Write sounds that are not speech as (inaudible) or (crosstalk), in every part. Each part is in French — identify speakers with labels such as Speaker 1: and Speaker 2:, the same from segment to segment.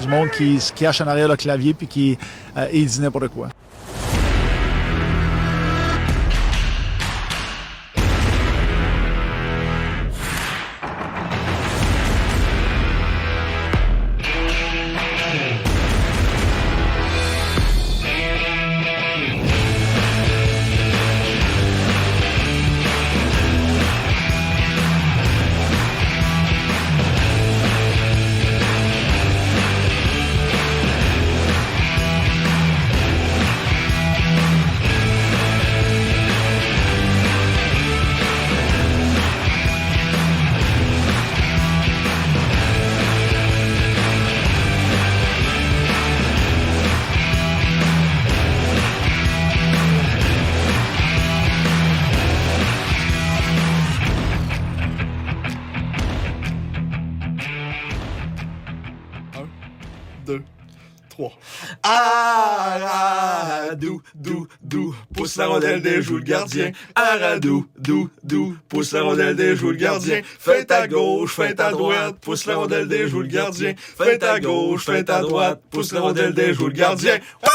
Speaker 1: du monde qui se cache en arrière le clavier puis qui euh, et dit n'importe quoi.
Speaker 2: deux, trois. Aradou, dou, dou, pousse la rondelle des joues le gardien. Aradou, dou, dou, pousse la rondelle des joues le gardien. Fais ta gauche, fais ta droite, pousse la rondelle des joues le gardien. Fais ta gauche, fais ta droite, pousse la rondelle des joues le gardien. Wouh!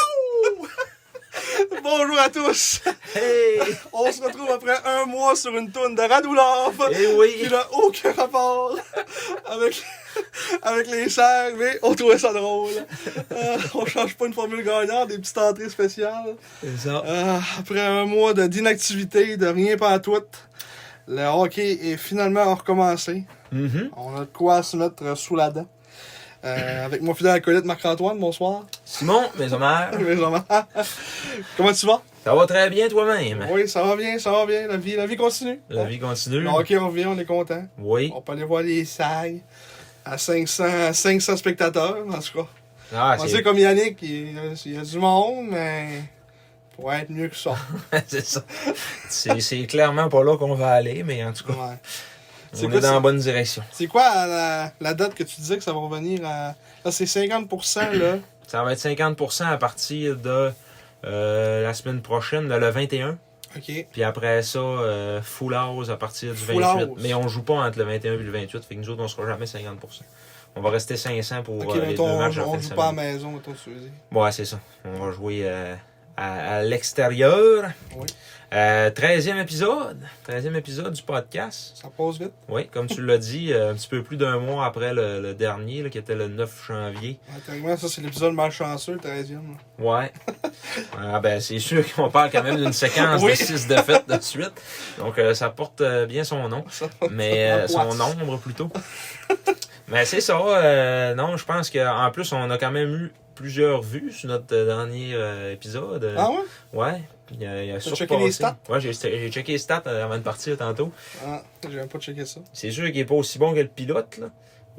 Speaker 2: (laughs) Bonjour à tous!
Speaker 3: Hey!
Speaker 2: (laughs) On se retrouve après un mois sur une tourne de Radoulov!
Speaker 3: Eh oui.
Speaker 2: Qui n'a aucun rapport avec, avec les serres, mais on trouvait ça drôle. Euh, on change pas une formule gagnante, des petites entrées spéciales.
Speaker 3: C'est ça.
Speaker 2: Euh, après un mois de- d'inactivité, de rien pas à tout, le hockey est finalement recommencé.
Speaker 3: Mm-hmm.
Speaker 2: On a de quoi se mettre sous la dent. Euh, avec mon fidèle acolyte Marc-Antoine, bonsoir. (laughs)
Speaker 3: Simon, mes mère,
Speaker 2: Benjamin. Comment tu vas?
Speaker 3: ça va très bien toi-même.
Speaker 2: Oui, ça va bien, ça va bien. La vie, la vie continue.
Speaker 3: La vie continue.
Speaker 2: Le hockey revient, on est content.
Speaker 3: Oui.
Speaker 2: On peut aller voir les SAG à 500, à 500 spectateurs, en tout cas.
Speaker 3: Ah,
Speaker 2: on
Speaker 3: c'est
Speaker 2: sait comme Yannick, il y, a, il y a du monde, mais pourrait être mieux que ça.
Speaker 3: (laughs) c'est ça. C'est c'est clairement pas là qu'on va aller, mais en tout cas,
Speaker 2: Ouais. C'est
Speaker 3: on
Speaker 2: quoi,
Speaker 3: est dans
Speaker 2: c'est-
Speaker 3: la bonne direction.
Speaker 2: C'est quoi euh, la, la date que tu disais que ça va revenir à... Là, c'est 50%, là.
Speaker 3: Ça va être 50% à partir de euh, la semaine prochaine, le le 21.
Speaker 2: (clears throat) OK.
Speaker 3: Puis après ça, euh, full house à partir du
Speaker 2: Full
Speaker 3: 28.
Speaker 2: house.
Speaker 3: Mais on joue pas entre le 21 et le 28, fait que nous autres, on sera jamais 50%. On va rester 500 pour
Speaker 2: OK,
Speaker 3: euh, les deux
Speaker 2: mettons, on,
Speaker 3: matchs en
Speaker 2: on
Speaker 3: fin de
Speaker 2: joue
Speaker 3: semaine.
Speaker 2: pas à la maison, mettons, tu veux dire.
Speaker 3: Ouais, c'est ça. On va jouer euh, à, à l'extérieur.
Speaker 2: Oui.
Speaker 3: Euh, 13e épisode. 13e épisode du podcast.
Speaker 2: Ça passe vite.
Speaker 3: Oui, comme tu l'as dit, euh, un petit peu plus d'un mois après le, le dernier, là, qui était le 9 janvier.
Speaker 2: Ouais, théoriquement, ça, c'est l'épisode malchanceux, le 13e. là. (laughs)
Speaker 3: Ouais. Ah ben c'est sûr qu'on parle quand même d'une séquence de
Speaker 2: Oui.
Speaker 3: 6 défaites de suite. Donc euh, ça porte euh, bien son nom.
Speaker 2: Ça-
Speaker 3: Mais euh, son nombre plutôt. Mais c'est ça. euh, non, je pense qu'en plus, on a quand même eu plusieurs vues sur notre euh, dernier euh, épisode.
Speaker 2: Ah ouais?
Speaker 3: Ouais. Il a, il a surpassé.
Speaker 2: checké les stats?
Speaker 3: Ouais, j'ai, j'ai checké les stats euh, avant de partir tantôt.
Speaker 2: Ah, j'ai même pas checké ça.
Speaker 3: C'est sûr qu'il est pas aussi bon que le pilote, là.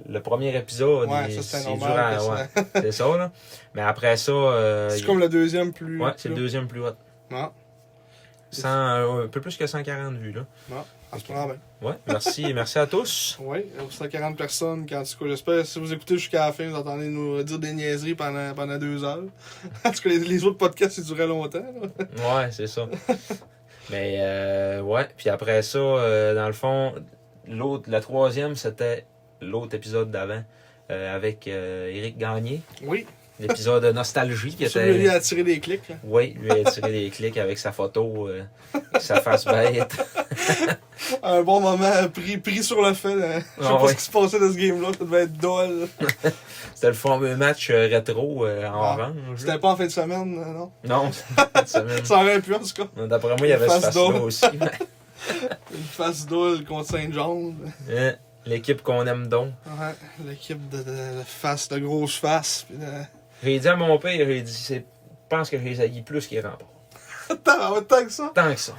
Speaker 3: Le premier épisode,
Speaker 2: Ouais, ça,
Speaker 3: il-
Speaker 2: c'est
Speaker 3: c'est
Speaker 2: normal.
Speaker 3: dur à-
Speaker 2: que
Speaker 3: ouais,
Speaker 2: ça-
Speaker 3: c'est ça, là. Mais après ça...
Speaker 2: (laughs)
Speaker 3: euh,
Speaker 2: c'est
Speaker 3: il-
Speaker 2: comme le deuxième plus...
Speaker 3: Ouais, c'est le
Speaker 2: plus-
Speaker 3: deuxième plus haut.
Speaker 2: Ah,
Speaker 3: 100, euh, un peu plus que 140 vues, là.
Speaker 2: on se prend bien.
Speaker 3: Ouais,
Speaker 2: (laughs)
Speaker 3: merci, merci à tous.
Speaker 2: Oui, 140 personnes, quand tout cas, j'espère, si vous écoutez jusqu'à la fin, vous entendez nous dire des niaiseries pendant, pendant deux heures. (laughs) en tout cas, les, les autres podcasts, ils duraient longtemps. là.
Speaker 3: Ouais,
Speaker 2: (laughs)
Speaker 3: c'est ça. Mais, euh, ouais. Puis après ça, euh, dans le fond, l'autre, la troisième, c'était l'autre épisode d'avant, euh, avec euh, Éric Gagné.
Speaker 2: Oui,
Speaker 3: L'épisode
Speaker 2: (laughs)
Speaker 3: Nostalgie, qui était...
Speaker 2: celui-là, il a tiré des clics. là.
Speaker 3: Oui, lui a tiré des clics avec sa photo, euh, avec sa face bête.
Speaker 2: Un bon moment, pris, pris sur le fait. là. Je sais
Speaker 3: Ah
Speaker 2: pas
Speaker 3: ouais.
Speaker 2: ce qui se passait dans ce game-là, ça devait être dole.
Speaker 3: C'était le fameux match euh, rétro euh, en
Speaker 2: Ah,
Speaker 3: orange. là.
Speaker 2: C'était pas en fin de semaine, euh, non?
Speaker 3: Non, (laughs)
Speaker 2: (laughs)
Speaker 3: cette semaine.
Speaker 2: Ça aurait pu, en tout cas.
Speaker 3: Non, D'après moi, il y avait ce
Speaker 2: Face
Speaker 3: face-là
Speaker 2: d'eau.
Speaker 3: aussi.
Speaker 2: Une face dole contre Saint-Jean. là.
Speaker 3: Euh, L'équipe qu'on aime donc.
Speaker 2: Ouais, l'équipe de, de, de face, de grosse face. Puis de...
Speaker 3: J'ai dit à mon père, j'ai dit, c'est- je pense que je les haïs plus qu'ils remportent.
Speaker 2: Tant, autant que ça.
Speaker 3: Tant que ça.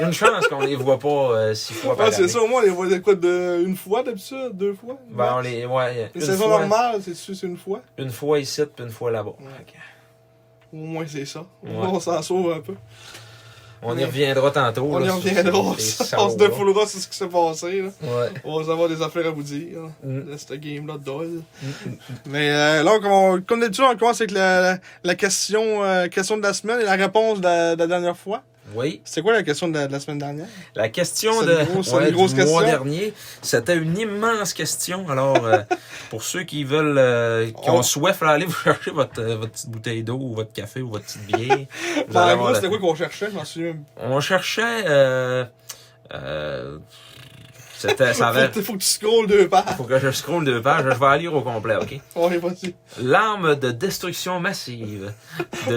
Speaker 3: Une chance qu'on les voit pas euh, six fois par
Speaker 2: Ouais, Ah, c'est
Speaker 3: année.
Speaker 2: ça, au moins, on les voit de quoi de, une fois d'habitude, deux fois.
Speaker 3: Ben, on les, ouais,
Speaker 2: Les
Speaker 3: une
Speaker 2: saisons
Speaker 3: fois,
Speaker 2: normales, c'est c'est une fois.
Speaker 3: une fois ici, puis une fois là-bas.
Speaker 2: Ouais.
Speaker 3: Fait que
Speaker 2: Au moins, c'est ça. Au
Speaker 3: Ouais.
Speaker 2: moins, on s'en sauve un peu.
Speaker 3: On y
Speaker 2: Ouais.
Speaker 3: reviendra tantôt.
Speaker 2: on
Speaker 3: là,
Speaker 2: y
Speaker 3: sur
Speaker 2: reviendra.
Speaker 3: ces- ces
Speaker 2: on se
Speaker 3: salauds-là.
Speaker 2: défoulera sur ce qui s'est passé. là.
Speaker 3: Ouais.
Speaker 2: On va avoir des affaires à vous dire là,
Speaker 3: Mm.
Speaker 2: de ce game-là de Doyle. Mais euh, là, comme, on- comme d'habitude, on commence avec la, la question, euh, question de la semaine et la réponse de la, de la dernière fois.
Speaker 3: Oui.
Speaker 2: C'est quoi la question de la, de la semaine dernière?
Speaker 3: La question
Speaker 2: C'est
Speaker 3: de
Speaker 2: une grosse- c'est une
Speaker 3: ouais, du
Speaker 2: grosse question.
Speaker 3: mois dernier, c'était une immense question. Alors,
Speaker 2: (laughs)
Speaker 3: euh, pour ceux qui veulent, euh, qui ont
Speaker 2: On-
Speaker 3: soif, allez vous chercher votre, euh, votre petite bouteille d'eau ou votre café ou votre petite
Speaker 2: (laughs)
Speaker 3: bière. Vous
Speaker 2: Ben,
Speaker 3: allez
Speaker 2: en
Speaker 3: avoir
Speaker 2: gros,
Speaker 3: la-
Speaker 2: c'était quoi qu'on cherchait? Je m'en souviens. même.
Speaker 3: On cherchait... euh, euh, c'était...
Speaker 2: (laughs)
Speaker 3: Ça avait...
Speaker 2: Faut, faut que tu scrolles deux pages. (laughs)
Speaker 3: Faut que je scrolle deux pages, je vais la lire au complet, OK?
Speaker 2: On est pas dessus.
Speaker 3: L'arme de destruction massive de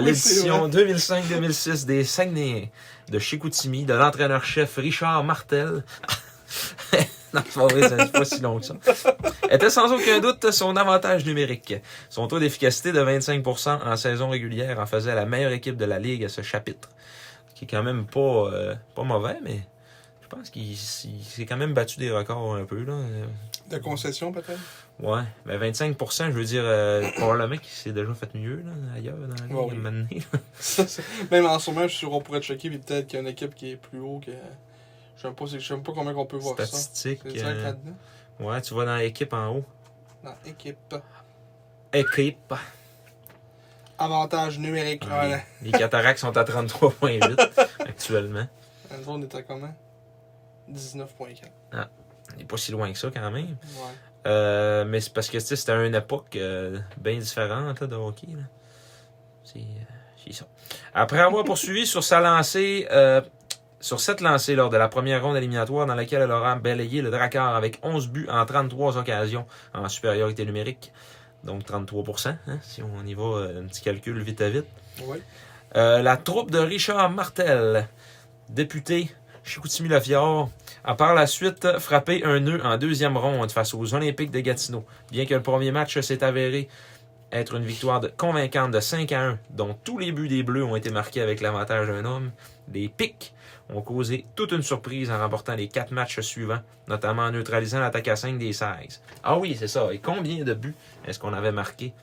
Speaker 2: (laughs) Oui, c'est
Speaker 3: l'édition 2005-2006 des Saguenayens de Chicoutimi, de l'entraîneur-chef Richard Martel. (laughs) non, c'est pas vrai, c'est pas si long que ça. Était sans aucun doute son avantage numérique. Son taux d'efficacité de 25% en saison régulière en faisait la meilleure équipe de la Ligue à ce chapitre. Qui est quand même pas, euh, pas mauvais, mais je pense qu'il il s'est quand même battu des records un peu. Là. Euh,
Speaker 2: De concession, peut-être?
Speaker 3: Ouais, Ben, mais 25 je veux dire, euh, (coughs) probablement qu'il s'est déjà fait mieux là, ailleurs dans la ligue,
Speaker 2: Ouais, oui.
Speaker 3: à un moment donné.
Speaker 2: Ça, c'est- Même en ce moment, je suis sûr qu'on pourrait checker, puis peut-être qu'il y a une équipe qui est plus haut que. Je sais pas, c'est- je sais même pas combien on peut voir ça.
Speaker 3: Statistique.
Speaker 2: C'est direct
Speaker 3: euh,
Speaker 2: là-dedans.
Speaker 3: ouais, tu vas dans l'équipe en haut.
Speaker 2: Dans équipe.
Speaker 3: Équipe.
Speaker 2: Avantage numérique.
Speaker 3: Ah,
Speaker 2: Voilà.
Speaker 3: Les, les cataractes sont à 33,8 actuellement.
Speaker 2: Nous autres, on était à comment 19.4.
Speaker 3: On n'est pas si loin que ça quand même.
Speaker 2: Ouais.
Speaker 3: Euh, mais c'est parce que tu sais, c'était une époque euh, bien différente là, de hockey. là. C'est euh, c'est ça. Après avoir poursuivi sur sa lancée, euh, sur cette lancée lors de la première ronde éliminatoire dans laquelle elle aura balayé le Drakkar avec 11 buts en 33 occasions en supériorité numérique, donc 33%, hein, si on y va, euh, un petit calcul vite à vite.
Speaker 2: Ouais.
Speaker 3: Euh, la troupe de Richard Martel, député Chicoutimi-Lafiore, a par la suite frappé un nœud en deuxième ronde face aux Olympiques de Gatineau. Bien que le premier match s'est avéré être une victoire de- convaincante de 5 à 1, dont tous les buts des Bleus ont été marqués avec l'avantage d'un homme, les Pics ont causé toute une surprise en remportant les quatre matchs suivants, notamment en neutralisant l'attaque à 5 des 16. Ah oui, c'est ça. Et combien de buts est-ce qu'on avait marqué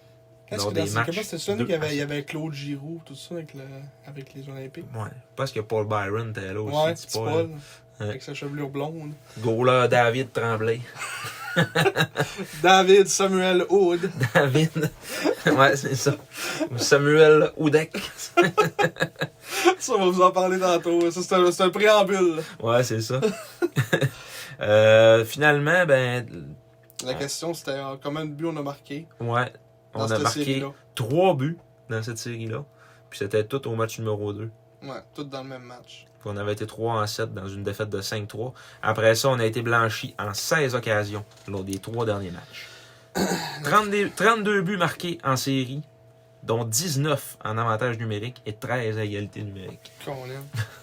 Speaker 2: Est-ce
Speaker 3: lors
Speaker 2: que dans
Speaker 3: des
Speaker 2: ces
Speaker 3: matchs
Speaker 2: matchs, c'était celui
Speaker 3: deux
Speaker 2: qu'il y
Speaker 3: à
Speaker 2: avait, il y avait Claude Giroux, tout ça, avec, le, avec les Olympiques
Speaker 3: Ouais. Je pense que Paul Byron était là aussi.
Speaker 2: Ouais,
Speaker 3: dis
Speaker 2: petit
Speaker 3: pas,
Speaker 2: Paul.
Speaker 3: Ouais.
Speaker 2: Avec sa chevelure blonde.
Speaker 3: là. Goaler David Tremblay. (laughs)
Speaker 2: David Samuel Hood. (laughs)
Speaker 3: David. ouais, c'est ça. Ou Samuel Oudek.
Speaker 2: ça, on va vous en parler tantôt. Ça, c'est un, c'est un préambule.
Speaker 3: Ouais, c'est ça. (laughs) Euh, finalement, ben,
Speaker 2: La question, c'était euh, combien de buts on a marqué
Speaker 3: ouais,
Speaker 2: dans
Speaker 3: on a
Speaker 2: cette
Speaker 3: marqué
Speaker 2: série-là.
Speaker 3: trois buts dans cette série-là. Puis c'était tout au match numéro 2.
Speaker 2: Ouais, tout dans le même match.
Speaker 3: On avait été 3 en 7 dans une défaite de 5-3. Après ça, on a été blanchi en 16 occasions lors des trois derniers matchs.
Speaker 2: (coughs)
Speaker 3: 32, 32 buts marqués en série, dont 19 en avantage numérique et 13 à égalité numérique.
Speaker 2: Qu'on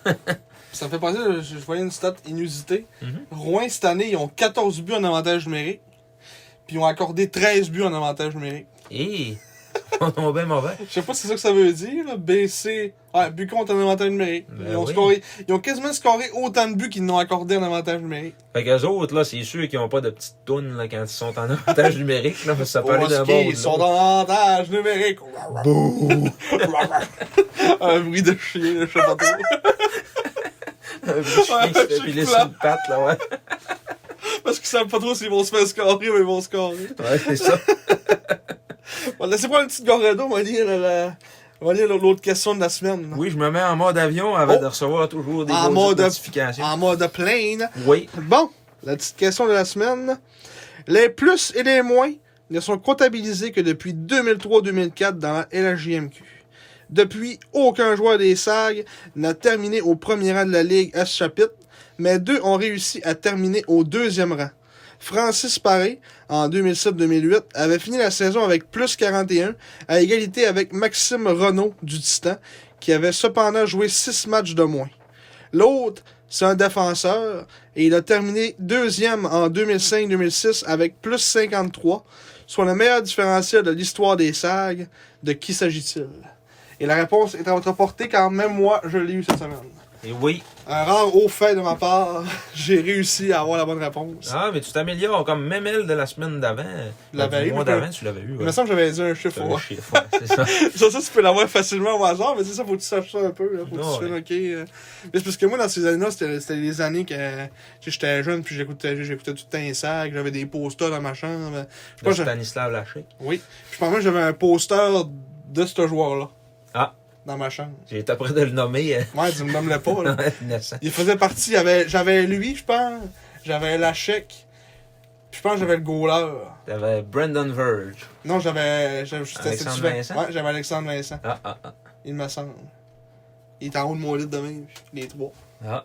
Speaker 2: aime. (laughs) ça me fait penser, je, je voyais une stat inusitée.
Speaker 3: Mhm.
Speaker 2: Rouen, cette année, ils ont 14 buts en avantage numérique. Puis ils ont accordé 13 buts en avantage numérique.
Speaker 3: Et (laughs) on est bien mauvais.
Speaker 2: Je sais pas si c'est ça que ça veut dire, là. BC. Ouais, but contre en avantage numérique.
Speaker 3: Ben
Speaker 2: ils, ont
Speaker 3: oui.
Speaker 2: scoré, ils ont quasiment scoré autant de buts qu'ils n'ont accordé en avantage numérique.
Speaker 3: Fait qu'eux autres, là, c'est sûr qu'ils n'ont pas de petites tounes là, quand ils sont en (laughs) avantage numérique. Là, parce que ça peut aller d'un
Speaker 2: Owaski,
Speaker 3: bord ou de
Speaker 2: ils sont
Speaker 3: l'autre.
Speaker 2: dans l'avantage numérique. (laughs) Un bruit de chien, je sais pas trop.
Speaker 3: (laughs) Un petit chien qui se fait
Speaker 2: Ouais,
Speaker 3: piler
Speaker 2: je
Speaker 3: sur une patte, là, ouais.
Speaker 2: Parce qu'ils savent pas trop s'ils vont se faire scorer, mais ils vont scorer.
Speaker 3: Ouais, c'est ça.
Speaker 2: Bon, laissez prendre une petite gorée d'eau, on va lire la- on va lire l'autre question de la semaine.
Speaker 3: Oui, je me mets en mode avion avant
Speaker 2: Oh.
Speaker 3: de recevoir toujours des
Speaker 2: En
Speaker 3: grosses
Speaker 2: mode-
Speaker 3: notifications.
Speaker 2: En mode plane.
Speaker 3: Oui.
Speaker 2: Bon, la petite question de la semaine. Les plus et les moins ne sont comptabilisés que depuis 2003-2004 dans la LHJMQ. Depuis, aucun joueur des SAG n'a terminé au premier rang de la Ligue à ce chapitre, mais deux ont réussi à terminer au deuxième rang. Francis Paré, en 2007-2008, avait fini la saison avec plus 41, à égalité avec Maxime Renault du Titan, qui avait cependant joué six matchs de moins. L'autre, c'est un défenseur, et il a terminé deuxième en 2005-2006 avec plus 53, soit le meilleur différentiel de l'histoire des SAG. De qui s'agit-il Et la réponse est à votre portée car même moi, je l'ai eu cette semaine.
Speaker 3: Et oui.
Speaker 2: Un rare haut fait de ma part, (laughs) j'ai réussi à avoir la bonne réponse.
Speaker 3: Ah, mais tu t'améliores. Comme même elle de la semaine d'avant. Euh,
Speaker 2: L'avais
Speaker 3: du
Speaker 2: eu,
Speaker 3: mois
Speaker 2: mais-
Speaker 3: d'avant, tu l'avais eu.
Speaker 2: Il
Speaker 3: Ouais.
Speaker 2: me semble hein. que j'avais dit un chiffre.
Speaker 3: T'as le
Speaker 2: ouais.
Speaker 3: chiffre, ouais,
Speaker 2: (laughs)
Speaker 3: c'est ça.
Speaker 2: ça, ça, tu peux l'avoir facilement au hasard, mais c'est ça, faut que tu saches ça un peu. Là, faut
Speaker 3: Non,
Speaker 2: que tu fasses, ok. euh. Mais c'est parce que moi, dans ces années-là, c'était c'était les années que euh, tu sais, j'étais jeune, puis j'écoutais j'écoutais tout le temps les sacs, j'avais des posters dans ma chambre. Je
Speaker 3: De
Speaker 2: pense que
Speaker 3: Stanislav Lachek.
Speaker 2: Oui. Puis, Je pense même que j'avais un poster de ce joueur-là.
Speaker 3: Ah.
Speaker 2: dans ma chambre.
Speaker 3: J'étais prêt de le nommer. euh,
Speaker 2: Ouais, tu me nommes-le pas,
Speaker 3: (laughs)
Speaker 2: là.
Speaker 3: innocent.
Speaker 2: Il faisait partie, il y avait- j'avais lui, je pense. J'avais Lachec. Puis je pense que j'avais le goaler.
Speaker 3: T'avais Brandon Verge.
Speaker 2: Non, j'avais. j'avais- c'était-
Speaker 3: Alexandre
Speaker 2: c'était-
Speaker 3: Vincent?
Speaker 2: Ouais, j'avais Alexandre Vincent,
Speaker 3: Ah, ah, ah.
Speaker 2: il me semble. Il était en haut de mon lit demain, les trois.
Speaker 3: ah.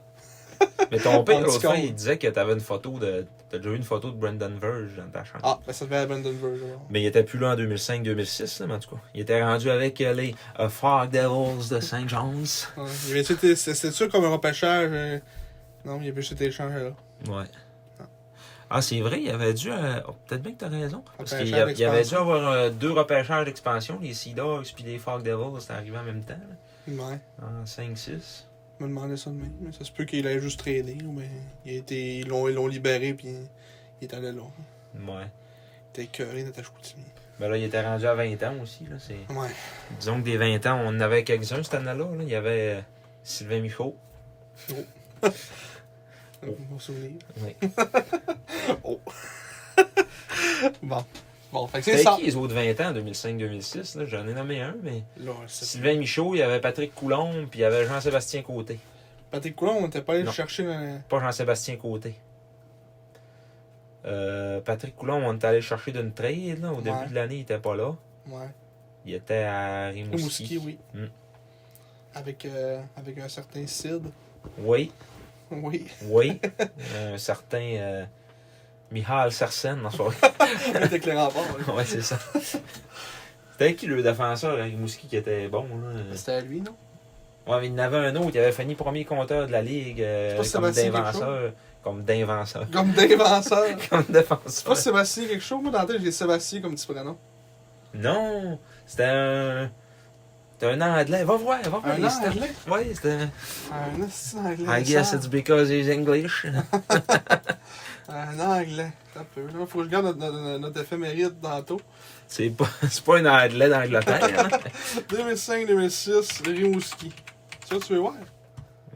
Speaker 2: (laughs)
Speaker 3: Mais ton
Speaker 2: On
Speaker 3: père,
Speaker 2: dit
Speaker 3: l'autre fois,
Speaker 2: qu'on-
Speaker 3: il disait que t'avais une photo de. T'as déjà eu une photo de Brandon Verge dans ta chambre.
Speaker 2: Ah, ben ça devait être Brandon Verge. alors.
Speaker 3: Mais il était plus là en 2005-2006, là, mais en tout cas. Il était rendu avec euh, les euh, Fog Devils de St. John's.
Speaker 2: Ouais. Il avait été- C'était c'était sûr comme un repêchage. euh, Non, il y avait juste été échangé là.
Speaker 3: Ouais. Ah, c'est vrai, il avait dû. euh, oh, Peut-être bien que t'as raison. Parce
Speaker 2: Repêchage
Speaker 3: qu'il y a- il y avait dû
Speaker 2: d'expansion.
Speaker 3: avoir euh, deux repêchages d'expansion, les Sea Dogs puis les Fog Devils, c'était arrivé en même temps, là,
Speaker 2: Ouais.
Speaker 3: en 5-6.
Speaker 2: Je me demandais ça demain. Mais ça se peut qu'il ait juste tradé, ou bien il a été, ils l'ont ils l'ont libéré, puis il est allé là.
Speaker 3: Ouais.
Speaker 2: Il était écœuré, Natasha Koutimi.
Speaker 3: Ben là, il était rendu à 20 ans aussi. Là. C'est...
Speaker 2: Ouais.
Speaker 3: Disons que des 20 ans, on en avait quelques-uns cette année-là. là. Il y avait euh, Sylvain Michaud. Oh.
Speaker 2: Mon souvenir.
Speaker 3: Oui.
Speaker 2: (laughs) Bon. Bon, fait que c'est
Speaker 3: C'était
Speaker 2: ça.
Speaker 3: qui les autres 20 ans, 2005-2006? Là? J'en ai nommé un, mais...
Speaker 2: Là, c'est-
Speaker 3: Sylvain Michaud, il y avait Patrick Coulombe, puis il y avait Jean-Sébastien Côté.
Speaker 2: Patrick Coulon, on n'était pas allé le
Speaker 3: Non.
Speaker 2: chercher dans.
Speaker 3: Pas Jean-Sébastien Côté. Euh, Patrick Coulombe, on est allé le chercher d'une trade. Là. Au
Speaker 2: Ouais.
Speaker 3: début de l'année, il était pas là.
Speaker 2: Ouais.
Speaker 3: Il était à
Speaker 2: Rimouski,
Speaker 3: Rimouski.
Speaker 2: oui.
Speaker 3: Mm.
Speaker 2: Avec, euh, avec un certain Sid.
Speaker 3: Oui,
Speaker 2: Oui. (laughs)
Speaker 3: oui. un certain euh, Mihal
Speaker 2: (laughs)
Speaker 3: Sarsen, en soirée.
Speaker 2: Avec les remparts. là.
Speaker 3: ouais, c'est ça. C'était qui le défenseur à Rimouski qui était bon, là?
Speaker 2: C'était à lui, non?
Speaker 3: Ouais, mais il y en avait un autre, il avait fini premier compteur de la ligue euh,
Speaker 2: C'est pas
Speaker 3: comme
Speaker 2: Sébastien
Speaker 3: d'invenseur. Comme d'invenseur.
Speaker 2: Comme (laughs) défenseur.
Speaker 3: (laughs) Comme
Speaker 2: C'est pas
Speaker 3: défenseur.
Speaker 2: Sébastien quelque chose, moi dans la tête j'ai Sébastien comme petit prénom.
Speaker 3: Non! C'était un. C'était un anglais. Va voir, va voir.
Speaker 2: Un
Speaker 3: il s'était-
Speaker 2: anglais?
Speaker 3: Ouais, c'était.
Speaker 2: Un esti anglais.
Speaker 3: I guess it's because he's English. (laughs)
Speaker 2: Un anglais. Attends un peu. là. Faut que je garde notre, notre, notre éphéméride tantôt.
Speaker 3: c'est pas, c'est pas un anglais d'Angleterre. hein.
Speaker 2: 2005-2006, Rimouski. Ça, tu veux voir?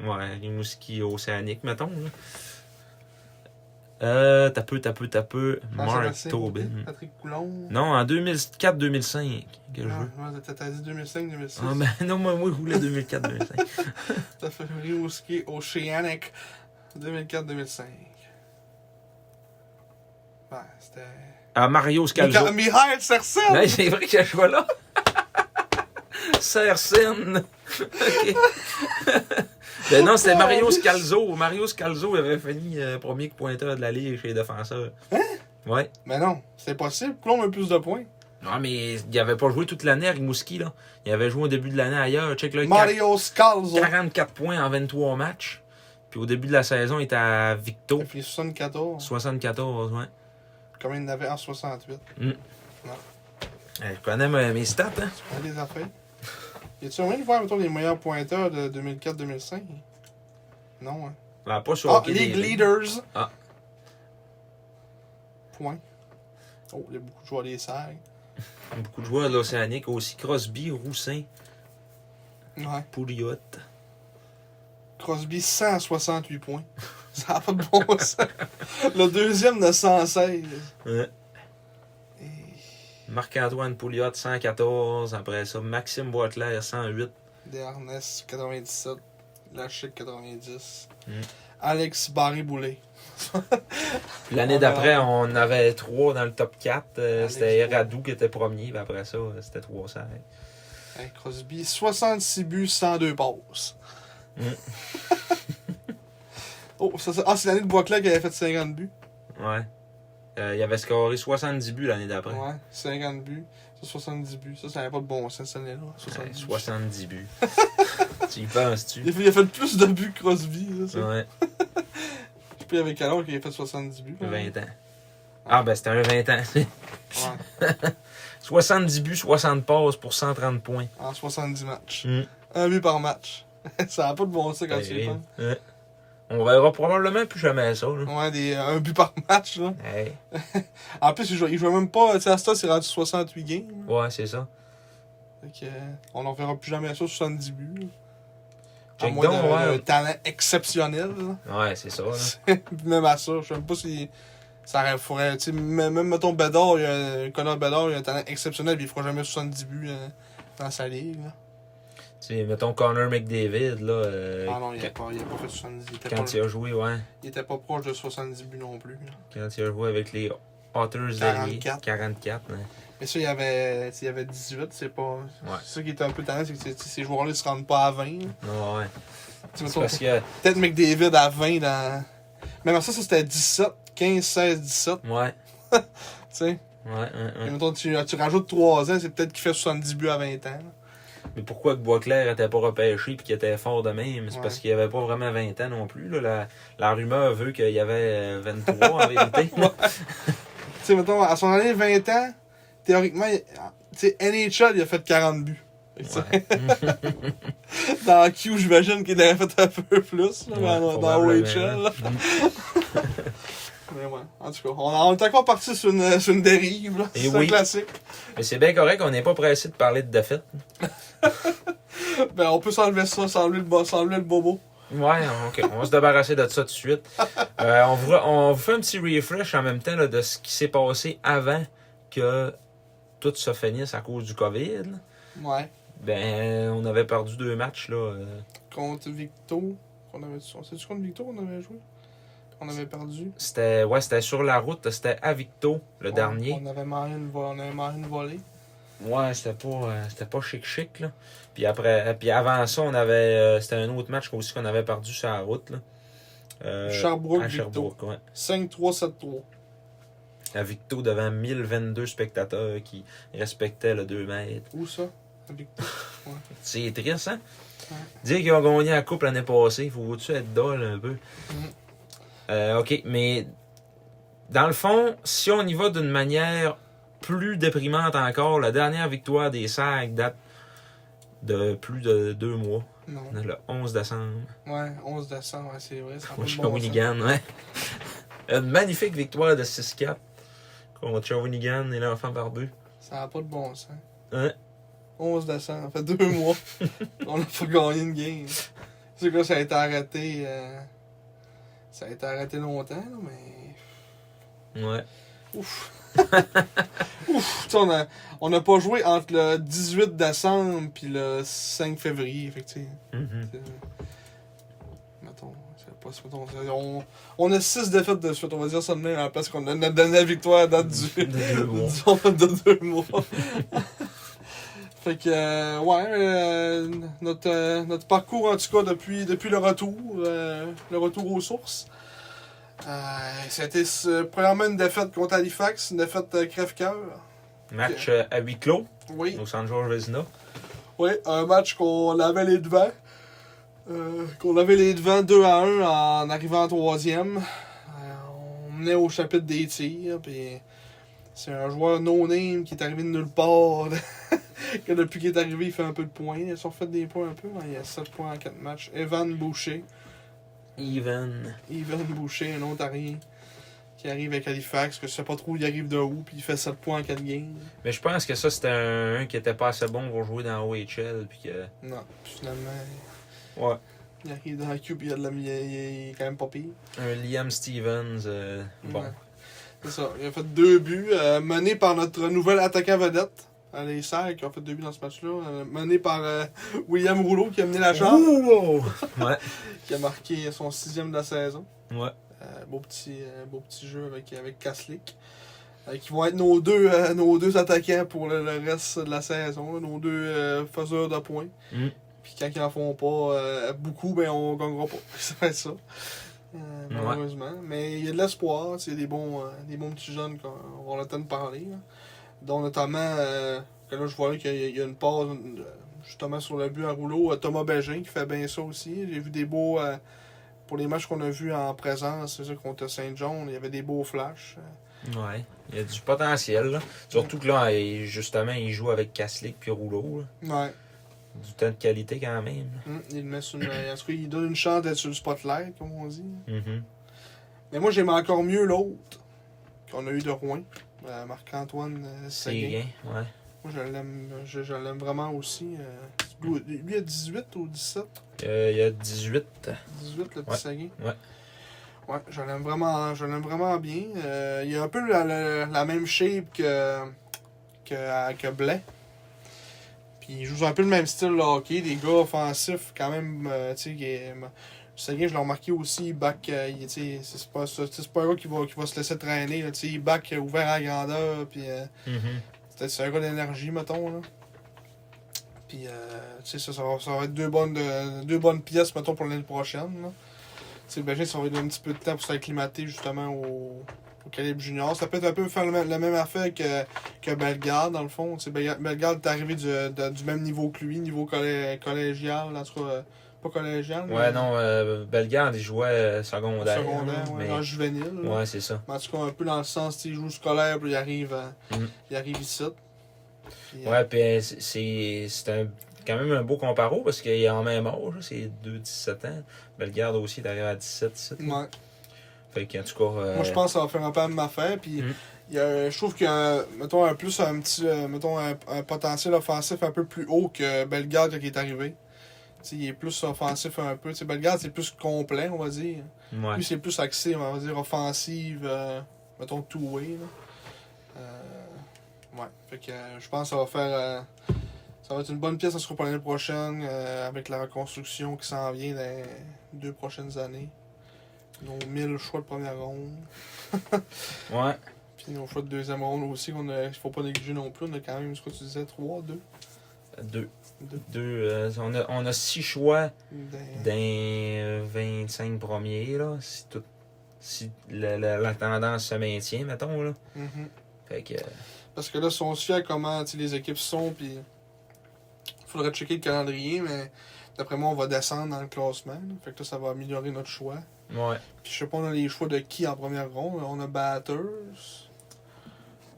Speaker 3: Ouais, Rimouski océanique, mettons. Là. Euh, t'as peu, t'as peu, t'as peu.
Speaker 2: Ah,
Speaker 3: Mark
Speaker 2: Jean-Sébastien
Speaker 3: Tobin.
Speaker 2: Côté, Patrick Coulon.
Speaker 3: Non, en 2004-2005 que je veux.
Speaker 2: Ah, ouais, t'as- t'as dit 2005-2006.
Speaker 3: Ah ben non, moi, moi je voulais 2004-2005.
Speaker 2: T'as fait Rimouski Oceanic 2004-2005. Ouais, Ben, c'était.
Speaker 3: Ah, Mario Scalzo.
Speaker 2: Micha- Mihail Sersen!
Speaker 3: Ouais, c'est vrai que je vois là. (laughs) Sersen. (laughs) OK. ben non, c'était Mario Scalzo. Mario Scalzo avait fini euh, premier pointeur de la ligue chez les défenseurs.
Speaker 2: Hein?
Speaker 3: Ouais.
Speaker 2: Mais non, c'est possible. Coulon a plus de points.
Speaker 3: Non, mais il avait pas joué toute l'année à Rimouski, là. Il avait joué au début de l'année ailleurs. Check le
Speaker 2: Mario Scalzo.
Speaker 3: 44 points en 23 matchs. Puis au début de la saison, il était à Victo.
Speaker 2: Et puis 74.
Speaker 3: 74, ouais.
Speaker 2: Comme il en avait en 68.
Speaker 3: Euh, Je connais mes, mes stats, hein.
Speaker 2: On les a fait. Y a-tu moyen de voir mettons, les meilleurs pointeurs de 2004-2005 Non, hein.
Speaker 3: Ben, pas sur
Speaker 2: Ah,
Speaker 3: Hockey
Speaker 2: League
Speaker 3: Daily.
Speaker 2: Leaders.
Speaker 3: Ah.
Speaker 2: Point. Oh, il y a beaucoup de joueurs des serres.
Speaker 3: Beaucoup de joueurs de l'Océanique aussi. Crosby, Roussin,
Speaker 2: Ouais.
Speaker 3: Pouliot.
Speaker 2: Crosby, 168 points. (laughs) Ça n'a pas de bon sens. Le deuxième de 116.
Speaker 3: Ouais.
Speaker 2: Et-
Speaker 3: Euh, Marc-Antoine Pouliot, 114. Après ça, Maxime Boitler, 108.
Speaker 2: Derniers, 97. Lachic, 90.
Speaker 3: Mm.
Speaker 2: Alex Barry-Boulet.
Speaker 3: Puis L'année
Speaker 2: On
Speaker 3: d'après,
Speaker 2: a-
Speaker 3: on avait trois dans le top 4.
Speaker 2: Alex
Speaker 3: c'était
Speaker 2: Bois.
Speaker 3: Radou qui était premier. Puis après ça, euh, c'était 300.
Speaker 2: Hey, Crosby, 66 buts, 102 passes.
Speaker 3: Mm.
Speaker 2: oh, ça, ça- ah, c'est l'année de Boisclair qui avait fait 50 buts.
Speaker 3: Ouais. Euh, il avait scoré 70 buts l'année d'après.
Speaker 2: Ouais, 50 buts. Ça, 70 buts. Ça, ça n'avait pas de bon sens cette année-là.
Speaker 3: Ouais,
Speaker 2: 70 buts.
Speaker 3: 70 (laughs) buts. tu y penses-tu?
Speaker 2: Il a, fait, il a fait plus de buts que Crosby. Là, ça.
Speaker 3: Ouais,
Speaker 2: Puis avec alors qu'il a fait 70 buts. hein.
Speaker 3: 20 ans. Ah, ben c'était un 20 ans. (laughs)
Speaker 2: Ouais,
Speaker 3: 70 buts, 60 passes pour 130 points.
Speaker 2: en 70 matchs.
Speaker 3: Mm.
Speaker 2: Un but par match. (laughs) ça n'a pas de bon sens quand tu y
Speaker 3: Ouais.
Speaker 2: penses.
Speaker 3: On verra probablement plus jamais ça. Là.
Speaker 2: Ouais, des, un but par match. Là.
Speaker 3: Hey.
Speaker 2: En plus, il jouait, il jouait même pas. Tu sais, à ce temps, c'est rendu 68 games.
Speaker 3: Ouais, c'est ça.
Speaker 2: Fait que, euh, on n'en verra plus jamais ça, 70 buts. là. À
Speaker 3: Check
Speaker 2: moins
Speaker 3: donc,
Speaker 2: d'un
Speaker 3: ouais.
Speaker 2: d'un talent exceptionnel. là. (laughs)
Speaker 3: Ouais, c'est ça. là.
Speaker 2: même à ça, je sais même pas si ça aurait- faudrait. tu sais, Même, même mettons Bédard, il y a, un- Connor Bédard, il a un talent exceptionnel, puis il fera jamais 70 buts euh, dans sa ligue. là.
Speaker 3: Tu sais, mettons Connor McDavid, là, euh,
Speaker 2: Ah non, il n'a
Speaker 3: quand,
Speaker 2: pas, il a pas fait 70. Il était,
Speaker 3: quand il
Speaker 2: pas,
Speaker 3: a joué, ouais,
Speaker 2: il était pas proche de 70 buts non plus. là.
Speaker 3: quand il a joué avec les Otters d'Allier,
Speaker 2: 44.
Speaker 3: 44, hein.
Speaker 2: Mais ça, il y avait, il y avait 18, c'est pas.
Speaker 3: Ouais.
Speaker 2: C'est ça qui était un peu tannant, c'est que ces- ces joueurs-là ils se rendent pas à 20. là.
Speaker 3: Non, ouais.
Speaker 2: Tu
Speaker 3: C'est
Speaker 2: vois,
Speaker 3: parce que,
Speaker 2: Peut-être McDavid à 20 dans. Même ça, ça c'était 17, 15, 16, 17.
Speaker 3: ouais,
Speaker 2: Tu sais,
Speaker 3: ouais, hein,
Speaker 2: Et
Speaker 3: hein.
Speaker 2: mettons, tu, tu rajoutes 3 ans, c'est peut-être qu'il fait 70 buts à 20 ans. là.
Speaker 3: Mais pourquoi que Boisclair était pas repêché et qu'il était fort de même? C'est
Speaker 2: Ouais.
Speaker 3: parce qu'il avait pas vraiment 20 ans non plus. Là. La, la rumeur veut qu'il y avait euh,
Speaker 2: (laughs)
Speaker 3: 23 en vérité.
Speaker 2: Tu sais, mettons, à son année 20 ans, théoriquement, il- tu sais, NHL, il a fait 40 buts. Fait que, tu sais,
Speaker 3: Ouais.
Speaker 2: (laughs) Dans Q, j'imagine qu'il en a fait un peu plus, là,
Speaker 3: Ouais,
Speaker 2: dans, dans
Speaker 3: probablement. Hmm.
Speaker 2: OHL. là. (laughs) Mais ouais, en tout cas, on, on est encore parti sur une, sur une dérive, là.
Speaker 3: Et
Speaker 2: C'est un
Speaker 3: Eh oui.
Speaker 2: classique.
Speaker 3: Mais c'est bien correct, on n'est pas pressé de parler de défaite.
Speaker 2: Ben, on peut s'enlever ça, s'enlever le, bo- s'enlever le bobo.
Speaker 3: Ouais, ok. On va se débarrasser de ça tout de suite. Euh, on, vous, re- on vous fait un petit refresh en même temps là, de ce qui s'est passé avant que tout se finisse à cause du COVID.
Speaker 2: Ouais.
Speaker 3: Ben, on avait perdu deux matchs. Là, euh,
Speaker 2: Contre Victo. On avait, on sait-tu contre Victo qu'on avait joué? On avait perdu.
Speaker 3: c'était ouais, c'était sur la route, c'était à Victo, le
Speaker 2: On-
Speaker 3: dernier.
Speaker 2: On avait marré une, vo- on avait marré une volée.
Speaker 3: Ouais, c'était pas, euh, c'était pas chic chic là. Puis après, euh, puis avant ça, on avait, euh, c'était un autre match aussi qu'on avait perdu sur la route là. Euh,
Speaker 2: Sherbrooke,
Speaker 3: à
Speaker 2: Victo.
Speaker 3: Sherbrooke, ouais.
Speaker 2: 5-3-7-3.
Speaker 3: À Victo devant 1022 spectateurs qui respectaient le 2 mètres.
Speaker 2: Où ça? À
Speaker 3: (laughs)
Speaker 2: Victo.
Speaker 3: C'est triste, hein?
Speaker 2: Ouais.
Speaker 3: Dire qu'ils ont gagné la coupe l'année passée, faut-tu être dole un peu?
Speaker 2: Mm.
Speaker 3: Euh, ok, mais dans le fond, si on y va d'une manière plus déprimante encore, la dernière victoire des Sags date de plus de deux mois.
Speaker 2: Non.
Speaker 3: Le 11 décembre.
Speaker 2: Ouais, 11 décembre, ouais, c'est vrai. Ça a pas
Speaker 3: Contre
Speaker 2: de bon sens.
Speaker 3: Shawinigan, ouais. Une magnifique victoire de 6-4 contre Shawinigan et l'enfant barbu.
Speaker 2: Ça n'a pas de bon sens.
Speaker 3: Ouais.
Speaker 2: 11 décembre, ça fait
Speaker 3: (laughs)
Speaker 2: deux mois. on n'a pas gagné une game. C'est que là, ça a été arrêté. euh, Ça a été arrêté longtemps, là, mais.
Speaker 3: Ouais.
Speaker 2: Ouf! Ouf! Tu sais, on a- on n'a pas joué entre le 18 décembre puis le 5 février, fait que, tu sais,
Speaker 3: Mhm.
Speaker 2: c'est- Mettons, c'est pas- c'est- mettons, c'est- on, on a 6 défaites de suite, on va dire ça de même, hein, parce qu'on a notre dernière victoire date du,
Speaker 3: De deux
Speaker 2: (laughs)
Speaker 3: mois.
Speaker 2: disons, de deux mois. (laughs) fait que, euh, ouais, euh, notre, euh, notre parcours, en tout cas, depuis, depuis le retour, euh, le retour aux sources. Euh, C'était euh, premièrement une défaite contre Halifax, une défaite euh, crève-cœur.
Speaker 3: Match euh, à huis clos
Speaker 2: Oui,
Speaker 3: au San Jorge Vezina.
Speaker 2: oui, un match qu'on avait les devants. euh, qu'on avait les devants 2 à 1 en arrivant en troisième. Euh, on menait au chapitre des tirs, puis c'est un joueur no-name qui est arrivé de nulle part. (laughs) que depuis qu'il est arrivé, il fait un peu de points. Il a fait des points un peu, mais il a 7 points en 4 matchs. Evan Boucher.
Speaker 3: Even.
Speaker 2: Evan Boucher, un Ontarien qui arrive avec Halifax, que je sais pas trop où il arrive de où, puis il fait 7 points en 4 games.
Speaker 3: Mais je pense que ça, c'était un, un qui était pas assez bon pour jouer dans OHL. Puis que...
Speaker 2: Non, puis finalement,
Speaker 3: Ouais.
Speaker 2: il arrive dans la cube, il, a de la, il, est- il est quand même pas pire.
Speaker 3: Un Liam Stevens. euh, bon.
Speaker 2: Ouais. C'est ça. Il a fait deux buts, euh, menés par notre nouvel attaquant vedette. euh, Les Serres qui ont fait deux buts dans ce match-là. euh, mené par euh, William Rouleau qui a mené la charge,
Speaker 3: Ouh! ouais.
Speaker 2: qui a marqué son sixième de la saison.
Speaker 3: Ouais.
Speaker 2: Euh, beau, petit, euh, beau petit jeu avec, avec Kaslik. euh, qui vont être nos deux, euh, nos deux attaquants pour le, le reste de la saison. là, nos deux euh, faiseurs de points.
Speaker 3: Mm.
Speaker 2: Puis quand ils en font pas euh, beaucoup, ben on gagnera pas. (laughs) ça fait ça. Euh, malheureusement. Mais il y a de l'espoir. C'est des bons, euh, des bons petits jeunes qu'on on a le temps de parler. là. Dont notamment, euh, que là je vois là, qu'il y, a- il y a une pause euh, justement sur le but à rouleau. euh, Thomas Bégin qui fait bien ça aussi. J'ai vu des beaux. euh, pour les matchs qu'on a vus en présence, c'est ça contre Saint-John, il y avait des beaux flashs.
Speaker 3: Ouais. Il y a du potentiel. Là. Surtout que là, il- justement, il joue avec Kaslik puis Rouleau. là.
Speaker 2: Ouais.
Speaker 3: Du temps de qualité quand même.
Speaker 2: Hum, Il le met sur une- en tout cas, il donne une chance d'être sur le spotlight, comme on dit.
Speaker 3: Mhm.
Speaker 2: Mais moi, j'aime encore mieux l'autre qu'on a eu de Rouen, euh, Marc-Antoine euh,
Speaker 3: C'est
Speaker 2: Seguin.
Speaker 3: bien. Ouais.
Speaker 2: Moi, je l'aime je, je l'aime vraiment aussi. euh, lui, lui, a 18 ou 17
Speaker 3: Euh, il y a 18.
Speaker 2: 18, le petit
Speaker 3: Ouais,
Speaker 2: Seguin.
Speaker 3: ouais.
Speaker 2: Ouais, je l'aime vraiment, je l'aime vraiment bien. Euh, il a un peu la, la- la même shape que, que, que Blais. Puis ils jouent un peu le même style de hockey, des gars offensifs, quand même, euh, tu sais, qui est- m- Seguin, je l'ai remarqué aussi, back, euh, il- tu sais, c'est pas, ça- c'est pas un gars qui va, qui va se laisser traîner, là, tu sais, il back euh, ouvert à la grandeur, puis euh,
Speaker 3: Mhm.
Speaker 2: c'est c'est un gars d'énergie, mettons, là. Puis, euh, tu sais, ça, ça, va, ça va être deux bonnes, de- deux bonnes pièces, mettons, pour l'année prochaine, là. Tu sais, le Belgique, ça va lui donner un petit peu de temps pour s'acclimater, justement, au, au calibre junior. Ça peut être un peu faire le même, la même affaire que, que Bellegarde, dans le fond. Tu sais, Bellegarde- Bellegarde est arrivé du, de- du même niveau que lui, niveau collé- collégial, en tout cas, euh, pas collégial,
Speaker 3: Ouais, non, euh, Bellegarde, il jouait euh, secondaire.
Speaker 2: secondaire, ouais,
Speaker 3: mais-
Speaker 2: en juvénile. là.
Speaker 3: Ouais, c'est ça.
Speaker 2: Mais en tout cas, un peu dans le sens, tu sais, il joue scolaire, puis il arrive, à-
Speaker 3: Mhm.
Speaker 2: il arrive ici. Puis, euh,
Speaker 3: Ouais, puis euh, c'est- c'est c'est un- quand même un beau comparo parce qu'il est en même âge, là, c'est 2-17 ans. Bellegarde aussi est arrivé à 17, 17.
Speaker 2: euh, ouais.
Speaker 3: Fait qu'en tout cas. euh,
Speaker 2: Moi, je pense que ça va faire un peu la même affaire. Puis,
Speaker 3: Mm.
Speaker 2: il y a- je trouve qu'il y a, mettons, un plus, un petit, euh, mettons, un, un potentiel offensif un peu plus haut que Bellegarde quand il est arrivé. Tu sais, il est plus offensif un peu. Tu sais, Bellegarde, c'est plus complet, on va dire.
Speaker 3: Ouais.
Speaker 2: Lui, c'est plus axé, on va dire, offensive, euh, mettons, two-way. là. Euh, ouais. Fait que euh, je pense que ça va faire. euh, ça va être une bonne pièce à se retrouver l'année prochaine euh, avec la reconstruction qui s'en vient dans les deux prochaines années. Nos 1000 choix de première ronde.
Speaker 3: Ouais.
Speaker 2: Puis nos choix de deuxième ronde aussi, qu'on ne faut pas négliger non plus. On a quand même, ce que tu disais, 3, 2.
Speaker 3: Deux.
Speaker 2: Deux.
Speaker 3: Deux, euh, on, a, on a six choix
Speaker 2: Dans...
Speaker 3: d'un euh, 25 premiers, là. Si, tout, si la, la- la tendance se maintient, mettons, là.
Speaker 2: Mhm.
Speaker 3: Fait que. euh,
Speaker 2: Parce que là, si on se fie à comment tu sais, les équipes sont, puis faudrait checker le calendrier, mais d'après moi, on va descendre dans le classement. là. Fait que là, ça va améliorer notre choix.
Speaker 3: euh, ouais.
Speaker 2: Puis je sais pas, on a les choix de qui en première ronde. On a Batters.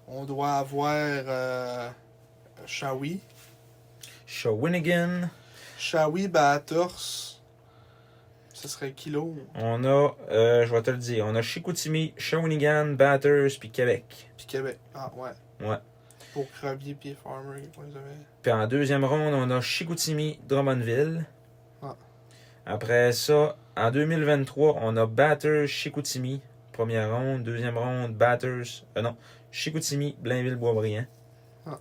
Speaker 2: On doit avoir euh, Shawi.
Speaker 3: Shawinigan.
Speaker 2: Shawi, Batters. Ce serait qui l'autre?
Speaker 3: On a, euh, je vais te le dire, on a Chicoutimi, Shawinigan, Batters, puis Québec.
Speaker 2: Puis Québec. Ah, ouais.
Speaker 3: Ouais.
Speaker 2: Pour Crabier puis Farmer, on les avait.
Speaker 3: Puis en deuxième ronde, on a Chicoutimi, Drummondville.
Speaker 2: Ouais.
Speaker 3: Après ça, en 2023, on a Batters, Chicoutimi, première ronde. Deuxième ronde, Batters, euh, non, Chicoutimi, Blainville-Boisbriand.
Speaker 2: Ah.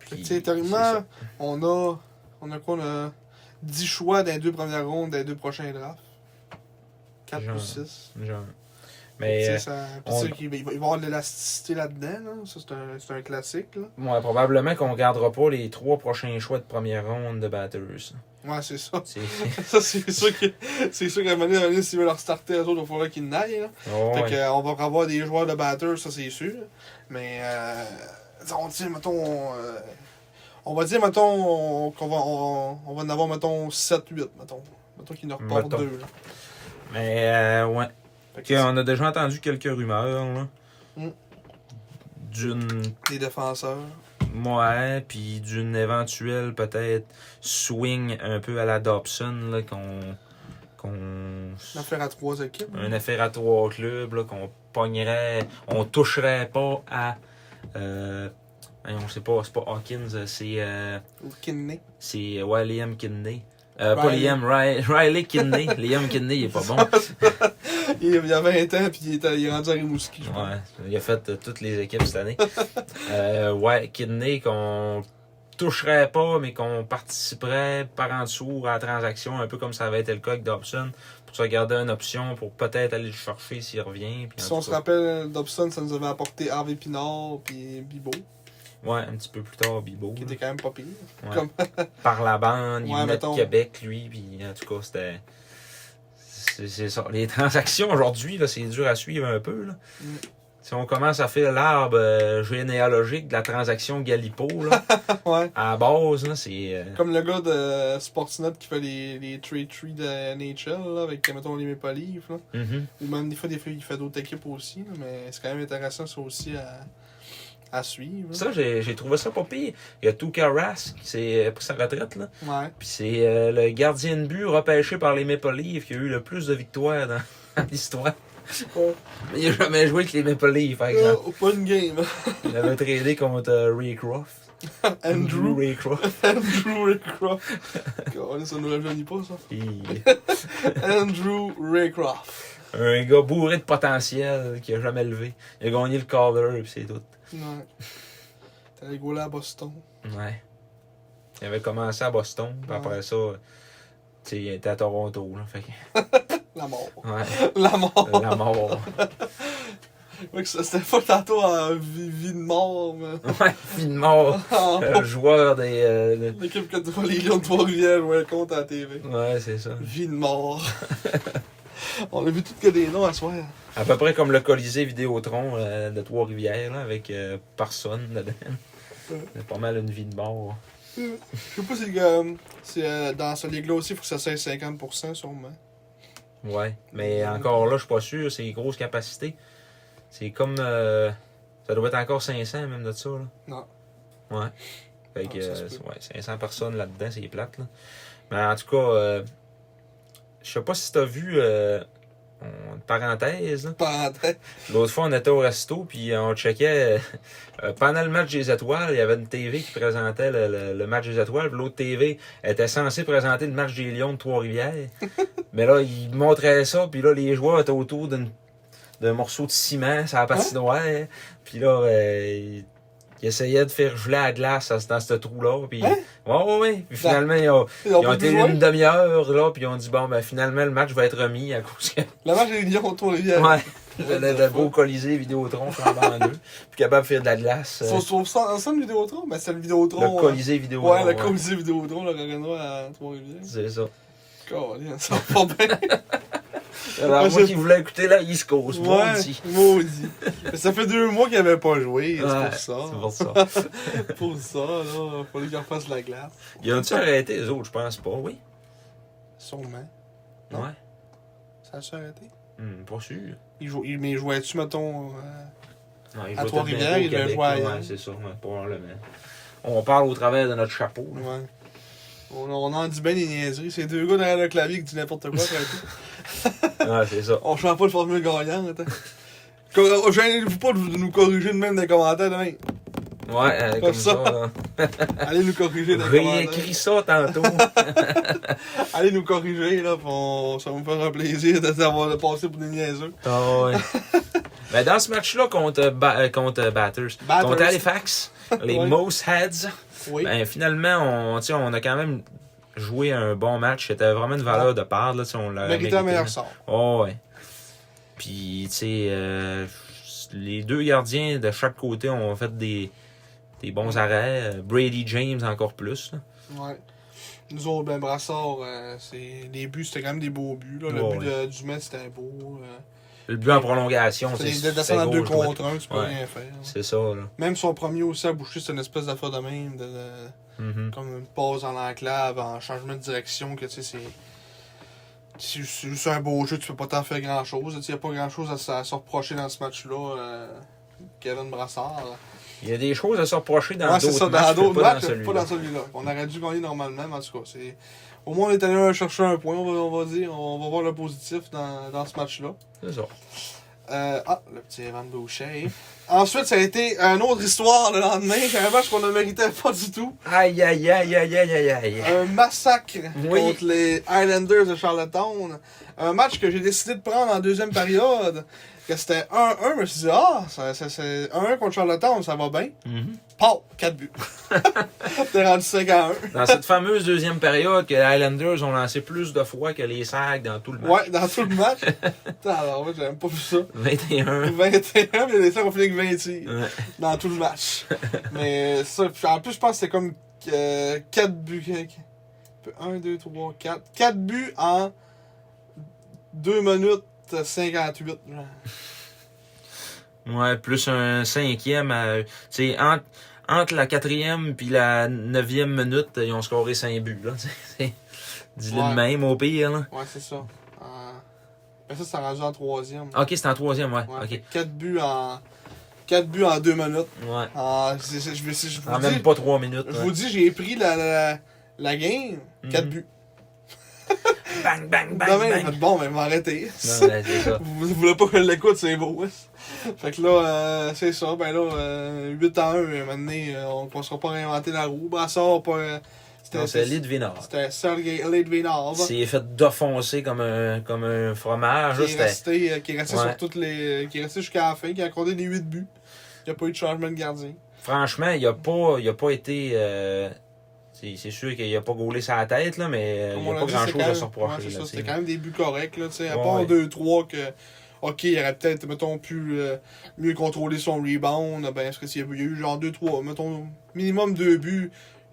Speaker 2: Fait que,
Speaker 3: Puis,
Speaker 2: tu sais,
Speaker 3: c'est
Speaker 2: théoriquement,
Speaker 3: ça.
Speaker 2: on a, on a quoi? On a 10 choix dans les deux premières rondes, dans les deux prochains drafts. 4
Speaker 3: Genre.
Speaker 2: ou 6.
Speaker 3: Genre. Mais, euh, on-
Speaker 2: il va il va y avoir de l'élasticité là-dedans. Là. Ça, c'est un, c'est un classique. Là.
Speaker 3: ouais, euh, probablement qu'on gardera pas les trois prochains choix de première ronde de Batters.
Speaker 2: Ouais, c'est ça.
Speaker 3: (laughs)
Speaker 2: (laughs)
Speaker 3: C'est...
Speaker 2: ça c'est sûr que c'est sûr qu'à un moment donné, à un moment donné, s'ils veulent leur starter à autres, il faudra qu'ils n'aillent. là.
Speaker 3: Oh,
Speaker 2: Fait
Speaker 3: ouais.
Speaker 2: que, euh, on va avoir des joueurs de batteurs, ça c'est sûr. Mais euh, on dit, mettons. euh, on va dire, mettons, on- qu'on va, on, on va en avoir, mettons, 7-8, mettons. Mettons qu'ils nous reportent
Speaker 3: Mettons.
Speaker 2: deux. Là.
Speaker 3: Mais, euh, ouais.
Speaker 2: Fait que
Speaker 3: Ok, on a déjà entendu quelques rumeurs, là.
Speaker 2: Mm.
Speaker 3: D'une.
Speaker 2: c'est Des défenseurs.
Speaker 3: Ouais, puis d'une éventuelle, peut-être, swing un peu à la Dobson, là, qu'on. qu'on.
Speaker 2: Une affaire à trois équipes.
Speaker 3: Une affaire à trois clubs, là, qu'on pognerait. On toucherait pas à. Euh, hein, on sait pas, c'est pas Hawkins, euh, c'est. euh,
Speaker 2: Ou Kidney.
Speaker 3: c'est. Ouais, Liam Kidney. Euh, pas
Speaker 2: Riley.
Speaker 3: Liam, Ri- Riley Kidney. Liam Kidney, il est pas bon.
Speaker 2: (laughs) Il y a 20 ans, puis il est, il est rendu à Rimouski, je pense.
Speaker 3: Ouais, il a fait euh, toutes les équipes
Speaker 2: (laughs)
Speaker 3: cette année. Euh, ouais, Kidney qu'on toucherait pas, mais qu'on participerait par en dessous à la transaction, un peu comme ça avait été le cas avec Dobson, pour se garder une option pour peut-être aller le chercher s'il revient. puis
Speaker 2: Puis
Speaker 3: en
Speaker 2: si on
Speaker 3: tout
Speaker 2: se
Speaker 3: cas-
Speaker 2: rappelle, Dobson, ça nous avait apporté Harvey Pinard, puis Bibo,
Speaker 3: Ouais, un petit peu plus tard, Bibo.
Speaker 2: qui
Speaker 3: là.
Speaker 2: était quand même pas pire. (laughs)
Speaker 3: Ouais.
Speaker 2: Comme...
Speaker 3: Par la bande, il
Speaker 2: Ouais,
Speaker 3: venait
Speaker 2: mettons.
Speaker 3: de Québec, lui, puis en tout cas, c'était. C'est c'est ça. Les (laughs) transactions aujourd'hui, là, c'est dur à suivre un peu. Là.
Speaker 2: Mm.
Speaker 3: Si on commence à faire l'arbre euh, généalogique de la transaction Galipo, là,
Speaker 2: ouais.
Speaker 3: À la base, là, c'est. euh,
Speaker 2: Comme le gars de Sportsnet qui fait les, les tree tree de NHL, là, avec, mettons, les Maple Leafs, là.
Speaker 3: mhm.
Speaker 2: Ou même des fois, des fois il fait d'autres équipes aussi, là, mais c'est quand même intéressant, ça aussi, à, à suivre. là.
Speaker 3: Ça, j'ai j'ai trouvé ça pas pire. Il y a Tuka Rask qui s'est euh, pris sa retraite, là.
Speaker 2: Ouais.
Speaker 3: Puis c'est euh, le gardien de but repêché par les Maple Leafs qui a eu le plus de victoires dans (laughs) l'histoire.
Speaker 2: Ouais.
Speaker 3: Mais il a jamais joué avec les Maple Leafs, par exemple.
Speaker 2: Oh, pas une game.
Speaker 3: (laughs) Il avait tradé contre euh, Ray Croft.
Speaker 2: Andrew
Speaker 3: Ray
Speaker 2: (laughs)
Speaker 3: Croft.
Speaker 2: Andrew Raycroft. God, ça nous rajeunit pas, ça.
Speaker 3: Puis,
Speaker 2: Andrew Raycroft.
Speaker 3: euh, un gars bourré de potentiel qui a jamais levé. Il a gagné le Calder, puis c'est tout.
Speaker 2: Ouais. T'as les goalers à Boston.
Speaker 3: Ouais. Il avait commencé à Boston, puis
Speaker 2: Ouais.
Speaker 3: après ça, tu sais, il était à Toronto. Là, fait que-
Speaker 2: La mort. (laughs)
Speaker 3: ouais,
Speaker 2: La mort.
Speaker 3: la mort.
Speaker 2: Oui, que ça- C'était pas tantôt en vie, vie de mort, mais. (laughs)
Speaker 3: (laughs) Ouais, vie de mort.
Speaker 2: en
Speaker 3: Euh, joueur des. euh, de-
Speaker 2: L'équipe que tu vois les Lions de Trois-Rivières jouer contre à la TV.
Speaker 3: Ouais, c'est ça.
Speaker 2: Vie de
Speaker 3: (laughs)
Speaker 2: mort. On a vu tout que des noms à soir.
Speaker 3: À peu près comme le Colisée Vidéotron euh, de Trois-Rivières, là, avec euh, personne dedans.
Speaker 2: Mm.
Speaker 3: C'est pas mal une vie de mort.
Speaker 2: Je sais pas si le gars- si, euh, dans ce ligue-là aussi, il faut que ça soit 50% sûrement. (laughs)
Speaker 3: Ouais. Mais encore là, je suis pas sûr. C'est grosse capacité. C'est comme. euh, ça doit être encore 500 même de ça, là.
Speaker 2: Non.
Speaker 3: Ouais. Fait
Speaker 2: Non,
Speaker 3: que.
Speaker 2: ça se
Speaker 3: euh,
Speaker 2: peut.
Speaker 3: ouais, 500 personnes là-dedans, c'est plate, là. Mais en tout cas, euh, je sais pas si t'as vu. euh, on- une parenthèse, là.
Speaker 2: Parenthèse.
Speaker 3: L'autre fois, on était au resto, puis euh, on checkait. euh, euh, pendant le match des étoiles, il y avait une TV qui présentait le, le- le match des étoiles. puis L'autre TV était censée présenter le match des Lions de Trois-Rivières. Mais là, il montrait ça, puis là, les joueurs étaient autour d'une- d'un morceau de ciment sur la patinoire. hein. Puis là, euh, il, il essayait de faire geler la glace à- dans ce trou-là. Puis,
Speaker 2: Hein?
Speaker 3: ouais, ouais, ouais. Puis finalement, ils ont,
Speaker 2: Ils ont
Speaker 3: ils ont
Speaker 2: pas
Speaker 3: été
Speaker 2: pu jouer.
Speaker 3: une demi-heure, là, puis ils ont dit, bon, ben finalement, le match va être remis à cause que
Speaker 2: La match des Lions de Trois-Rivières.
Speaker 3: Ouais. (laughs) Le, le beau colisée Vidéotron flambant en deux. Puis capable de faire de la glace.
Speaker 2: Si
Speaker 3: euh,
Speaker 2: on se trouve ça ensemble, Vidéotron, mais c'est le Vidéotron.
Speaker 3: le
Speaker 2: euh,
Speaker 3: colisée Vidéotron.
Speaker 2: Ouais, le colisée Vidéotron, le Arena à Trois-Rivières.
Speaker 3: C'est ça.
Speaker 2: Colin, ça va pas
Speaker 3: (laughs)
Speaker 2: bien.
Speaker 3: Alors,
Speaker 2: Ouais,
Speaker 3: moi
Speaker 2: c'est-
Speaker 3: qui voulais écouter la East Coast, bon, dit.
Speaker 2: maudit. Mais ça fait deux mois qu'il avait pas joué,
Speaker 3: Ouais,
Speaker 2: c'est pour ça.
Speaker 3: C'est pour
Speaker 2: (laughs)
Speaker 3: ça.
Speaker 2: pour ça, là. Fallait qu'il refasse la glace.
Speaker 3: Ils ont-tu arrêté les autres? Je pense pas, oui.
Speaker 2: Sûrement. Non.
Speaker 3: Ouais.
Speaker 2: Ça s'est arrêté.
Speaker 3: Hum, pas sûr.
Speaker 2: Il jou- il- mais jouait-tu, mettons. euh,
Speaker 3: Non, ils
Speaker 2: À
Speaker 3: jouaient tout
Speaker 2: Trois-Rivières,
Speaker 3: bientôt au
Speaker 2: ils le
Speaker 3: Québec,
Speaker 2: jouaient
Speaker 3: là,
Speaker 2: ailleurs.
Speaker 3: Ouais, c'est ça, ouais, probablement. On parle au travers de notre chapeau. là.
Speaker 2: Ouais. On, on en dit bien des niaiseries. C'est deux gars derrière le clavier qui disent n'importe quoi. après tout.
Speaker 3: Ouais, c'est ça.
Speaker 2: on change pas de formule gagnante. hein. euh, oh, Gênez-vous pas de vous- de nous corriger de même dans les commentaires demain.
Speaker 3: Ouais, euh, comme
Speaker 2: ça.
Speaker 3: ça.
Speaker 2: (laughs)
Speaker 3: là.
Speaker 2: Allez nous corriger dans les commentaires.
Speaker 3: Réécris ça tantôt.
Speaker 2: (laughs) Allez nous corriger, là. pis on- ça va me faire un plaisir de d'avoir passé pour des niaiseux.
Speaker 3: Ah
Speaker 2: (laughs)
Speaker 3: ouais. Mais dans ce match-là contre, Ba- euh, contre euh, Batters,
Speaker 2: Batters. (laughs)
Speaker 3: contre Halifax, les
Speaker 2: Ouais.
Speaker 3: Moose Heads,
Speaker 2: Oui.
Speaker 3: ben, finalement, on, tu sais, on a quand même joué un bon match. C'était vraiment une
Speaker 2: Ah.
Speaker 3: valeur de part. Là, tu sais, on l'a
Speaker 2: Mériter Ben, un meilleur sort.
Speaker 3: Oh, ouais. Puis, tu sais, euh, les deux gardiens de chaque côté ont fait des, des bons arrêts. Euh, Brady James encore plus. là.
Speaker 2: Ouais. Nous autres, ben Brassard, euh, c'est... les buts, c'était quand même des beaux buts. Là. Le
Speaker 3: Ouais,
Speaker 2: but de- du match, c'était beau. euh.
Speaker 3: Le but en prolongation, c'est
Speaker 2: C'était de
Speaker 3: c'est
Speaker 2: descendre en deux
Speaker 3: gauche, droite.
Speaker 2: contre un, tu peux
Speaker 3: Ouais.
Speaker 2: rien faire.
Speaker 3: C'est ça, là.
Speaker 2: Même son premier aussi à boucher, c'est une espèce d'affaire de même, de- de-
Speaker 3: Mhm.
Speaker 2: comme une pause en enclave, en changement de direction, que tu sais, c'est. C'est c'est juste un beau jeu, tu peux pas t'en faire grand chose. Il n'y a pas grand chose à, se- à se reprocher dans ce match-là. euh, Kevin Brassard.
Speaker 3: Il y a des choses à se reprocher dans
Speaker 2: Ouais, c'est ça,
Speaker 3: d'autres matchs,
Speaker 2: dans d'autres
Speaker 3: pas dans
Speaker 2: matchs,
Speaker 3: celui-là.
Speaker 2: pas dans celui-là. On aurait dû gagner normalement, mais en tout cas, c'est. Au moins, on est allé chercher un point, on va, on va dire. On va voir le positif dans, dans ce match-là.
Speaker 3: C'est ça.
Speaker 2: Euh, ah, le petit Evan Boucher. Ensuite, ça a été une autre histoire le lendemain. C'est un match qu'on ne méritait pas du tout.
Speaker 3: Aïe, aïe, aïe, aïe, aïe, aïe, aïe.
Speaker 2: Un massacre
Speaker 3: Oui.
Speaker 2: contre les Highlanders de Charlottetown. Un match que j'ai décidé de prendre en deuxième période. Que c'était 1-1, mais je me suis dit, ah, ça- ça- c'est 1-1 contre Charlottetown, ça va bien. Pau, 4 buts. (laughs) T'es rendu 5 à 1.
Speaker 3: Dans cette fameuse deuxième période que les Highlanders ont lancé plus de fois que les sacs dans tout le match.
Speaker 2: Ouais, dans tout le match. Putain, Alors, moi, j'aime pas vu ça.
Speaker 3: 21.
Speaker 2: 21, mais les 5 ont fini avec 26.
Speaker 3: Ouais.
Speaker 2: dans tout le match. Mais ça, puis en plus, je pense que c'était comme 4 buts. hein, 1, 2, 3, 4. 4 buts en 2 minutes 58. genre.
Speaker 3: Ouais, plus un cinquième. à- tu sais, entre, entre la quatrième puis la neuvième minute, ils ont scoré 5 buts. Là, (laughs) tu sais, c'est- Dis-le
Speaker 2: Ouais.
Speaker 3: de même au pire. Là.
Speaker 2: Ouais, c'est ça. Euh, ben ça, c'est rendu en 3e.
Speaker 3: Ok, c'est en troisième, ouais.
Speaker 2: Ouais,
Speaker 3: ok.
Speaker 2: 4 buts en. 4 buts en 2 minutes.
Speaker 3: Ouais.
Speaker 2: En- c'est- c'est- je, vais- c'est- je vous
Speaker 3: En même
Speaker 2: dis,
Speaker 3: pas trois minutes.
Speaker 2: je
Speaker 3: ouais.
Speaker 2: vous dis, j'ai pris la, la, la game. 4
Speaker 3: Mhm.
Speaker 2: buts.
Speaker 3: Bang, bang, bang,
Speaker 2: Demain, j'ai
Speaker 3: bang.
Speaker 2: fait, bon, ben, m'arrêter.
Speaker 3: Non, ouais, c'est
Speaker 2: (laughs)
Speaker 3: ça.
Speaker 2: Vous vous voulez pas que je l'écoute, c'est beau. hein. Fait que là, euh, c'est ça. Ben là, euh, 8 à 1, euh, maintenant, euh, on ne pensera pas réinventer la roue. Ben, ça, on pas. euh,
Speaker 3: Non,
Speaker 2: C'était
Speaker 3: C'est
Speaker 2: c'était-
Speaker 3: Lee de Vénard.
Speaker 2: c'était Sergei Litvinov
Speaker 3: C'est fait d'offenser comme un, comme un fromage.
Speaker 2: qui
Speaker 3: là,
Speaker 2: est
Speaker 3: C'était
Speaker 2: resté, euh, qui est resté
Speaker 3: hein. Ouais.
Speaker 2: sur toutes les. qui est resté jusqu'à la fin, qui a accordé les 8 buts. Il n'y a pas eu de changement de gardien.
Speaker 3: Franchement, il n'a pas, il a pas été. euh, C'est c'est sûr qu'il a pas gaulé sa tête, là, mais euh, il
Speaker 2: Comme
Speaker 3: n'y
Speaker 2: on
Speaker 3: a
Speaker 2: l'a
Speaker 3: pas
Speaker 2: dit,
Speaker 3: grand
Speaker 2: c'est
Speaker 3: chose
Speaker 2: quand
Speaker 3: à
Speaker 2: même-
Speaker 3: se
Speaker 2: ouais,
Speaker 3: reprocher.
Speaker 2: c'est
Speaker 3: là,
Speaker 2: ça,
Speaker 3: tu sais.
Speaker 2: C'était quand même des buts corrects, là, tu sais. À
Speaker 3: Ouais,
Speaker 2: part
Speaker 3: ouais.
Speaker 2: 2-3 que. Ok, il aurait peut-être, mettons, pu euh, mieux contrôler son rebound. Ben, est-ce que s'il y a eu genre 2-3, mettons, minimum 2 buts.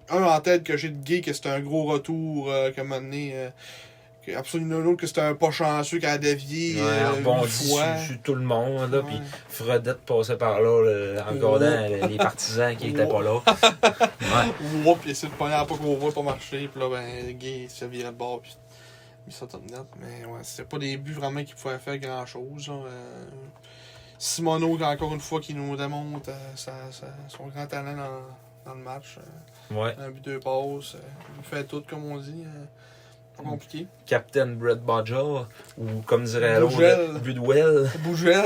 Speaker 2: Un en tête que j'ai de Gay, que c'était un gros retour, euh, que un moment donné, euh, que absolument l'autre, que c'était un pas chanceux qui a dévié.
Speaker 3: Ouais,
Speaker 2: euh, huit
Speaker 3: rebondit
Speaker 2: fois.
Speaker 3: sur, sur tout le monde, là,
Speaker 2: Ouais.
Speaker 3: puis Fredette passait par là, là, en regardant les, les partisans qui n'étaient pas là. Ouais.
Speaker 2: Oups, il essaie de pogner la pas qu'on voit pas marcher. Puis là, ben, le gars, il se fait virer le bord. Puis il s'en top net. Mais ouais, c'était pas des buts vraiment qui pouvaient faire grand chose. Simono, encore une fois, qui nous démontre euh, sa- sa- son grand talent dans, dans le match. euh,
Speaker 3: Ouais.
Speaker 2: un but, deux passes. euh, il fait tout, comme on dit. euh, pas compliqué.
Speaker 3: Captain Brett Bodger, ou comme dirait l'autre,
Speaker 2: Budgel. (laughs)
Speaker 3: Budwell.
Speaker 2: Bougel.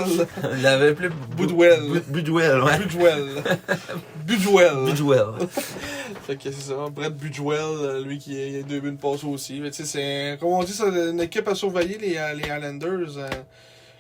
Speaker 3: Il l'avait appelé
Speaker 2: Budwell.
Speaker 3: Bu- Budwell, ouais.
Speaker 2: Budwell. Budwell.
Speaker 3: Budwell.
Speaker 2: Fait que c'est ça, Brett Budgewell, euh, lui qui a, il a deux buts de passe aussi. Mais tu sais, c'est, comme on dit, c'est une équipe à surveiller, les, euh, les Highlanders, euh,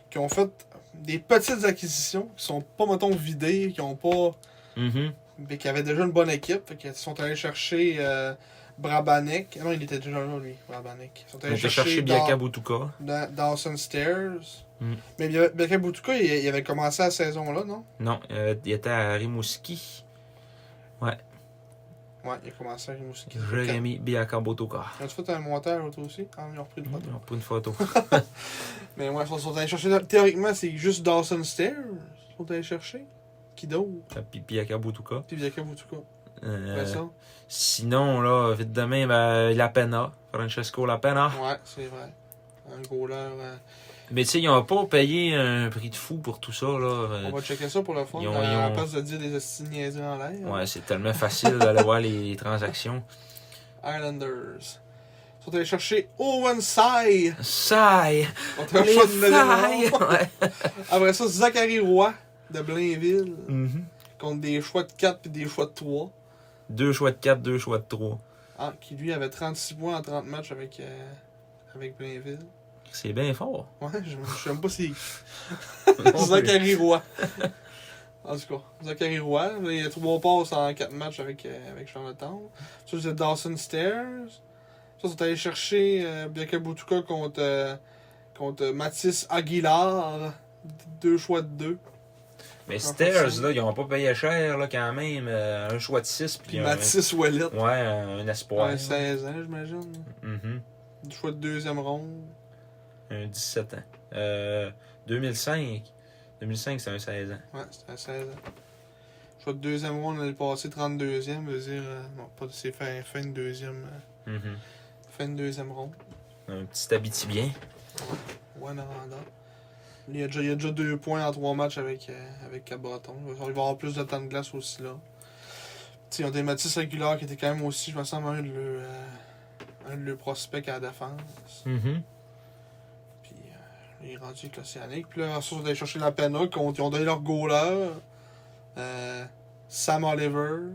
Speaker 2: qui ont fait des petites acquisitions, qui sont pas, mettons, vidées, qui ont pas.
Speaker 3: Mhm.
Speaker 2: mais qui avaient déjà une bonne équipe. Fait qu'ils sont allés chercher euh, Brabanek. Ah non, il était déjà là, lui, Brabanek. Ils sont
Speaker 3: On
Speaker 2: allés
Speaker 3: était
Speaker 2: chercher,
Speaker 3: chercher
Speaker 2: Daw-
Speaker 3: Bianca Boutouka.
Speaker 2: Da- Dawson Stairs.
Speaker 3: Mm.
Speaker 2: Mais il y avait- Bianca Boutouka, il, il avait commencé la saison là, non
Speaker 3: Non, euh, il était à Rimouski.
Speaker 2: Ouais, il a commencé à Rimouski.
Speaker 3: Mm. Jérémy Bianca Boutouka.
Speaker 2: Ils ont fait un montage, l'autre aussi. Ah, ils ont repris le
Speaker 3: On prend une photo.
Speaker 2: Mais ouais, ils sont allés chercher. Théoriquement, c'est juste Dawson Stairs. Ils sont allés chercher. Qui d'autre
Speaker 3: Euh, Puis Bianca Boutouka.
Speaker 2: Puis Bianca Boutouka.
Speaker 3: Euh,
Speaker 2: Ouais, ça.
Speaker 3: Sinon, là, vite demain, ben, La Pena. Francesco La Pena.
Speaker 2: Ouais, c'est vrai. Un goaler. euh,
Speaker 3: Mais tu sais, ils n'ont pas payé un prix de fou pour tout ça. Là. Euh,
Speaker 2: On va checker ça pour le fond.
Speaker 3: Ils ont-
Speaker 2: euh,
Speaker 3: ils
Speaker 2: À la
Speaker 3: ont-
Speaker 2: place de dire des hosties niaiseux en l'air.
Speaker 3: Ouais, c'est tellement facile d'aller voir
Speaker 2: (laughs)
Speaker 3: les, les transactions.
Speaker 2: Islanders. Ils sont allés chercher Owen Sy.
Speaker 3: Saille!
Speaker 2: On t'a un
Speaker 3: Les
Speaker 2: choix de
Speaker 3: sailles!
Speaker 2: numéro un.
Speaker 3: (laughs) Ouais.
Speaker 2: Après ça, Zachary Roy de Blainville.
Speaker 3: Mhm.
Speaker 2: Contre des choix de 4 puis des choix de 3.
Speaker 3: Deux choix de 4, deux choix de 3.
Speaker 2: Ah, qui lui avait 36 points en 30 matchs avec, euh, avec Blainville.
Speaker 3: C'est bien fort.
Speaker 2: Ouais, je je sais même pas si.
Speaker 3: Non plus.
Speaker 2: Zachary Roy. En tout cas, Zachary Roy, là, il a trois passes en quatre matchs avec, euh, avec Charlottetown. Ça, c'est Dawson Stairs. Ça, ils sont allés chercher euh, Bianca Boutouka contre, euh, contre Mathis Aguilar. Deux choix de deux.
Speaker 3: Mais Stairs, là, ils n'ont pas payé cher là, quand même. Euh, un choix de 6. Puis,
Speaker 2: Puis
Speaker 3: un,
Speaker 2: Mathis Wallet.
Speaker 3: Ouais, un espoir.
Speaker 2: Ouais, 16 ans, j'imagine.
Speaker 3: Mhm.
Speaker 2: Du choix de deuxième ronde.
Speaker 3: Un 17 ans. Euh, 2005. 2005, c'est un 16 ans.
Speaker 2: Ouais, c'était à 16 ans. Choix de deuxième ronde, on est passé 32e. Je veux dire, euh, non, pas c'est fin, fin de deuxième. euh,
Speaker 3: Mhm.
Speaker 2: fin de deuxième ronde.
Speaker 3: Un petit Abitibien.
Speaker 2: Ouais, Naranda. Il y, a déjà, il y a déjà deux points en trois matchs avec, euh, avec Cabreton. Il va y avoir plus de temps de glace aussi là. T'sais, ils ont des Matisse Aguilar qui était quand même aussi, je me semble, un de leurs euh, un de leurs prospects à la défense.
Speaker 3: Mhm.
Speaker 2: Puis euh, il est rendu avec l'Océanique. Puis là, ensuite, ils ont allé chercher la Pena. contre- Ils ont donné leur goaler. euh, Sam Oliver,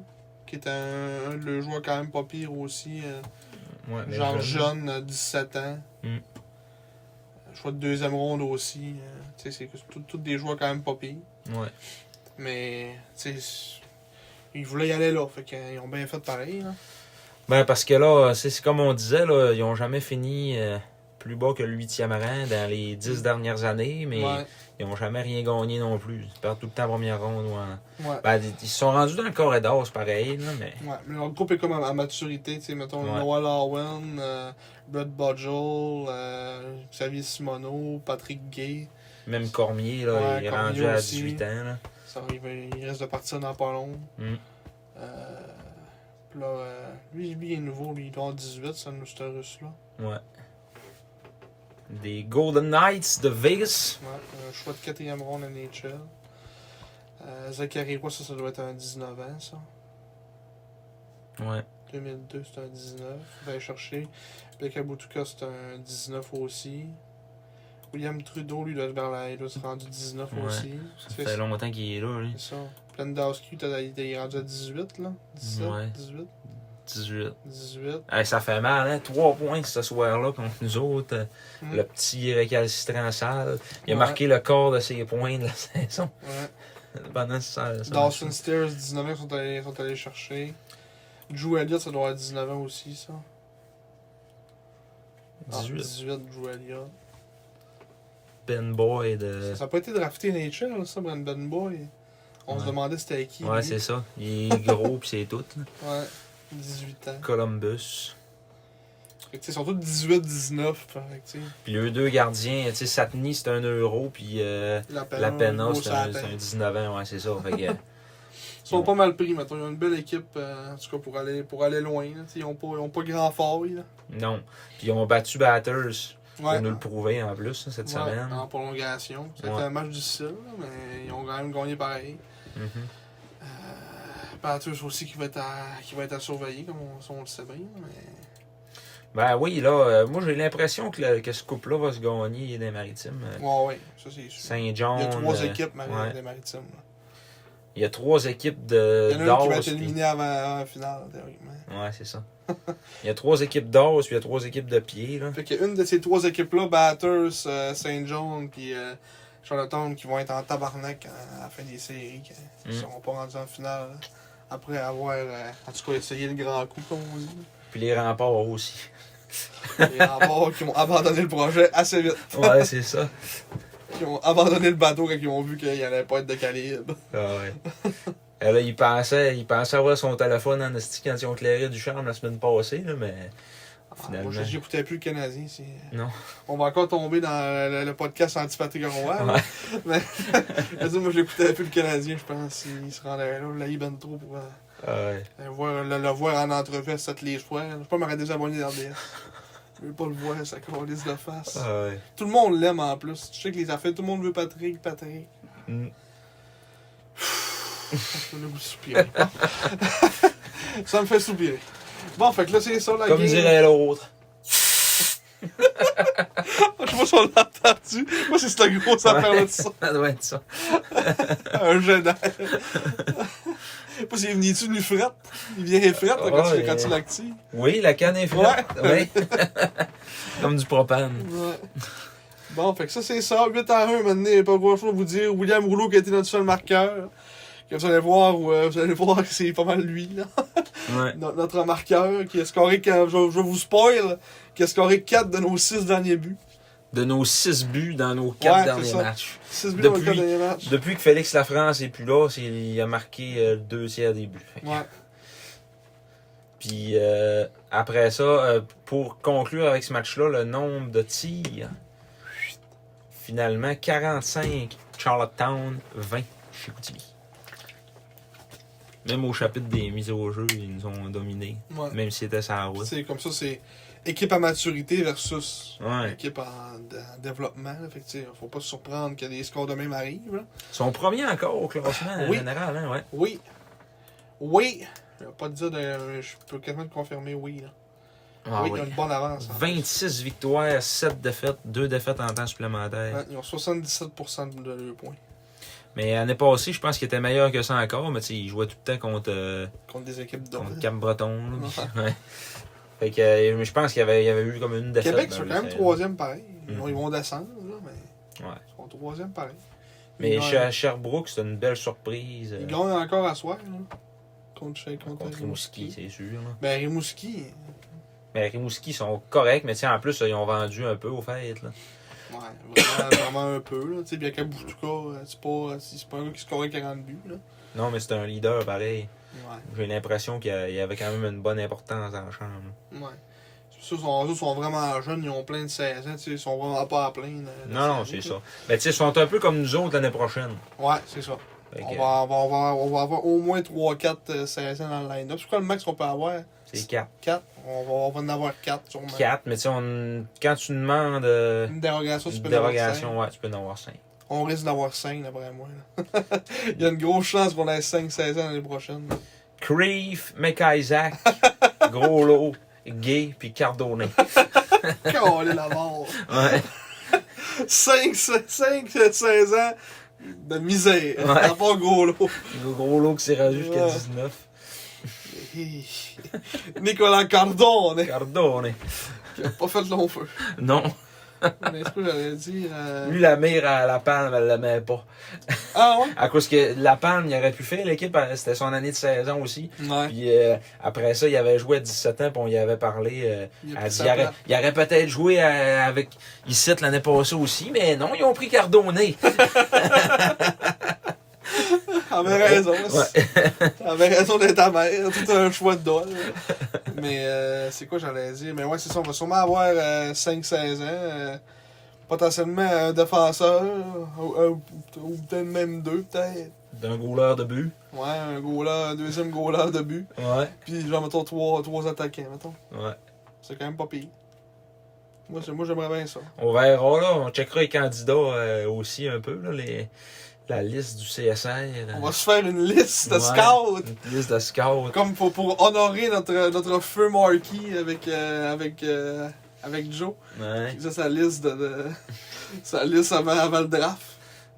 Speaker 2: qui est un, un de leurs joueurs quand même pas pire aussi. euh,
Speaker 3: Ouais, mais
Speaker 2: Genre
Speaker 3: je-
Speaker 2: jeune, euh, 17 ans.
Speaker 3: Mm.
Speaker 2: Choix de deuxième ronde aussi. euh, tu sais, c'est que tout- tous des joueurs quand même pas pires.
Speaker 3: Ouais.
Speaker 2: Mais, tu sais, c- ils voulaient y aller là. Fait qu'ils ont bien fait pareil. là.
Speaker 3: Ben, parce que là, c'est c'est comme on disait, là, ils n'ont jamais fini euh, plus bas que le huitième rang dans les dix dernières années, mais
Speaker 2: Ouais.
Speaker 3: ils n'ont jamais rien gagné non plus. Ils perdent tout le temps en première ronde. ou en-
Speaker 2: Ouais.
Speaker 3: Ben, ils- ils se sont rendus dans le corridor, c'est pareil, là, mais.
Speaker 2: Ouais, mais leur groupe est comme à, à maturité, tu sais, mettons
Speaker 3: Ouais.
Speaker 2: Noah Lawen, euh, Brett Budgel, euh, Xavier Simoneau, Patrick Gay.
Speaker 3: Même Cormier, là,
Speaker 2: Ouais,
Speaker 3: il est
Speaker 2: Cormier
Speaker 3: rendu à
Speaker 2: aussi.
Speaker 3: 18 ans. Là.
Speaker 2: Ça, il, va- il reste de partir dans pas long.
Speaker 3: Mm.
Speaker 2: Euh, puis là, euh, lui, lui, il est nouveau, lui, il doit avoir 18, c'est un c'est un russe là.
Speaker 3: Ouais. Des Golden Knights de Vegas.
Speaker 2: Ouais, un euh, choix de quatrième ronde à NHL. Euh, Zachary Roy, ça, ça doit être un 19 ans, ça.
Speaker 3: Ouais.
Speaker 2: 2002, c'est un 19. Ben chercher. Becca Boutouka, c'est un 19 aussi. William Trudeau, lui, doit être vers la... il doit se rendu 19
Speaker 3: Ouais,
Speaker 2: aussi.
Speaker 3: Ça
Speaker 2: Tu fais-
Speaker 3: fait longtemps qu'il est là, lui.
Speaker 2: C'est ça. Plendowski, t'as- il est rendu à 18, là. 17,
Speaker 3: Ouais.
Speaker 2: 18,
Speaker 3: 18.
Speaker 2: 18.
Speaker 3: Hey, ça fait mal, hein? Trois points ce soir-là contre nous autres. euh,
Speaker 2: Mm.
Speaker 3: Le petit récalcitrant sale. Il a
Speaker 2: Ouais.
Speaker 3: marqué le corps de ses points de la (laughs) saison.
Speaker 2: Ouais.
Speaker 3: Pendant ce- ça- ça-
Speaker 2: Dawson Stairs, 19 ans, sont allés, sont allés chercher. Drew Elliott, ça doit avoir 19 ans aussi, ça. Ah,
Speaker 3: 18.
Speaker 2: 18, Drew Elliott.
Speaker 3: Ben Boyd. euh,
Speaker 2: Ça n'a pas été drafté NHL, ça, Brandon Boy. On se
Speaker 3: Ouais.
Speaker 2: demandait c'était qui.
Speaker 3: Ouais,
Speaker 2: lui.
Speaker 3: c'est ça. Il est gros pis c'est tout. là.
Speaker 2: Ouais, 18 ans.
Speaker 3: Columbus.
Speaker 2: Fait que, tu sais, ils sont tous 18-19. hein, Fait que, tu sais,
Speaker 3: Puis les deux gardiens, tu sais, Satni, c'est un euro, puis euh,
Speaker 2: la
Speaker 3: la Pena,
Speaker 2: Ben, gros
Speaker 3: c'est
Speaker 2: sur la
Speaker 3: un, c'est
Speaker 2: tête.
Speaker 3: un 19 ans, ouais, c'est ça. Fait que, (laughs) euh,
Speaker 2: Ils sont pas mal pris, maintenant. Ils ont une belle équipe, euh, en tout cas, pour aller, pour aller loin. là. Tu sais, Ils n'ont pas, ils ont pas grand fort. Là.
Speaker 3: non. Puis ils ont battu Batters
Speaker 2: Ouais.
Speaker 3: pour nous le prouver en plus hein, cette
Speaker 2: Ouais, Ah.
Speaker 3: semaine.
Speaker 2: En prolongation. C'était
Speaker 3: Ouais.
Speaker 2: un match difficile, là, mais ils ont quand même gagné pareil.
Speaker 3: Mhm.
Speaker 2: Panthers aussi qui va être à, qui va être à surveiller, comme on, on le sait bien. Mais...
Speaker 3: Ben oui, là, euh, moi j'ai l'impression que, le- que ce couple-là va se gagner des maritimes. Euh,
Speaker 2: Ouais, ouais, ça c'est sûr.
Speaker 3: Saint-John.
Speaker 2: Il y a trois
Speaker 3: euh,
Speaker 2: équipes Marie-
Speaker 3: ouais.
Speaker 2: des maritimes. là.
Speaker 3: Il y a trois équipes
Speaker 2: Il
Speaker 3: de
Speaker 2: y en a une qui va
Speaker 3: d'or.
Speaker 2: être éliminée avant, avant la finale, théoriquement.
Speaker 3: puis- Ouais, c'est ça. (laughs) Il y a trois équipes d'or, puis il y a trois équipes de pied. Là.
Speaker 2: Fait qu'une de ces trois équipes-là, Batters, euh, Saint John puis euh, Charlottetown, qui vont être en tabarnak à la fin des séries, qui
Speaker 3: Mm.
Speaker 2: ne seront pas rendus en finale là, après avoir, euh, en tout cas, essayé le grand coup, comme on dit.
Speaker 3: Puis les
Speaker 2: (laughs)
Speaker 3: remparts aussi.
Speaker 2: Les remparts qui ont abandonné le projet assez vite.
Speaker 3: Ouais, c'est ça.
Speaker 2: Qui ont abandonné le bateau quand ils ont vu qu'il n'y allait pas être de calibre.
Speaker 3: Ah ouais. Euh, là, il pensait, il pensait avoir son téléphone en esti quand ils ont clairé du charme la semaine passée, là, mais finalement.
Speaker 2: Moi, je- j'écoutais plus le Canadien. c'est- euh,
Speaker 3: Non.
Speaker 2: On va encore tomber dans le, le podcast anti-Patrick Roy. là.
Speaker 3: Ouais.
Speaker 2: Mais, (laughs) je veux dire, moi, je l'écoutais plus le Canadien, je pense. Il se rendait là, là, il ben trop pour euh,
Speaker 3: Ah ouais.
Speaker 2: aller voir- le, le voir en entrevue à cette les fois. Je peux pas m'arrêter désabonné d'RDS. Je veux pas le voir, ça colisse de face.
Speaker 3: Ah ouais.
Speaker 2: Tout le monde l'aime en plus. Je sais que les affaires, tout le monde veut Patrick, Patrick.
Speaker 3: Mm.
Speaker 2: Je voulais vous soupirer. (laughs) ça me fait soupirer. Bon, fait que là, c'est ça la
Speaker 3: Comme
Speaker 2: game.
Speaker 3: dirait l'autre.
Speaker 2: Je sais pas si on l'a entendu. Moi, c'est cette grosse affaire-là de ça.
Speaker 3: Ça doit être ça.
Speaker 2: Un jeune d'air. Je sais pas s'il est venu tu lui frette. Il vient et frette là, quand,
Speaker 3: Ouais.
Speaker 2: tu, quand tu l'actives.
Speaker 3: Oui, la canne est froide. Ouais. (laughs) Comme du propane.
Speaker 2: Ouais. Bon, fait que ça, c'est ça. 8 à 1, maintenant, il y a pas grand chose à vous dire. William Rouleau qui a été notre seul marqueur. Que vous allez voir, ou, euh, vous allez voir que c'est pas mal lui, là.
Speaker 3: Ouais.
Speaker 2: No- Notre marqueur qui a scoré, quand, je, je vous spoil, qui a scoré 4 de nos 6 derniers buts.
Speaker 3: De nos six buts dans nos quatre
Speaker 2: Ouais, c'est
Speaker 3: derniers
Speaker 2: ça.
Speaker 3: matchs.
Speaker 2: 6 buts dans
Speaker 3: Depuis-
Speaker 2: le dernier match.
Speaker 3: Depuis que Félix Lafrance est plus là, c'est- il a marqué euh, deux tiers des buts. Fait que-
Speaker 2: Ouais.
Speaker 3: Puis euh, après ça, euh, pour conclure avec ce match-là, le nombre de tirs. Finalement, 45. Charlottetown, 20. Chicoutimi. Même au chapitre des mises au jeu, ils nous ont dominés.
Speaker 2: ouais.
Speaker 3: Même si c'était sa
Speaker 2: Puis,
Speaker 3: route.
Speaker 2: tu sais, comme ça, c'est équipe à maturité versus
Speaker 3: Ouais.
Speaker 2: équipe en, en développement. là. Fait que, tu sais, faut pas se surprendre que les scores de même arrivent. là.
Speaker 3: Son premier encore au classement
Speaker 2: Oui.
Speaker 3: général, hein, ouais.
Speaker 2: Oui. Oui. Je vais pas te dire, de- je peux quasiment te confirmer oui. Là.
Speaker 3: Ah
Speaker 2: oui,
Speaker 3: oui.
Speaker 2: ils ont une bonne avance. hein.
Speaker 3: 26 victoires, 7 défaites, 2 défaites en temps supplémentaire.
Speaker 2: Ouais, Hein, Ils ont 77% de leurs points
Speaker 3: Mais l'année passée, je pense qu'il était meilleur que ça encore, mais tu sais, il jouait tout le temps contre. euh,
Speaker 2: contre des équipes d'or.
Speaker 3: contre Cap Breton. là, puis- (laughs) ouais. Fait que euh, je pense qu'il y avait, il y avait eu comme une défaite.
Speaker 2: Québec, ils
Speaker 3: dans
Speaker 2: sont
Speaker 3: le
Speaker 2: quand même
Speaker 3: série.
Speaker 2: troisième pareil. Ils vont-
Speaker 3: Mhm.
Speaker 2: Ils vont descendre, là, mais
Speaker 3: Ouais.
Speaker 2: ils sont troisième pareil.
Speaker 3: Mais
Speaker 2: Ils
Speaker 3: chez- à Sherbrooke, c'est une belle surprise.
Speaker 2: Ils
Speaker 3: euh,
Speaker 2: gagnent encore à soir là, contre, chez- contre
Speaker 3: Contre Rimouski, c'est sûr. là.
Speaker 2: Ben, Rimouski,
Speaker 3: Mais Rimouski sont corrects, mais tiens, en plus, ils ont vendu un peu au fait. Là.
Speaker 2: Ouais, vraiment, (coughs) vraiment un peu. Là. Tu sais, bien qu'à Boutouka, euh, c'est pas, euh, c'est pas un gars qui scorait 40 buts. Là.
Speaker 3: Non, mais c'est un leader pareil.
Speaker 2: Ouais,
Speaker 3: J'ai l'impression qu'il y a- il y avait quand même une bonne importance dans la chambre.
Speaker 2: ouais. C'est pour ça, sont, eux sont vraiment jeunes, ils ont plein de 16 ans, tu sais, ils sont vraiment pas à plein. euh,
Speaker 3: Non, non,
Speaker 2: cette
Speaker 3: c'est
Speaker 2: année,
Speaker 3: ça. Mais tu sais, ils sont un peu comme nous autres l'année prochaine.
Speaker 2: là. Ouais, c'est ça.
Speaker 3: Fait
Speaker 2: On
Speaker 3: que,
Speaker 2: va, avoir- on, va, avoir- on va avoir au moins 3-4 16 ans dans le line-up. C'est quoi le max qu'on peut avoir
Speaker 3: c'est 4.
Speaker 2: 4 on va, on va en avoir 4 sûrement.
Speaker 3: 4, mais tu sais, on- quand tu demandes euh,
Speaker 2: Une dérogation, tu
Speaker 3: une
Speaker 2: peux en avoir
Speaker 3: dérogation, ouais, tu peux en avoir 5.
Speaker 2: cinq. On risque d'avoir 5 d'après moi. là. (laughs) Il y a une grosse chance qu'on ait 5-16 ans l'année prochaine.
Speaker 3: Creef,
Speaker 2: (laughs)
Speaker 3: McIsaac, Gros Lot, Gay, puis Cardonnet.
Speaker 2: Quand est la mort!
Speaker 3: Ouais.
Speaker 2: 5, 5, 16 ans de misère.
Speaker 3: Ouais.
Speaker 2: À part gros lot.
Speaker 3: (laughs) Gros Lot qui s'est rendu jusqu'à
Speaker 2: Ouais. (laughs)
Speaker 3: 19.
Speaker 2: Nicolas Cardon, on est-
Speaker 3: Cardonnet.
Speaker 2: qui a pas fait long feu.
Speaker 3: Non.
Speaker 2: Mais est-ce que j'allais dire. euh,
Speaker 3: Lui, la mire à la palme, elle l'aimait pas.
Speaker 2: Ah ouais?
Speaker 3: À cause que la palme, il aurait pu faire l'équipe, euh, c'était son année de saison aussi.
Speaker 2: Ouais.
Speaker 3: Puis euh, après ça, il avait joué à 17 ans, puis on y avait parlé. euh,
Speaker 2: Il a
Speaker 3: elle
Speaker 2: pris
Speaker 3: dit,
Speaker 2: sa
Speaker 3: il aurait,
Speaker 2: place.
Speaker 3: il aurait peut-être joué à- avec Issette l'année passée aussi, mais non, ils ont pris Cardonnet.
Speaker 2: T'avais raison.
Speaker 3: Ouais. (laughs)
Speaker 2: T'avais raison d'être amère. Tout un choix de doigt. là. Mais euh, c'est quoi j'allais dire? Mais ouais, c'est ça. On va sûrement avoir 5-16 ans. euh, potentiellement un défenseur. Ou, un- ou peut-être même deux, peut-être.
Speaker 3: D'un gouleur de but.
Speaker 2: Ouais, un goaler, un deuxième goaler de but.
Speaker 3: Ouais.
Speaker 2: Puis genre, mettons, trois, trois attaquants, mettons.
Speaker 3: Ouais.
Speaker 2: C'est quand même pas pire. Moi, c'est- moi j'aimerais bien ça.
Speaker 3: On verra, là. On checkera les candidats euh, aussi un peu, là, les, la liste du CSR.
Speaker 2: On va se faire une liste de
Speaker 3: Ouais.
Speaker 2: scouts.
Speaker 3: euh, Une liste de scouts.
Speaker 2: Comme pour, pour honorer notre, notre feu Marquis avec, euh, avec, euh, avec Joe.
Speaker 3: Ouais.
Speaker 2: Ça, sa liste de, de- (laughs) sa liste avant, avant le draft.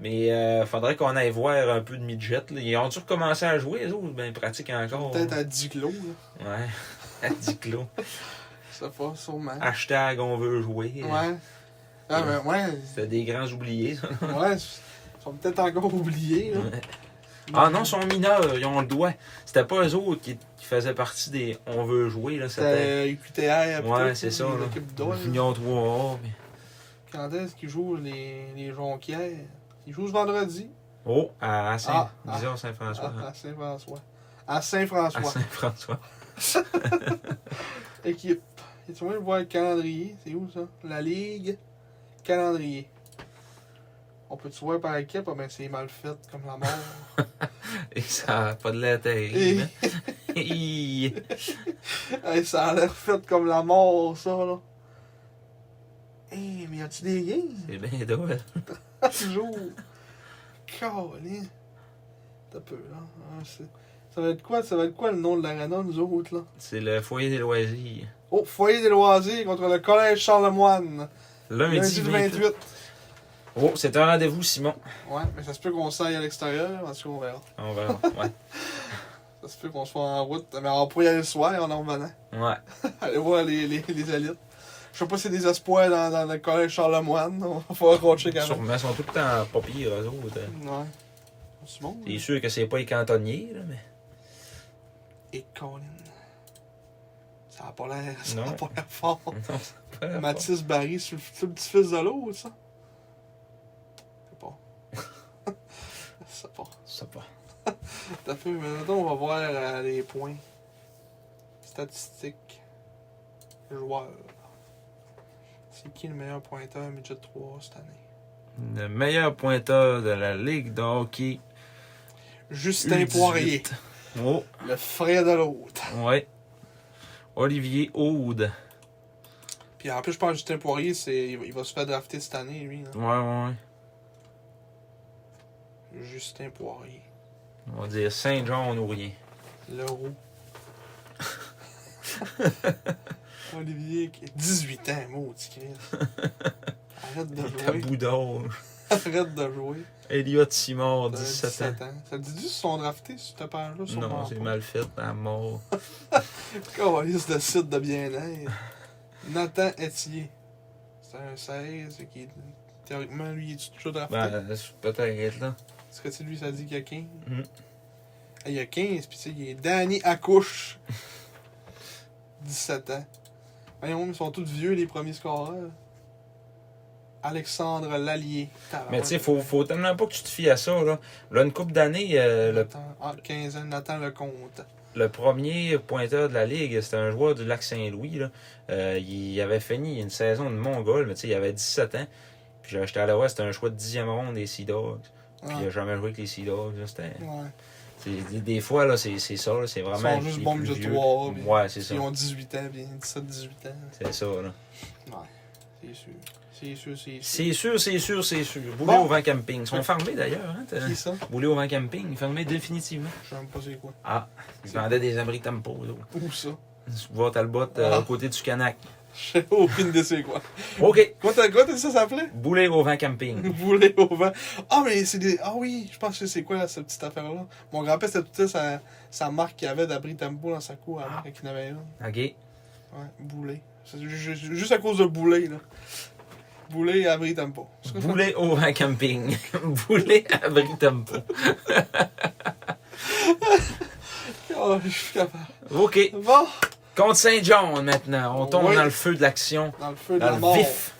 Speaker 3: Mais euh, faudrait qu'on aille voir un peu de midget. Là. Ils ont dû recommencer à jouer, eux autres? Ben, ils pratiquent encore.
Speaker 2: Peut-être à 10 clos, là.
Speaker 3: Ouais. (laughs) À 10 clos.
Speaker 2: Ça pas, sûrement.
Speaker 3: Ah, Hashtag on veut jouer.
Speaker 2: Ouais. Ah, ben ouais.
Speaker 3: C'était des grands oubliés, ça.
Speaker 2: Ouais. Ils sont peut-être encore oubliés, là.
Speaker 3: Ah non, ils sont mineurs, ils ont le doigt. C'était pas eux autres qui, qui faisaient partie des on veut jouer, là.
Speaker 2: C'était
Speaker 3: C'était.
Speaker 2: UQTR. puis
Speaker 3: Ouais,
Speaker 2: tout,
Speaker 3: c'est
Speaker 2: puis
Speaker 3: ça, là.
Speaker 2: l'équipe d'Oil.
Speaker 3: Junior 3A. mais-
Speaker 2: Quand est-ce qu'ils jouent les, les Jonquières? Ils jouent ce vendredi.
Speaker 3: Oh, à Saint.
Speaker 2: Ah, ah.
Speaker 3: Disons Saint-François.
Speaker 2: Ah,
Speaker 3: hein.
Speaker 2: à Saint-François. À
Speaker 3: À
Speaker 2: Saint-François.
Speaker 3: Saint-François.
Speaker 2: Équipe. Et tu vois, voir le calendrier. C'est où ça? La Ligue. Calendrier. On peut-tu voir par équipe? Ah ben c'est mal fait comme la
Speaker 3: (laughs)
Speaker 2: mort.
Speaker 3: Et ça a pas de lettre.
Speaker 2: Et,
Speaker 3: hein. Hi.
Speaker 2: (laughs) hey, ça a l'air fait comme la mort, ça, là. Eh, mais y'a-tu des games?
Speaker 3: C'est bien drôle.
Speaker 2: Toujours.
Speaker 3: (laughs)
Speaker 2: Calin. T'as peu, là. Ah, c'est- ça va être quoi? Ça va être quoi le nom de l'arena, nous autres, là?
Speaker 3: C'est le foyer des loisirs.
Speaker 2: Oh, foyer des loisirs contre le collège Charlemagne.
Speaker 3: Lundi,
Speaker 2: Lundi le
Speaker 3: 28.
Speaker 2: 28.
Speaker 3: Oh, c'est un rendez-vous, Simon.
Speaker 2: Ouais, mais ça se peut qu'on s'aille à l'extérieur, en tout cas, on verra.
Speaker 3: On verra. Ouais.
Speaker 2: Ça se peut qu'on soit en route, mais on pourrait y aller le soir en en revenant. (laughs)
Speaker 3: Ouais.
Speaker 2: Aller voir les, les, les élites. Je sais pas si c'est des espoirs dans, dans le collège Charlemagne, on va falloir qu'on check avant.
Speaker 3: Sûrement, ils sont tout le temps pas pires, eux autres.
Speaker 2: Ouais. euh, C'est bon.
Speaker 3: C'est sûr que c'est pas les cantonniers, là, mais.
Speaker 2: Et Colin. Ça a pas l'air, (laughs) ça a
Speaker 3: Non.
Speaker 2: pas l'air fort.
Speaker 3: Non, ça peut pas.
Speaker 2: Mathis Barry, c'est le, c'est le petit-fils de l'autre, ça? C'est pas. (laughs) c'est pas.
Speaker 3: Ça pas.
Speaker 2: Tout à fait, mais maintenant on va voir euh, les points. Statistiques. Joueurs. C'est qui le meilleur pointeur midget 3 cette année?
Speaker 3: Le meilleur pointeur de la Ligue de hockey.
Speaker 2: Justin
Speaker 3: U18.
Speaker 2: Poirier,
Speaker 3: Oh,
Speaker 2: le frère de l'autre.
Speaker 3: ouais. Olivier Aude.
Speaker 2: Puis en plus, je pense que Justin Poirier, c'est, il va- il va se faire drafter cette année, lui. là.
Speaker 3: Ouais, ouais, ouais.
Speaker 2: hein. Justin Poirier,
Speaker 3: On va dire Saint-Jean ou rien.
Speaker 2: le roux. Olivier, qui- 18 ans, maudit Christ. Arrête de jouer.
Speaker 3: Tabou d'or.
Speaker 2: Arrête de jouer.
Speaker 3: Elliot
Speaker 2: Euh,
Speaker 3: Simard, 17 ans.
Speaker 2: 17 ans. Ça te dit juste sont draftés sur cette page-là?
Speaker 3: Non,
Speaker 2: sûrement
Speaker 3: c'est
Speaker 2: pas.
Speaker 3: mal fait, la mort.
Speaker 2: Câlisse de site de bien-être. Nathan Etier. C'est un 16 qui est- théoriquement lui il est toujours drafté. (laughs)
Speaker 3: Ben, c'est peut-être là.
Speaker 2: Est-ce que tu sais, lui ça dit qu'il y a 15?
Speaker 3: Mm.
Speaker 2: Ah, il y a 15, puis tu sais, il est Danny
Speaker 3: (laughs)
Speaker 2: Accouche. 17 ans. Voyons, ils sont tous vieux les premiers scoreurs. Alexandre Lallier.
Speaker 3: Mais tu sais, faut, faut tellement pas que tu te fies à ça, là. Là, une couple d'années, euh, le,
Speaker 2: Nathan- ah, 15 ans, Nathan Lecomte.
Speaker 3: le premier pointeur de la Ligue, c'était un joueur du lac Saint-Louis, là. Euh, il avait fini une saison de Mongol, mais tu sais, il avait 17 ans. Puis j'ai acheté à la c'était un choix de 10e ronde des Sea Dogs. Puis euh,
Speaker 2: Ah,
Speaker 3: il a jamais joué avec les Sea Dogs, là. C'était.
Speaker 2: ouais.
Speaker 3: c'est- Des, des fois, là, c'est c'est ça, là. C'est vraiment.
Speaker 2: Ils sont juste
Speaker 3: les
Speaker 2: bons
Speaker 3: plus
Speaker 2: de
Speaker 3: vieux.
Speaker 2: trois, puis-
Speaker 3: Ouais, c'est ça.
Speaker 2: Ils ont 18 ans, bien 17-18 ans.
Speaker 3: C'est ça, là.
Speaker 2: C'est sûr. C'est sûr, c'est sûr.
Speaker 3: C'est sûr, c'est sûr, c'est sûr. Boulet
Speaker 2: Bon.
Speaker 3: au vent camping. Ils sont fermés d'ailleurs, hein. t'as-
Speaker 2: Qui ça?
Speaker 3: Boulet au vent camping, fermés définitivement.
Speaker 2: Je sais même pas c'est quoi.
Speaker 3: Ah, ils vendaient des abris Tempo, eux autres.
Speaker 2: Où ça? (laughs)
Speaker 3: Sous Bois Talbot, euh,
Speaker 2: Mm. Ah.
Speaker 3: à côté du Canac.
Speaker 2: Je sais aucune idée c'est quoi.
Speaker 3: OK.
Speaker 2: Quoi t'as quoi t'as dit ça s'appelait?
Speaker 3: Boulet au vent camping.
Speaker 2: (laughs) Boulet au vent. Ah mais c'est des. Ah oui, je pense que c'est quoi là, cette petite affaire-là? Mon grand-père c'était tout ça sa, sa marque qu'il avait d'abri tempo dans sa cour
Speaker 3: Ah.
Speaker 2: avant qu'il en avait une.
Speaker 3: OK.
Speaker 2: Ouais, boulet. C'est ju- ju- Juste à cause de boulet là. Boulet à Britampo.
Speaker 3: Boulet au à camping. (laughs) Boulet à Britampo.
Speaker 2: Oh, je suis capable.
Speaker 3: OK.
Speaker 2: Bon,
Speaker 3: Contre Saint-John maintenant. On tombe
Speaker 2: Oui.
Speaker 3: dans le feu de l'action.
Speaker 2: dans le feu de
Speaker 3: Dans
Speaker 2: la
Speaker 3: le
Speaker 2: mort.
Speaker 3: vif.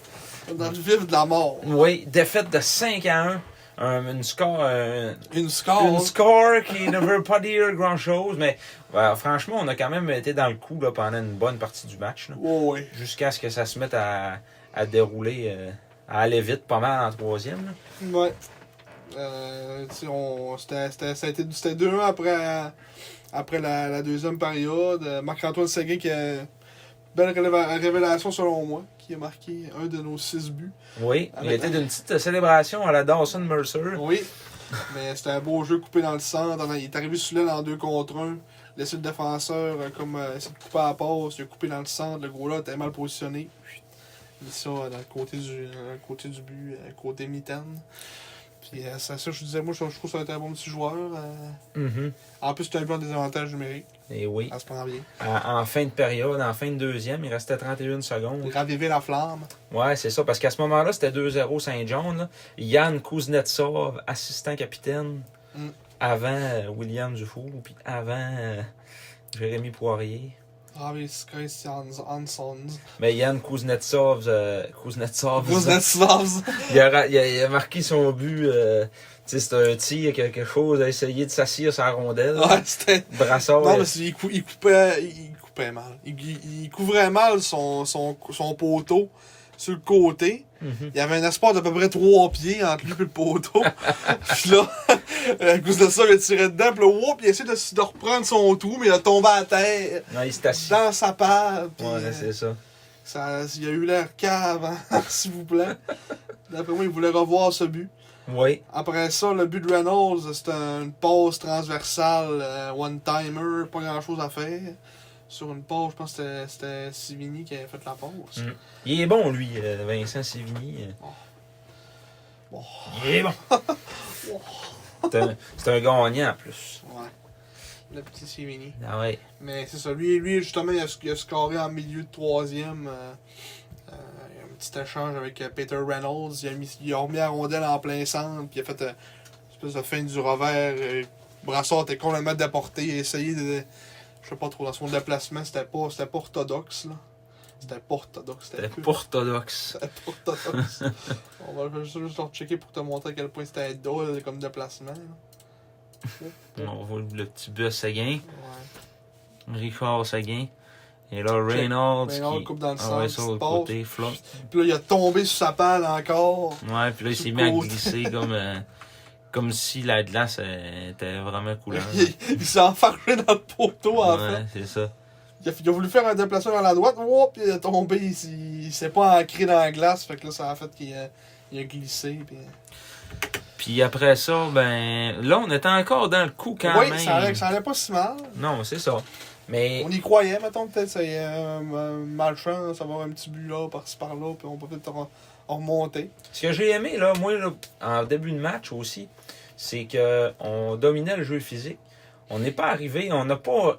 Speaker 2: Dans le vif de la mort.
Speaker 3: Oui. Défaite de 5 à 1. Un- une score. euh,
Speaker 2: Une score.
Speaker 3: Une score qui ne veut pas dire grand chose, mais euh, franchement, on a quand même été dans le coup là, pendant une bonne partie du match. là.
Speaker 2: Oh, oui.
Speaker 3: jusqu'à ce que ça se mette à, à dérouler, euh, à aller vite, pas mal en troisième. là.
Speaker 2: Ouais. Euh, tu sais, on, c'était, c'était, ça a été, c'était 2-1 après, après la, la deuxième période. Euh, Marc-Antoine Seguin qui a belle révéla- révélation selon moi, qui a marqué un de nos six buts.
Speaker 3: Oui,
Speaker 2: Ah,
Speaker 3: il
Speaker 2: mais-
Speaker 3: était d'une petite célébration à la Dawson Mercer.
Speaker 2: Oui, mais c'était un beau jeu coupé dans le centre. Il est arrivé sous l'aile en 2 contre 1. Laissé le défenseur euh, comme euh, essayer de couper à la passe, il a coupé dans le centre, le gros là était mal positionné. Il a mis ça euh, dans le côté du, dans le côté du but, euh, côté mitaine. Puis euh, c'est ça, je disais, moi je, je trouve que ça a été un bon petit joueur. euh,
Speaker 3: Mhm.
Speaker 2: En plus, tu as un plan des avantages numériques.
Speaker 3: Et oui,
Speaker 2: Ça se prend bien.
Speaker 3: à- en fin de période, en fin de deuxième, il restait 31 secondes.
Speaker 2: Raviver la flamme.
Speaker 3: Ouais, c'est ça, parce qu'à ce moment-là, c'était 2-0 Saint-John. là. Yann Kuznetsov, assistant capitaine,
Speaker 2: Mm.
Speaker 3: avant euh, William Dufour, puis avant euh, Jérémy Poirier.
Speaker 2: Raviver Christian Hansons.
Speaker 3: Mais Yann Kuznetsov, euh, Kuznetsov,
Speaker 2: Kuznetsov.
Speaker 3: Il a, ra- il a- il a marqué son but. euh, tu sais, c'est un tir, quelque chose, a essayé de s'assir sa
Speaker 2: (laughs)
Speaker 3: rondelle.
Speaker 2: Ouais, c'était.
Speaker 3: Brassard.
Speaker 2: Non,
Speaker 3: il-
Speaker 2: mais c'est- il, cou- il coupait, il il coupait mal. Il, il- il couvrait mal son, son, son poteau sur le côté.
Speaker 3: Mhm.
Speaker 2: Il y avait un espace d'à peu près trois pieds entre lui et le
Speaker 3: (laughs)
Speaker 2: poteau. puis là, euh, Kuznetsov a tiré dedans. Puis là, whoop, il a essayé de, s- de reprendre son trou, mais il a tombé à terre
Speaker 3: Non, il s'est assis.
Speaker 2: dans sa part. puis,
Speaker 3: Ah, Ouais,
Speaker 2: euh,
Speaker 3: c'est ça.
Speaker 2: Ça, il y a eu l'air cave, hein, (laughs) s'il vous plaît. D'après moi, il voulait revoir ce but.
Speaker 3: Oui.
Speaker 2: Après ça, le but de Reynolds, c'est une pause transversale, euh, one-timer, pas grand-chose à faire. Sur une pause, je pense que c'était- c'était Sivini qui avait fait la pause.
Speaker 3: Mm. Il est bon, lui, euh, Vincent Sévigny. euh.
Speaker 2: Oh. Bon.
Speaker 3: Il
Speaker 2: (laughs)
Speaker 3: est bon.
Speaker 2: Oh.
Speaker 3: c'est un, c'est un gagnant, en plus.
Speaker 2: Ouais. Le petit Sivini.
Speaker 3: Ah ouais.
Speaker 2: Mais c'est ça, lui, lui justement, il a, sc- il a scoré en milieu de troisième. euh, euh, il y a un petit échange avec euh, Peter Reynolds. Il a, mis, il a remis la rondelle en plein centre, puis il a fait euh, une espèce de fin du revers. euh, Brassard était complètement déporté. Il a essayé de. Je sais pas trop, dans son déplacement, c'était pas, c'était pas orthodoxe. là. C'était pas orthodoxe.
Speaker 3: C'était
Speaker 2: peu-
Speaker 3: pas orthodoxe.
Speaker 2: (laughs) c'était pas orthodoxe. On va je vais juste le checker pour te montrer à quel point c'était drôle comme déplacement. là.
Speaker 3: On voit le petit bus Seguin.
Speaker 2: Ouais.
Speaker 3: Richard Seguin. Et là, Reynolds.
Speaker 2: Mais non,
Speaker 3: qui
Speaker 2: coupe dans le centre,
Speaker 3: envoie Ah ça au
Speaker 2: petite passe.
Speaker 3: côté. Flop.
Speaker 2: Puis là, il a tombé sur sa palle encore.
Speaker 3: Ouais, puis là, il
Speaker 2: Sous
Speaker 3: s'est
Speaker 2: le
Speaker 3: mis à
Speaker 2: côté. (laughs)
Speaker 3: glisser comme, euh, comme si la glace euh, était vraiment coulante.
Speaker 2: (laughs) Il, il s'est enfargé dans le poteau, en fait.
Speaker 3: Ouais, c'est ça.
Speaker 2: Il a, il a voulu faire un déplacement vers la droite, whoop, puis il est tombé. Il, s'est- il s'est pas ancré dans la glace, fait que là, ça a fait qu'il a, il a glissé. Puis... euh,
Speaker 3: Puis après ça, ben là, on était encore dans le coup quand
Speaker 2: oui,
Speaker 3: même.
Speaker 2: ça allait, ça allait pas si mal.
Speaker 3: Non, c'est ça. Mais
Speaker 2: On y croyait, mettons, peut-être, c'est euh, euh, malchance, avoir un petit but là, par-ci, par-là, puis on peut peut-être re- remonter. (laughs)
Speaker 3: ce que j'ai aimé, là, moi, là, en début de match aussi, c'est que on dominait le jeu physique. On n'est pas arrivé, on n'a pas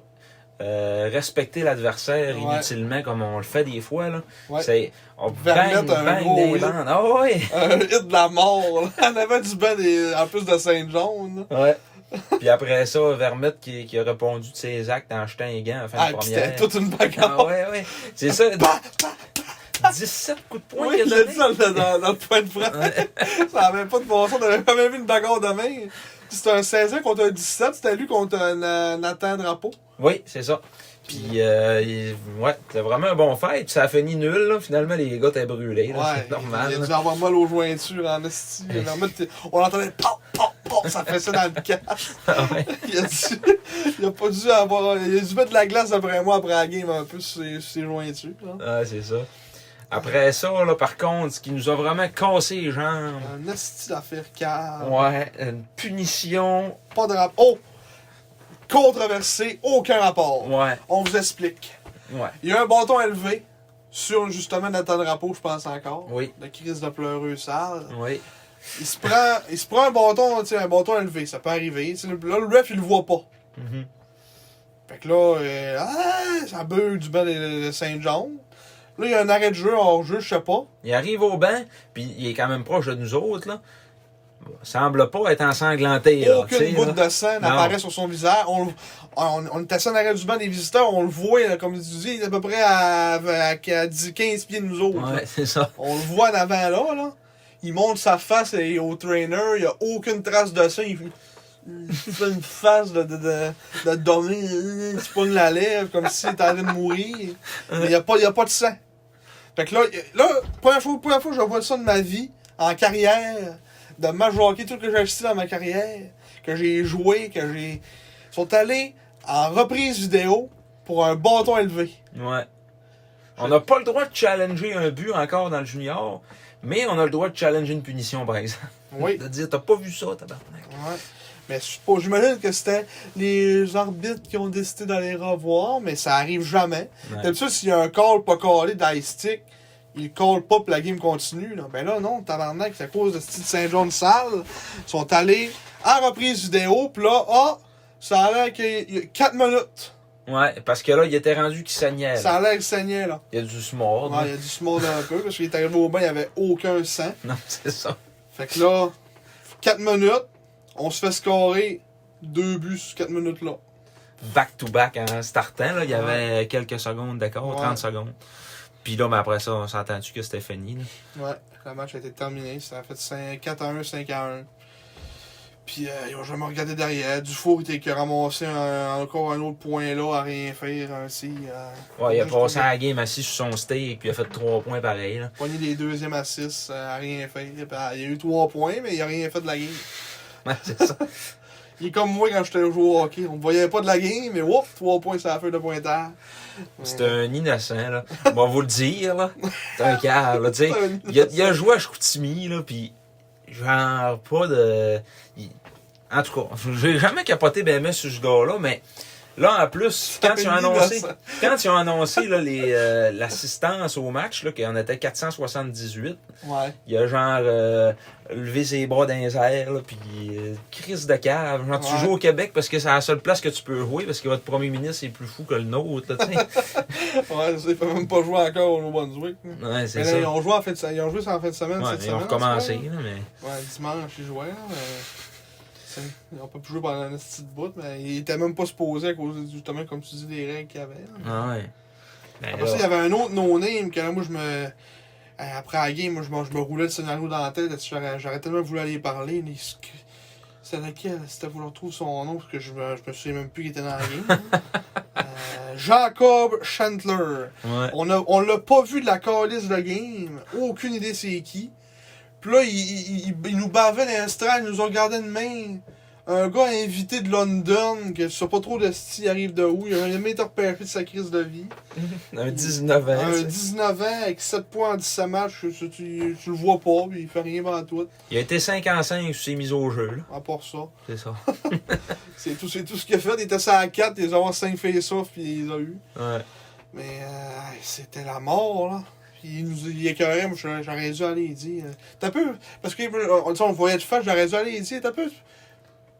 Speaker 3: euh, respecté l'adversaire
Speaker 2: Ouais.
Speaker 3: inutilement comme on le fait des fois. Là.
Speaker 2: Ouais.
Speaker 3: C'est, on
Speaker 2: Vermette,
Speaker 3: bang,
Speaker 2: un
Speaker 3: bang
Speaker 2: gros
Speaker 3: des
Speaker 2: hit.
Speaker 3: bandes. Ah ouais!
Speaker 2: Un hit de la mort, là. (laughs) On avait du banc des- en plus de Saint-John. là.
Speaker 3: Ouais. (laughs) Puis après ça, Vermette qui, qui a répondu de ses actes en jetant les gants en fin
Speaker 2: Ah,
Speaker 3: de
Speaker 2: puis
Speaker 3: première.
Speaker 2: c'était toute une bagarre.
Speaker 3: Ah ouais, ouais.
Speaker 2: (laughs)
Speaker 3: C'est ça. 17 coups de poing
Speaker 2: bah. Oui,
Speaker 3: qu'il
Speaker 2: il
Speaker 3: a
Speaker 2: l'a
Speaker 3: donné.
Speaker 2: dit dans, le- dans, dans le point de frappe. (laughs) ça avait pas de bon sens, on avait jamais vu une bagarre de main. C'était un 16 ans contre un 17, c'était lui contre un euh, Nathan Drapeau.
Speaker 3: Oui, c'est ça. Puis, euh, il- ouais, c'était vraiment un bon fight. Puis ça a fini nul, là. Finalement, les gars t'es brûlé. là. c'est normal.
Speaker 2: Il a
Speaker 3: là.
Speaker 2: dû avoir mal aux jointures en esti. Il a vraiment- On entendait pop, pop, pop, ça fait ça dans le casque.
Speaker 3: Ah (laughs) ouais.
Speaker 2: Il a, dû- il a pas dû avoir. Il a dû mettre de la glace après moi après la game un peu sur ses, sur ses jointures. là.
Speaker 3: Ah, c'est ça. Après ça, là, par contre, ce qui nous a vraiment cassé les jambes.
Speaker 2: Un esti d'affaire car.
Speaker 3: Ouais, une punition.
Speaker 2: Pas de rapport. Oh! Controversé, aucun rapport.
Speaker 3: Ouais,
Speaker 2: On vous explique.
Speaker 3: ouais.
Speaker 2: Il y a un bâton élevé sur justement Nathan Drapeau, je pense encore.
Speaker 3: Oui.
Speaker 2: La crise de pleureux sale.
Speaker 3: Oui.
Speaker 2: Il se prend, il se prend un bâton, tu sais, un bâton élevé, ça peut arriver. Tu sais, Là, le ref, il le voit pas.
Speaker 3: Mhm.
Speaker 2: Fait que là, euh, ah, ça bug du bas de, de Saint-Jean. Là, il y a un arrêt de jeu hors jeu, je sais pas.
Speaker 3: Il arrive au banc, puis il est quand même proche de nous autres, là. Semble pas être ensanglanté, là. tu sais,
Speaker 2: Aucune goutte
Speaker 3: là.
Speaker 2: de sang
Speaker 3: Non.
Speaker 2: n'apparaît sur son visage. On, le- on, on était assis en arrière du banc des visiteurs, on le voit, là, comme tu dis, il est à peu près à, à, à 10, 15 pieds de nous autres. là.
Speaker 3: Ouais, c'est ça.
Speaker 2: On le voit en avant là, là. Il monte sa face et- au trainer, il n'y a aucune trace de ça. Il, il fait une face de, de, de, de donner, il se pogne la lèvre comme s'il était en train de mourir. Mais il n'y a, pas- il y a pas de sang. Fait que là, il- là première, fois, première fois que je vois ça de ma vie, en carrière, de match de hockey, tout ce que j'ai acheté dans ma carrière, que j'ai joué, que j'ai. Ils sont allés en reprise vidéo pour un bâton élevé.
Speaker 3: Ouais. On n'a pas le droit de challenger un but encore dans le junior, mais on a le droit de challenger une punition, par exemple. (laughs)
Speaker 2: Oui.
Speaker 3: De dire, t'as pas vu ça, tabarnak.
Speaker 2: Ouais. Mais je suppose- j'imagine que c'était les arbitres qui ont décidé d'aller revoir, mais ça arrive jamais.
Speaker 3: Ouais.
Speaker 2: D'habitude, s'il y a un call pas callé d'Ice Stick, il call pas puis la game continue. Là. Ben là, non, tabarnak, c'est à cause de ce petit Saint-Jean de salle. Ils sont allés en reprise vidéo, puis là, ah, ça a l'air qu'il y a 4 minutes.
Speaker 3: Ouais, parce que là, il était rendu qu'il saignait.
Speaker 2: Ça
Speaker 3: là.
Speaker 2: a l'air qu'il saignait, là.
Speaker 3: Il y a du smord.
Speaker 2: Ouais, il a dû se mordre un peu, parce qu'il est arrivé au bain, il n'y avait aucun sang.
Speaker 3: (laughs) Non, c'est ça.
Speaker 2: Fait que là, 4 minutes, on se fait scorer deux buts sur 4 minutes là.
Speaker 3: Back-to-back en startant, là, il y avait quelques secondes d'accord,
Speaker 2: Ouais.
Speaker 3: 30 secondes. Puis là, mais après ça, on s'est entendu que c'était fini. là.
Speaker 2: Ouais, le match a été terminé. Ça a fait 5, 4 à 1, 5 à 1. Puis euh, ils ont jamais regardé derrière. Dufour était qui a ramassé un- encore un autre point là à rien faire. Ainsi, euh,
Speaker 3: Ouais, il a
Speaker 2: juste
Speaker 3: passé à la game assis sur son steak, puis il a fait trois points pareil. Là. (laughs)
Speaker 2: Pogné des deuxièmes à 6 à rien faire. Ben, il y a eu 3 points, mais il a rien fait de la game.
Speaker 3: Ouais, c'est ça.
Speaker 2: Il est comme moi quand j'étais au joueur au hockey. On ne voyait pas de la game, mais ouf, 3 points sur la feuille de pointage.
Speaker 3: C'est un innocent, là. On va vous le dire, là. C'est un
Speaker 2: (laughs)
Speaker 3: cave, là. Tu sais, il a, il a joué à Chicoutimi, là, puis genre pas de... il- En tout cas, j'ai jamais capoté BMS sur ce gars-là, mais là, en plus, quand
Speaker 2: fait
Speaker 3: ils ont
Speaker 2: une
Speaker 3: annoncé,
Speaker 2: innocent.
Speaker 3: (laughs) quand ils ont annoncé là, les, euh, l'assistance au match, là, qu'il y en était 478,
Speaker 2: Ouais.
Speaker 3: il a genre euh, levé ses bras dans les airs, là, puis euh, crise de cave. Genre, tu
Speaker 2: Ouais.
Speaker 3: joues au Québec parce que c'est la seule place que tu peux jouer parce que votre premier ministre est plus fou que le nôtre. Là,
Speaker 2: (laughs)
Speaker 3: tu sais.
Speaker 2: Ouais, je sais, il ne même pas jouer encore au Nouveau-Brunswick.
Speaker 3: ouais, c'est
Speaker 2: Mais
Speaker 3: ça.
Speaker 2: là, ils ont joué en fin de se- ils ont joué ça en fin de semaine.
Speaker 3: Ouais,
Speaker 2: cette
Speaker 3: ils ont
Speaker 2: semaine,
Speaker 3: recommencé,
Speaker 2: en tout cas,
Speaker 3: là, mais.
Speaker 2: là. Ouais, dimanche, ils jouaient. là, mais c'est- Ils n'ont pas pu jouer pendant un petit bout, mais ils n'étaient même pas supposés à cause de- justement, comme tu dis, des règles qu'il y avait. là.
Speaker 3: Ah ouais. Ben,
Speaker 2: Après
Speaker 3: là,
Speaker 2: ça, il y avait un autre no-name que là, moi, je me. euh, Après la game, moi, je me, je me roulais le scénario dans la tête. parce que J'aurais j'aurais tellement voulu aller y parler. mais ce que- C'est laquelle C'était vouloir trouver son nom, parce que je me, je me souviens même plus qui était dans la game. Euh, Jacob Chandler.
Speaker 3: ouais.
Speaker 2: On a- on l'a pas vu de la calice de game. Aucune idée c'est qui. Puis là, il, il- il- il nous bavait dans l'estrade, il nous ont regardé de main. Un gars invité de London, que je sais pas trop de style, il arrive de où. Il a jamais été repêché de sa crise de vie.
Speaker 3: Un 19 ans.
Speaker 2: un
Speaker 3: tu sais.
Speaker 2: 19 ans avec 7 points en 17 matchs, tu, tu- tu le vois pas, puis il fait rien pendant tout,
Speaker 3: Il a été 5 en 5 sur ses mises au jeu, là.
Speaker 2: à part ça.
Speaker 3: C'est ça.
Speaker 2: C'est tout, c'est tout ce qu'il a fait. Il était ça à 4, ils ont 5 face-off, puis il les a eu.
Speaker 3: Ouais.
Speaker 2: Mais euh, c'était la mort, là. Puis il nous il écœurait, moi j'aurais j'aurais dû aller y dire. euh, T'as peu. Parce que euh, on, tu sais, on le voyait de face, j'aurais dû aller y dire, t'as peu.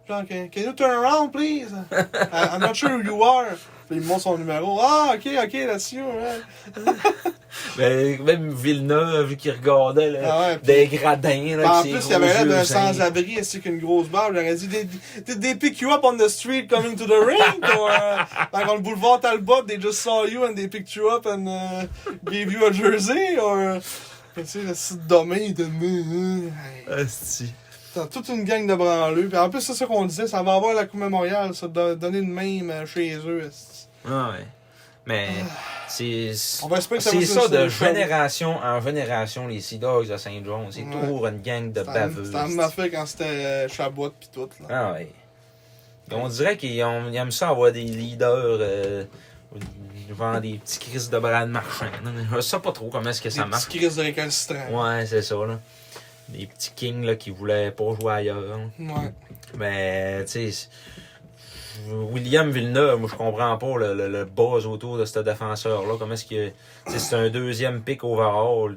Speaker 2: Genre, can, can you turn around, please? I- I'm not sure who you are. Puis il me montre son numéro. Ah, ok, ok, là-dessus, ouais.
Speaker 3: Ben, même Villeneuve qui regardait là,
Speaker 2: Ah ouais, puis-
Speaker 3: des gradins.
Speaker 2: Ben,
Speaker 3: Là,
Speaker 2: en
Speaker 3: avec
Speaker 2: plus,
Speaker 3: ses
Speaker 2: il y avait
Speaker 3: gros
Speaker 2: l'air
Speaker 3: yeux
Speaker 2: d'un
Speaker 3: sains.
Speaker 2: sans-abri ainsi qu'une grosse barbe. J'aurais dit, did, did they pick you up on the street coming to the
Speaker 3: (laughs)
Speaker 2: ring? Or, uh, like on le boulevard Talbot, they just saw you and they picked you up and uh, gave you a jersey? Or, euh, tu sais, le site domaine, il était. Hey,
Speaker 3: Asti.
Speaker 2: T'as toute une gang de branleux. Puis en plus, c'est ça qu'on disait, ça va avoir la Coupe Mémoriale, ça, de donner de même euh, chez eux. esti.
Speaker 3: Ah ouais. Mais c'est c'est-
Speaker 2: Ah. On va espérer que ça
Speaker 3: c'est
Speaker 2: va
Speaker 3: ça
Speaker 2: se-
Speaker 3: de
Speaker 2: se-
Speaker 3: génération en génération les Sea Dogs de Saint John. C'est
Speaker 2: Ouais.
Speaker 3: toujours une gang de
Speaker 2: C'était en-
Speaker 3: baveux.
Speaker 2: C'était en
Speaker 3: asti.
Speaker 2: affaire quand c'était euh, Chabot pis tout, là.
Speaker 3: Ah ouais. On dirait qu'ils ont- ils aiment ça avoir des leaders euh, devant des petits crises de bras de marchand. Je sais pas trop comment est-ce que ça
Speaker 2: Des petits
Speaker 3: marche.
Speaker 2: crises de récalcitrants.
Speaker 3: Ouais, c'est ça, là. Des petits kings, là, qui voulaient pas jouer ailleurs. hein.
Speaker 2: Ouais.
Speaker 3: Mais, tu sais, c'est- William Villeneuve, moi, je comprends pas le, le, le buzz autour de ce défenseur-là. Comment est-ce que. tu sais, c'est un deuxième pick overall.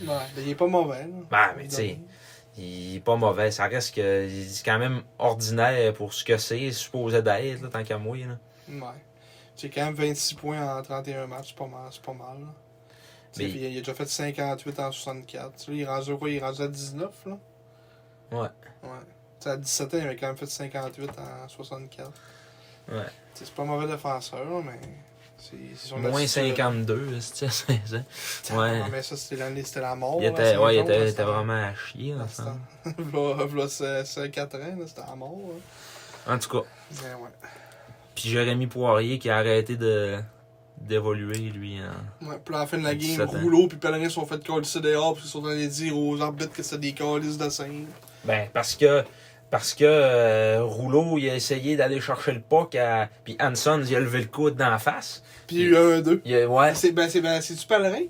Speaker 2: Ouais, ben, il est pas mauvais, là.
Speaker 3: Ben, mais, tu sais, il est pas mauvais. Ça reste que. C'est quand même ordinaire pour ce que c'est, supposé d'être, là, tant qu'à moi, là.
Speaker 2: Ouais. J'ai quand même 26 points en 31 matchs, c'est pas mal, c'est pas mal. là. Tu sais,
Speaker 3: Mais,
Speaker 2: puis Il a déjà fait 58 en 64. Tu sais, il est rendu à quoi Il est rendu à 19, là
Speaker 3: ouais.
Speaker 2: Ouais. Tu sais, à 17 ans, il avait quand même fait 58 en 64.
Speaker 3: Ouais.
Speaker 2: Tu sais, C'est pas un mauvais défenseur, mais. C'est c'est son
Speaker 3: Moins
Speaker 2: attitude.
Speaker 3: 52, c'est ça. Ouais.
Speaker 2: Ah, mais ça, c'était l'année, c'était la mort.
Speaker 3: Il
Speaker 2: là,
Speaker 3: était,
Speaker 2: à
Speaker 3: ouais, il
Speaker 2: Saint-Jean,
Speaker 3: était,
Speaker 2: là,
Speaker 3: était vraiment à
Speaker 2: c'était-
Speaker 3: chier, dans
Speaker 2: dans
Speaker 3: ce
Speaker 2: ce
Speaker 3: temps.
Speaker 2: temps. (laughs) V'là- v'là c'est- c'est 4 ans, là, c'était la mort. là.
Speaker 3: En tout cas,
Speaker 2: Mais Ben ouais.
Speaker 3: puis Jérémy Poirier qui a arrêté de d'évoluer, lui. hein.
Speaker 2: Ouais, puis à la fin de la game,
Speaker 3: 17 ans.
Speaker 2: Rouleau puis Pellerin sont fait coller dehors parce qu'ils sont allés dire aux arbitres que c'était des calices de scène.
Speaker 3: Ben, parce que parce que euh, Rouleau, il a essayé d'aller chercher le puck, à... puis Hanson, il a levé le coude dans la face.
Speaker 2: Puis il y a eu un 2.
Speaker 3: Il a- ouais.
Speaker 2: C'est ben, c'est ben, c'est-tu Pellerin?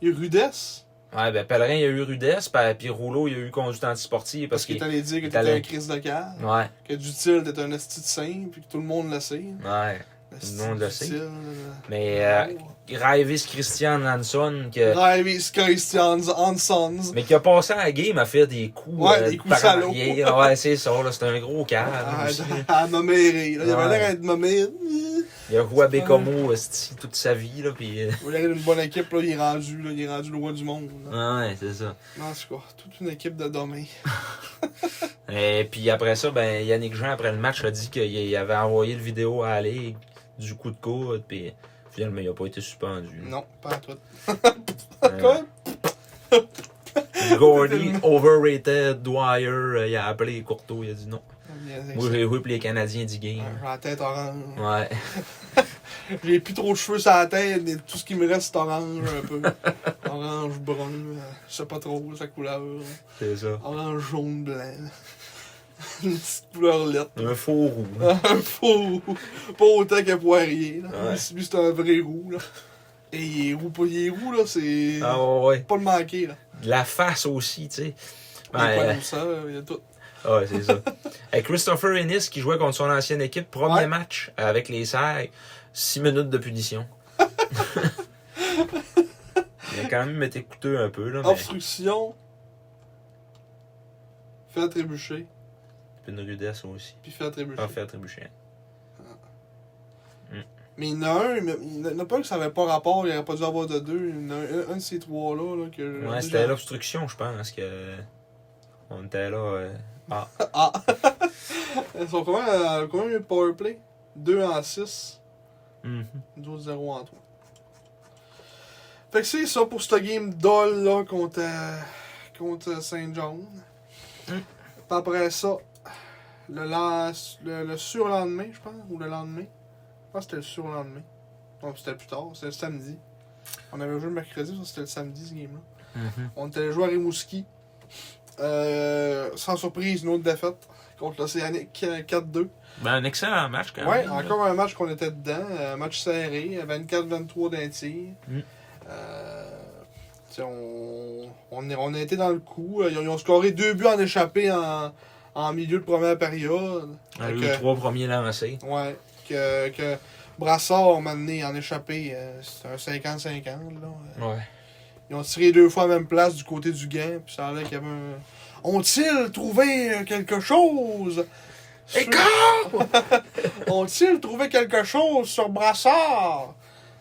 Speaker 2: Il y a Rudesse.
Speaker 3: ouais, ben Pellerin, il a eu rudesse, pa- puis Rouleau, il a eu conduite antisportive.
Speaker 2: Parce
Speaker 3: Parce
Speaker 2: qu'il est
Speaker 3: que...
Speaker 2: allé dire que
Speaker 3: il est
Speaker 2: t'étais
Speaker 3: allé-
Speaker 2: un Chris de cœur,
Speaker 3: Ouais,
Speaker 2: que Dutil t'étais un esti de saint, puis que tout le monde le sait.
Speaker 3: ouais.
Speaker 2: Esti
Speaker 3: monde le
Speaker 2: Dutil,
Speaker 3: sait.
Speaker 2: euh,
Speaker 3: Mais euh, Raivis Christian Hanson,
Speaker 2: Ah,
Speaker 3: que...
Speaker 2: Travis Christian Hansons.
Speaker 3: mais qui a passé à la game à faire des coups. euh,
Speaker 2: Ouais, des coups
Speaker 3: par
Speaker 2: salauds.
Speaker 3: arrière. Ah Ouais, c'est ça, là, c'est
Speaker 2: (laughs)
Speaker 3: un gros cadre.
Speaker 2: Ah,
Speaker 3: aussi.
Speaker 2: à Maméré. Il
Speaker 3: Ouais.
Speaker 2: avait l'air d'être Maméré.
Speaker 3: Il a joué à Bécomo esti, toute sa vie, là, puis... euh,
Speaker 2: Il avait l'air d'une bonne équipe, là, il est rendu, là, il est rendu le roi du monde. là.
Speaker 3: Ouais, c'est ça.
Speaker 2: Non, c'est quoi, toute une équipe de demain.
Speaker 3: Et puis après ça, ben Yannick Jean, après le match, a dit qu'il avait envoyé le vidéo à la Ligue du coup de coude, puis finalement, il n'a pas été suspendu.
Speaker 2: Non, pas à toi.
Speaker 3: Euh,
Speaker 2: Quoi? (laughs)
Speaker 3: Gordy, overrated, Dwyer, euh, il a appelé Courteau, il a dit non. Moi,
Speaker 2: J'ai
Speaker 3: j'ai joué pour les Canadiens du game.
Speaker 2: la tête orange.
Speaker 3: Ouais.
Speaker 2: J'ai plus trop de cheveux sur la tête, mais tout ce qui me reste c'est orange un
Speaker 3: (laughs)
Speaker 2: peu. orange, brun, euh, je sais pas trop sa couleur.
Speaker 3: C'est ça.
Speaker 2: Orange, jaune, blanc. (laughs) Une petite couleur lettre. (laughs)
Speaker 3: Un faux roux.
Speaker 2: Un faux Pas autant que Poirier. Là.
Speaker 3: Ouais.
Speaker 2: Lui, c'est un vrai roux. Là. Et il est roux, pas il est roux, là, c'est.
Speaker 3: Ah ouais, ouais.
Speaker 2: Pas le manquer, là.
Speaker 3: De La face aussi, tu sais.
Speaker 2: Il
Speaker 3: Ben,
Speaker 2: est pas
Speaker 3: euh,
Speaker 2: comme ça, il y a tout.
Speaker 3: Ah Ouais, c'est
Speaker 2: (laughs)
Speaker 3: ça. Et Christopher Ennis qui jouait contre son ancienne équipe, premier
Speaker 2: Ouais.
Speaker 3: match euh, avec les Serres, 6 minutes
Speaker 2: (laughs)
Speaker 3: de punition. Il a quand même été coûteux un peu, là,
Speaker 2: Oh.
Speaker 3: mais
Speaker 2: Obstruction. Fait trébucher,
Speaker 3: puis une rudesse aussi.
Speaker 2: puis fait trébucher.
Speaker 3: Pas fait attribuer.
Speaker 2: Mais il y en a un, mais il n'y en a pas un qui ça n'avait pas rapport, il n'aurait pas dû avoir de deux. Il y en a un, un de ces trois-là. Là, que
Speaker 3: Ouais, c'était l'obstruction, je pense, que on était là. euh,
Speaker 2: Ah! Ils sont combien, euh, combien eu de powerplay 2 en 6,
Speaker 3: mhm.
Speaker 2: 12-0 en 3. Fait que c'est ça pour ce game d'Hall là, contre, euh, contre Saint-John. Puis après ça, le, la- le, le surlendemain, je pense, ou le lendemain. Je pense que c'était le surlendemain. Non, c'était plus tard, c'était le samedi. On avait joué le mercredi, ça c'était le samedi ce game-là.
Speaker 3: Mhm.
Speaker 2: On était allé jouer à Rimouski. Euh, sans surprise, une autre défaite contre l'Océanique euh, 4-2.
Speaker 3: Ben, un excellent match, quand
Speaker 2: Ouais,
Speaker 3: même. là.
Speaker 2: encore un match qu'on était dedans. Un match serré, 24-23 d'un tir.
Speaker 3: Mm.
Speaker 2: Euh, tu sais, on, on, est- on a été dans le coup. Euh, Ils ont, ils ont scoré deux buts en échappé en, en milieu de première période.
Speaker 3: On a eu
Speaker 2: Fait
Speaker 3: les
Speaker 2: que-
Speaker 3: trois premiers lancés.
Speaker 2: Ouais, que, que Brassard m'a amené en échappé. euh, C'était un 50-50. là. Euh,
Speaker 3: Ouais.
Speaker 2: Ils ont tiré deux fois à la même place du côté du gain, puis ça allait qu'il y avait un. Ont-ils trouvé euh, quelque chose? sur- Ont-ils trouvé quelque chose sur Brassard?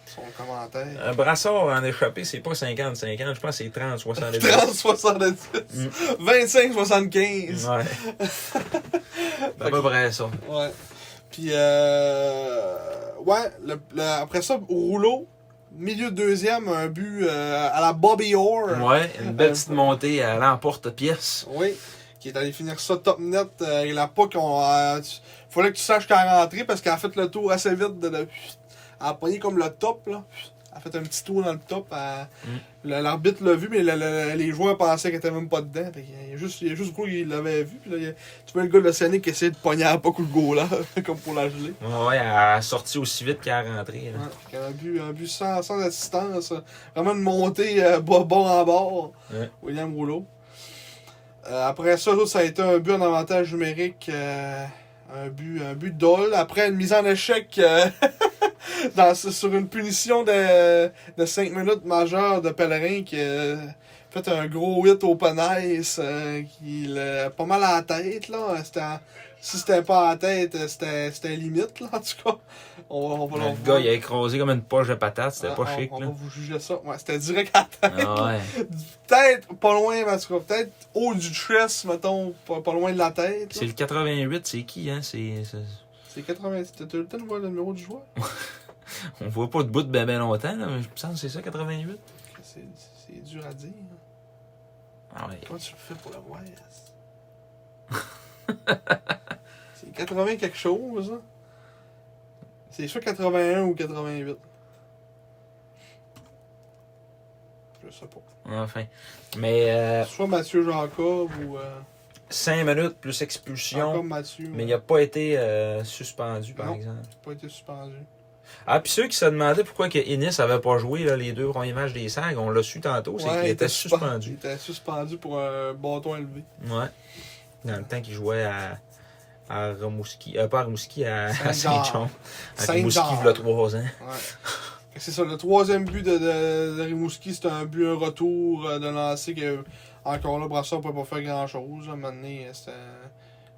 Speaker 2: Son commentaire.
Speaker 3: Un brassard en échappé, c'est pas 50-50, je pense que c'est
Speaker 2: (laughs)
Speaker 3: 30-70.
Speaker 2: 30-70. 25-75.
Speaker 3: Ouais. Ben, (laughs) à peu près ça.
Speaker 2: Ouais. Puis, euh, ouais, le- le- après ça, rouleau, milieu de deuxième, un but euh, à la Bobby Orr.
Speaker 3: Ouais, une belle petite montée à l'emporte-pièce.
Speaker 2: Oui, qui est allé finir ça top net. Euh, il a pas qu'on. euh, tu- fallait que tu saches qu'elle a rentré parce qu'elle a fait le tour assez vite. De, de- elle a pogné comme le top, là. Elle a fait un petit tour dans le top. elle- le- L'arbitre l'a vu, mais le- le- les joueurs pensaient qu'elle était même pas dedans. Fait qu'il y a- il y a juste, il y a juste gros qui l'avait vu. Puis là, il y a- tu vois le gars de l'Océanique qui essayait de pogner à pas coup le goal, là, (laughs) comme pour la geler.
Speaker 3: Ouais, ouais, elle a sorti aussi vite qu'elle a rentré. là.
Speaker 2: Ouais, fait qu'elle a bu, un but sans, sans assistance. euh, Vraiment une montée euh, bas, bas en bord.
Speaker 3: Ouais.
Speaker 2: William Rouleau. Euh, après ça, l'autre, ça a été un but en avantage numérique. euh, un but, un but d'Hall. Après une mise en échec euh, (laughs) dans, ce- sur une punition de, de 5 minutes majeure de Pellerin qui a fait euh, un gros hit au Penais euh, qui l'a pas mal à la tête. là. C'était en- si c'était pas en tête, euh, c'était c'était limite, là, en tout cas. On va, on va
Speaker 3: Le gars, il a écrasé comme une poche de patate, c'était
Speaker 2: Ah,
Speaker 3: pas
Speaker 2: on-
Speaker 3: chic,
Speaker 2: On
Speaker 3: là.
Speaker 2: va vous juger ça. Ouais, c'était direct à la tête.
Speaker 3: Ah ouais.
Speaker 2: Peut-être pas loin, mais en tout cas, peut-être haut du chest, mettons, pas, pas loin de la tête. là.
Speaker 3: C'est le 88, c'est qui, hein? C'est, c'est-
Speaker 2: C'est 80. T'as t'as le temps de voir le numéro du joueur?
Speaker 3: On voit pas de bout de ben, ben longtemps, là, mais je pense que c'est ça, 88.
Speaker 2: C'est c'est dur à dire. hein.
Speaker 3: Ah ouais.
Speaker 2: Comment tu le fais pour le voir?
Speaker 3: (laughs)
Speaker 2: c'est 80 quelque chose. hein. C'est soit 81 ou 88. Je sais pas.
Speaker 3: Enfin. Mais euh,
Speaker 2: Soit Mathieu Jacob ou euh,
Speaker 3: 5 minutes plus expulsion,
Speaker 2: encore Mathieu.
Speaker 3: mais il a pas été euh, suspendu, par
Speaker 2: Non.
Speaker 3: exemple.
Speaker 2: pas été suspendu.
Speaker 3: Ah, puis ceux qui se demandaient pourquoi que Innis avait pas joué là, les deux premiers matchs des Sags, on l'a su tantôt, c'est
Speaker 2: Ouais,
Speaker 3: qu'il était
Speaker 2: suspen- Il
Speaker 3: suspendu.
Speaker 2: était suspendu pour un bâton élevé.
Speaker 3: Ouais. Dans le temps qu'il jouait à, à Rimouski. Euh, pas à Rimouski, à, à
Speaker 2: Saint-Jean.
Speaker 3: Saint-Jean. À Rimouski,
Speaker 2: Saint-Jean.
Speaker 3: il y a 3 ans. (laughs)
Speaker 2: Ouais. Fait que C'est ça, le troisième but de, de, de Rimouski, c'était un but, un retour euh, de lancer que, encore là, Brassard ne pouvait pas faire grand-chose. À un moment donné, euh, c'était-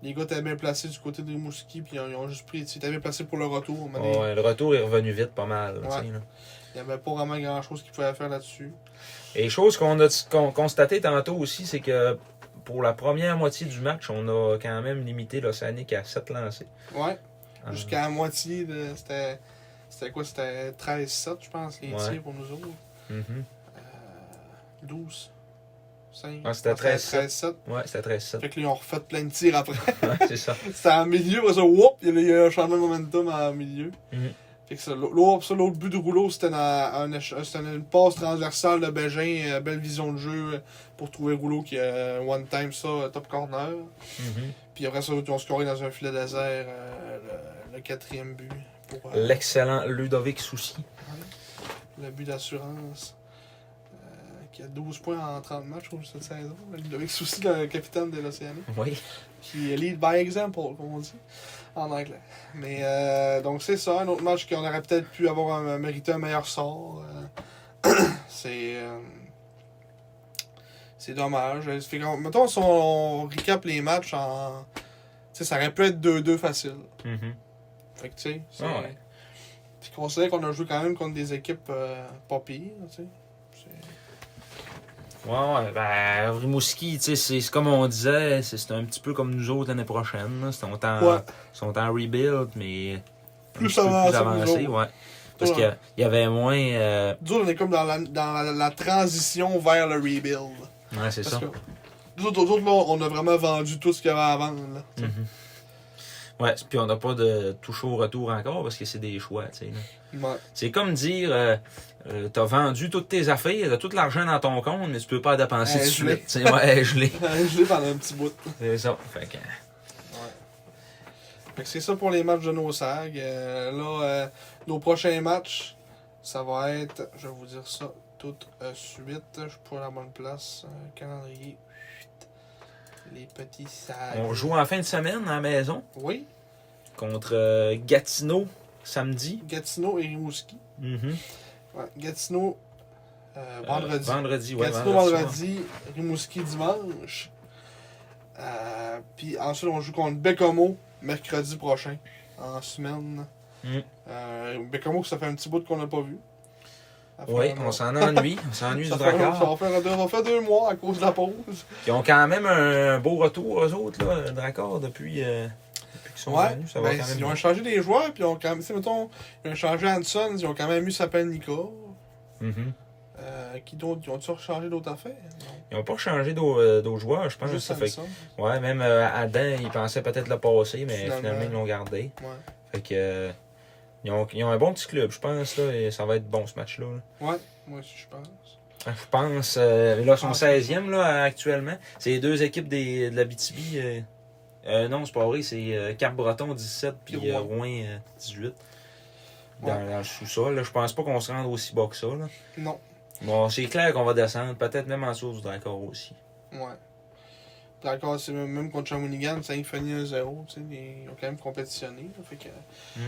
Speaker 2: les gars étaient bien placés du côté de Rimouski, puis ils ont, ils ont juste pris, ils étaient bien placés pour le retour. À un moment donné,
Speaker 3: Ouais, le retour est revenu vite, pas mal. tu sais,
Speaker 2: Ouais.
Speaker 3: là.
Speaker 2: Il n'y avait pas vraiment grand-chose qu'ils pouvaient faire là-dessus.
Speaker 3: Et chose qu'on a qu'on- constaté tantôt aussi, c'est que pour la première moitié du match, on a quand même limité l'Océanique à 7 lancers.
Speaker 2: Ouais,
Speaker 3: Euh,
Speaker 2: jusqu'à la moitié, de- c'était c'était quoi, c'était 13-7, je pense, les
Speaker 3: Ouais.
Speaker 2: tirs pour nous autres.
Speaker 3: mhm.
Speaker 2: 12, 5,
Speaker 3: Ah, c'était 13-7.
Speaker 2: 13-7.
Speaker 3: Ouais, c'était 13-7.
Speaker 2: Fait que là, ils ont refait plein de tirs après. (laughs)
Speaker 3: Ouais, c'est ça.
Speaker 2: C'était en milieu, après ça, whoop, il y a- il y a un changement de momentum en milieu.
Speaker 3: Mhm.
Speaker 2: Fait que ça, l'au- l'autre ça, l'autre but de rouleau, c'était dans un éche- c'était une passe transversale de Bégin, euh, belle vision de jeu euh, pour trouver Rouleau qui euh, one time ça, euh, top corner.
Speaker 3: Mhm.
Speaker 2: Puis après ça, ils ont scoré dans un filet désert euh, le, le quatrième but pour euh,
Speaker 3: L'excellent Ludovic Soucy.
Speaker 2: le but d'assurance. euh, Qui a 12 points en 30 matchs au- cette saison. Avec souci le capitaine de l'Océanique.
Speaker 3: Oui.
Speaker 2: qui euh, lead by example, comme on dit en anglais. Mais euh, donc c'est ça, un autre match qu'on aurait peut-être pu avoir un- mérité un meilleur sort. euh, (clears throat) c'est euh, c'est dommage. Ça fait qu'on- mettons si on, on recap les matchs en, tu sais, ça aurait pu être 2-2 facile.
Speaker 3: Mhm.
Speaker 2: Fait que tu sais, c'est
Speaker 3: Ah ouais.
Speaker 2: puis considérer qu'on a joué quand même contre des équipes euh, pas pires, tu sais. C'est-
Speaker 3: Ouais, ouais, ben, Rimouski, tu sais, c'est c'est comme on disait, c'est c'est un petit peu comme nous autres l'année prochaine. là. C'est- On est en,
Speaker 2: Ouais.
Speaker 3: ils sont en rebuild, mais un
Speaker 2: Plus
Speaker 3: petit peu
Speaker 2: avancé, nous autres.
Speaker 3: ouais. Parce
Speaker 2: Ouais.
Speaker 3: qu'il y a- il y avait moins. euh,
Speaker 2: Nous, on est comme dans la, dans la- la transition vers le rebuild.
Speaker 3: Ouais, c'est ça.
Speaker 2: Parce que nous autres, nous autres, là, on a vraiment vendu tout ce qu'il y avait à vendre. Là.
Speaker 3: Mhm. Ouais, puis on n'a pas de touche au retour encore parce que c'est des choix, tu sais. là.
Speaker 2: (laughs) Ouais.
Speaker 3: C'est comme dire, euh, euh, t'as vendu toutes tes affaires, t'as tout l'argent dans ton compte, mais tu peux pas la dépenser
Speaker 2: Eh,
Speaker 3: tout de
Speaker 2: je l'ai.
Speaker 3: suite. tu sais. Ouais, je
Speaker 2: (laughs)
Speaker 3: l'ai.
Speaker 2: Euh, je l'ai pendant un petit bout.
Speaker 3: C'est ça. Fait que,
Speaker 2: Fait que c'est ça pour les matchs de nos SAG. Euh, là, euh, nos prochains matchs, ça va être, je vais vous dire ça tout de suite. Je suis pas à la bonne place. Euh, calendrier. Chut. Les petits SAG.
Speaker 3: on joue en fin de semaine à la maison
Speaker 2: Oui,
Speaker 3: contre euh, Gatineau samedi.
Speaker 2: Gatineau et Rimouski.
Speaker 3: Mhm.
Speaker 2: Ouais, Gatineau euh,
Speaker 3: Euh,
Speaker 2: vendredi.
Speaker 3: vendredi, ouais.
Speaker 2: Gatineau
Speaker 3: soir.
Speaker 2: vendredi, Rimouski dimanche. Euh, puis ensuite, on joue contre Bécomo mercredi prochain, en semaine.
Speaker 3: Mm.
Speaker 2: Euh, Bécomo, ça fait un petit bout qu'on n'a pas vu. Ça fait
Speaker 3: Oui,
Speaker 2: un
Speaker 3: on
Speaker 2: mois.
Speaker 3: s'en ennuie. On s'ennuie
Speaker 2: (laughs)
Speaker 3: du
Speaker 2: ça fait, un- ça
Speaker 3: Dracard.
Speaker 2: va faire deux, ça va faire deux mois à cause de la pause.
Speaker 3: Ils ont quand même un beau retour, eux autres, là, le Dracard, depuis, euh, depuis qu'ils sont
Speaker 2: ouais,
Speaker 3: venus. Ça va
Speaker 2: ben,
Speaker 3: quand même
Speaker 2: ils
Speaker 3: bien.
Speaker 2: ont changé des joueurs, puis ils ont quand même, tu sais, mettons, ils ont changé Hanson, ils ont quand même eu Sapennica.
Speaker 3: Mhm.
Speaker 2: Euh, qui d'autre Ils ont-tu rechangé d'autres affaires Non,
Speaker 3: Ils n'ont pas changé d'au- euh, d'autres joueurs, je pense.
Speaker 2: Juste
Speaker 3: ça fait
Speaker 2: Hanson.
Speaker 3: Ouais, même euh, Adam, il pensait peut-être le passer, mais
Speaker 2: Finalement.
Speaker 3: finalement, ils l'ont gardé.
Speaker 2: Ouais.
Speaker 3: Fait que. euh, ils, ont, ils ont un bon petit club, je pense, là, et ça va être bon ce match-là. là.
Speaker 2: Ouais, moi aussi, je pense.
Speaker 3: Je pense. euh, là, ils sont
Speaker 2: Ah,
Speaker 3: 16e là, actuellement. C'est les deux équipes des, de la BTB. Euh, euh, non, c'est pas vrai, c'est euh, Cap-Breton 17
Speaker 2: Puis
Speaker 3: puis euh,
Speaker 2: Rouen.
Speaker 3: Rouen euh, 18. Dans, dans le sous-sol. là. Je pense pas qu'on se rende aussi bas que ça. là.
Speaker 2: Non.
Speaker 3: Bon, c'est clair qu'on va descendre, peut-être même en dessous du Drakkar aussi.
Speaker 2: Ouais. D'accord, c'est même, même contre Shawinigan, ça a fini 1-0, tu sais, les- ils ont quand même compétitionné. là, Fait que,
Speaker 3: Mm.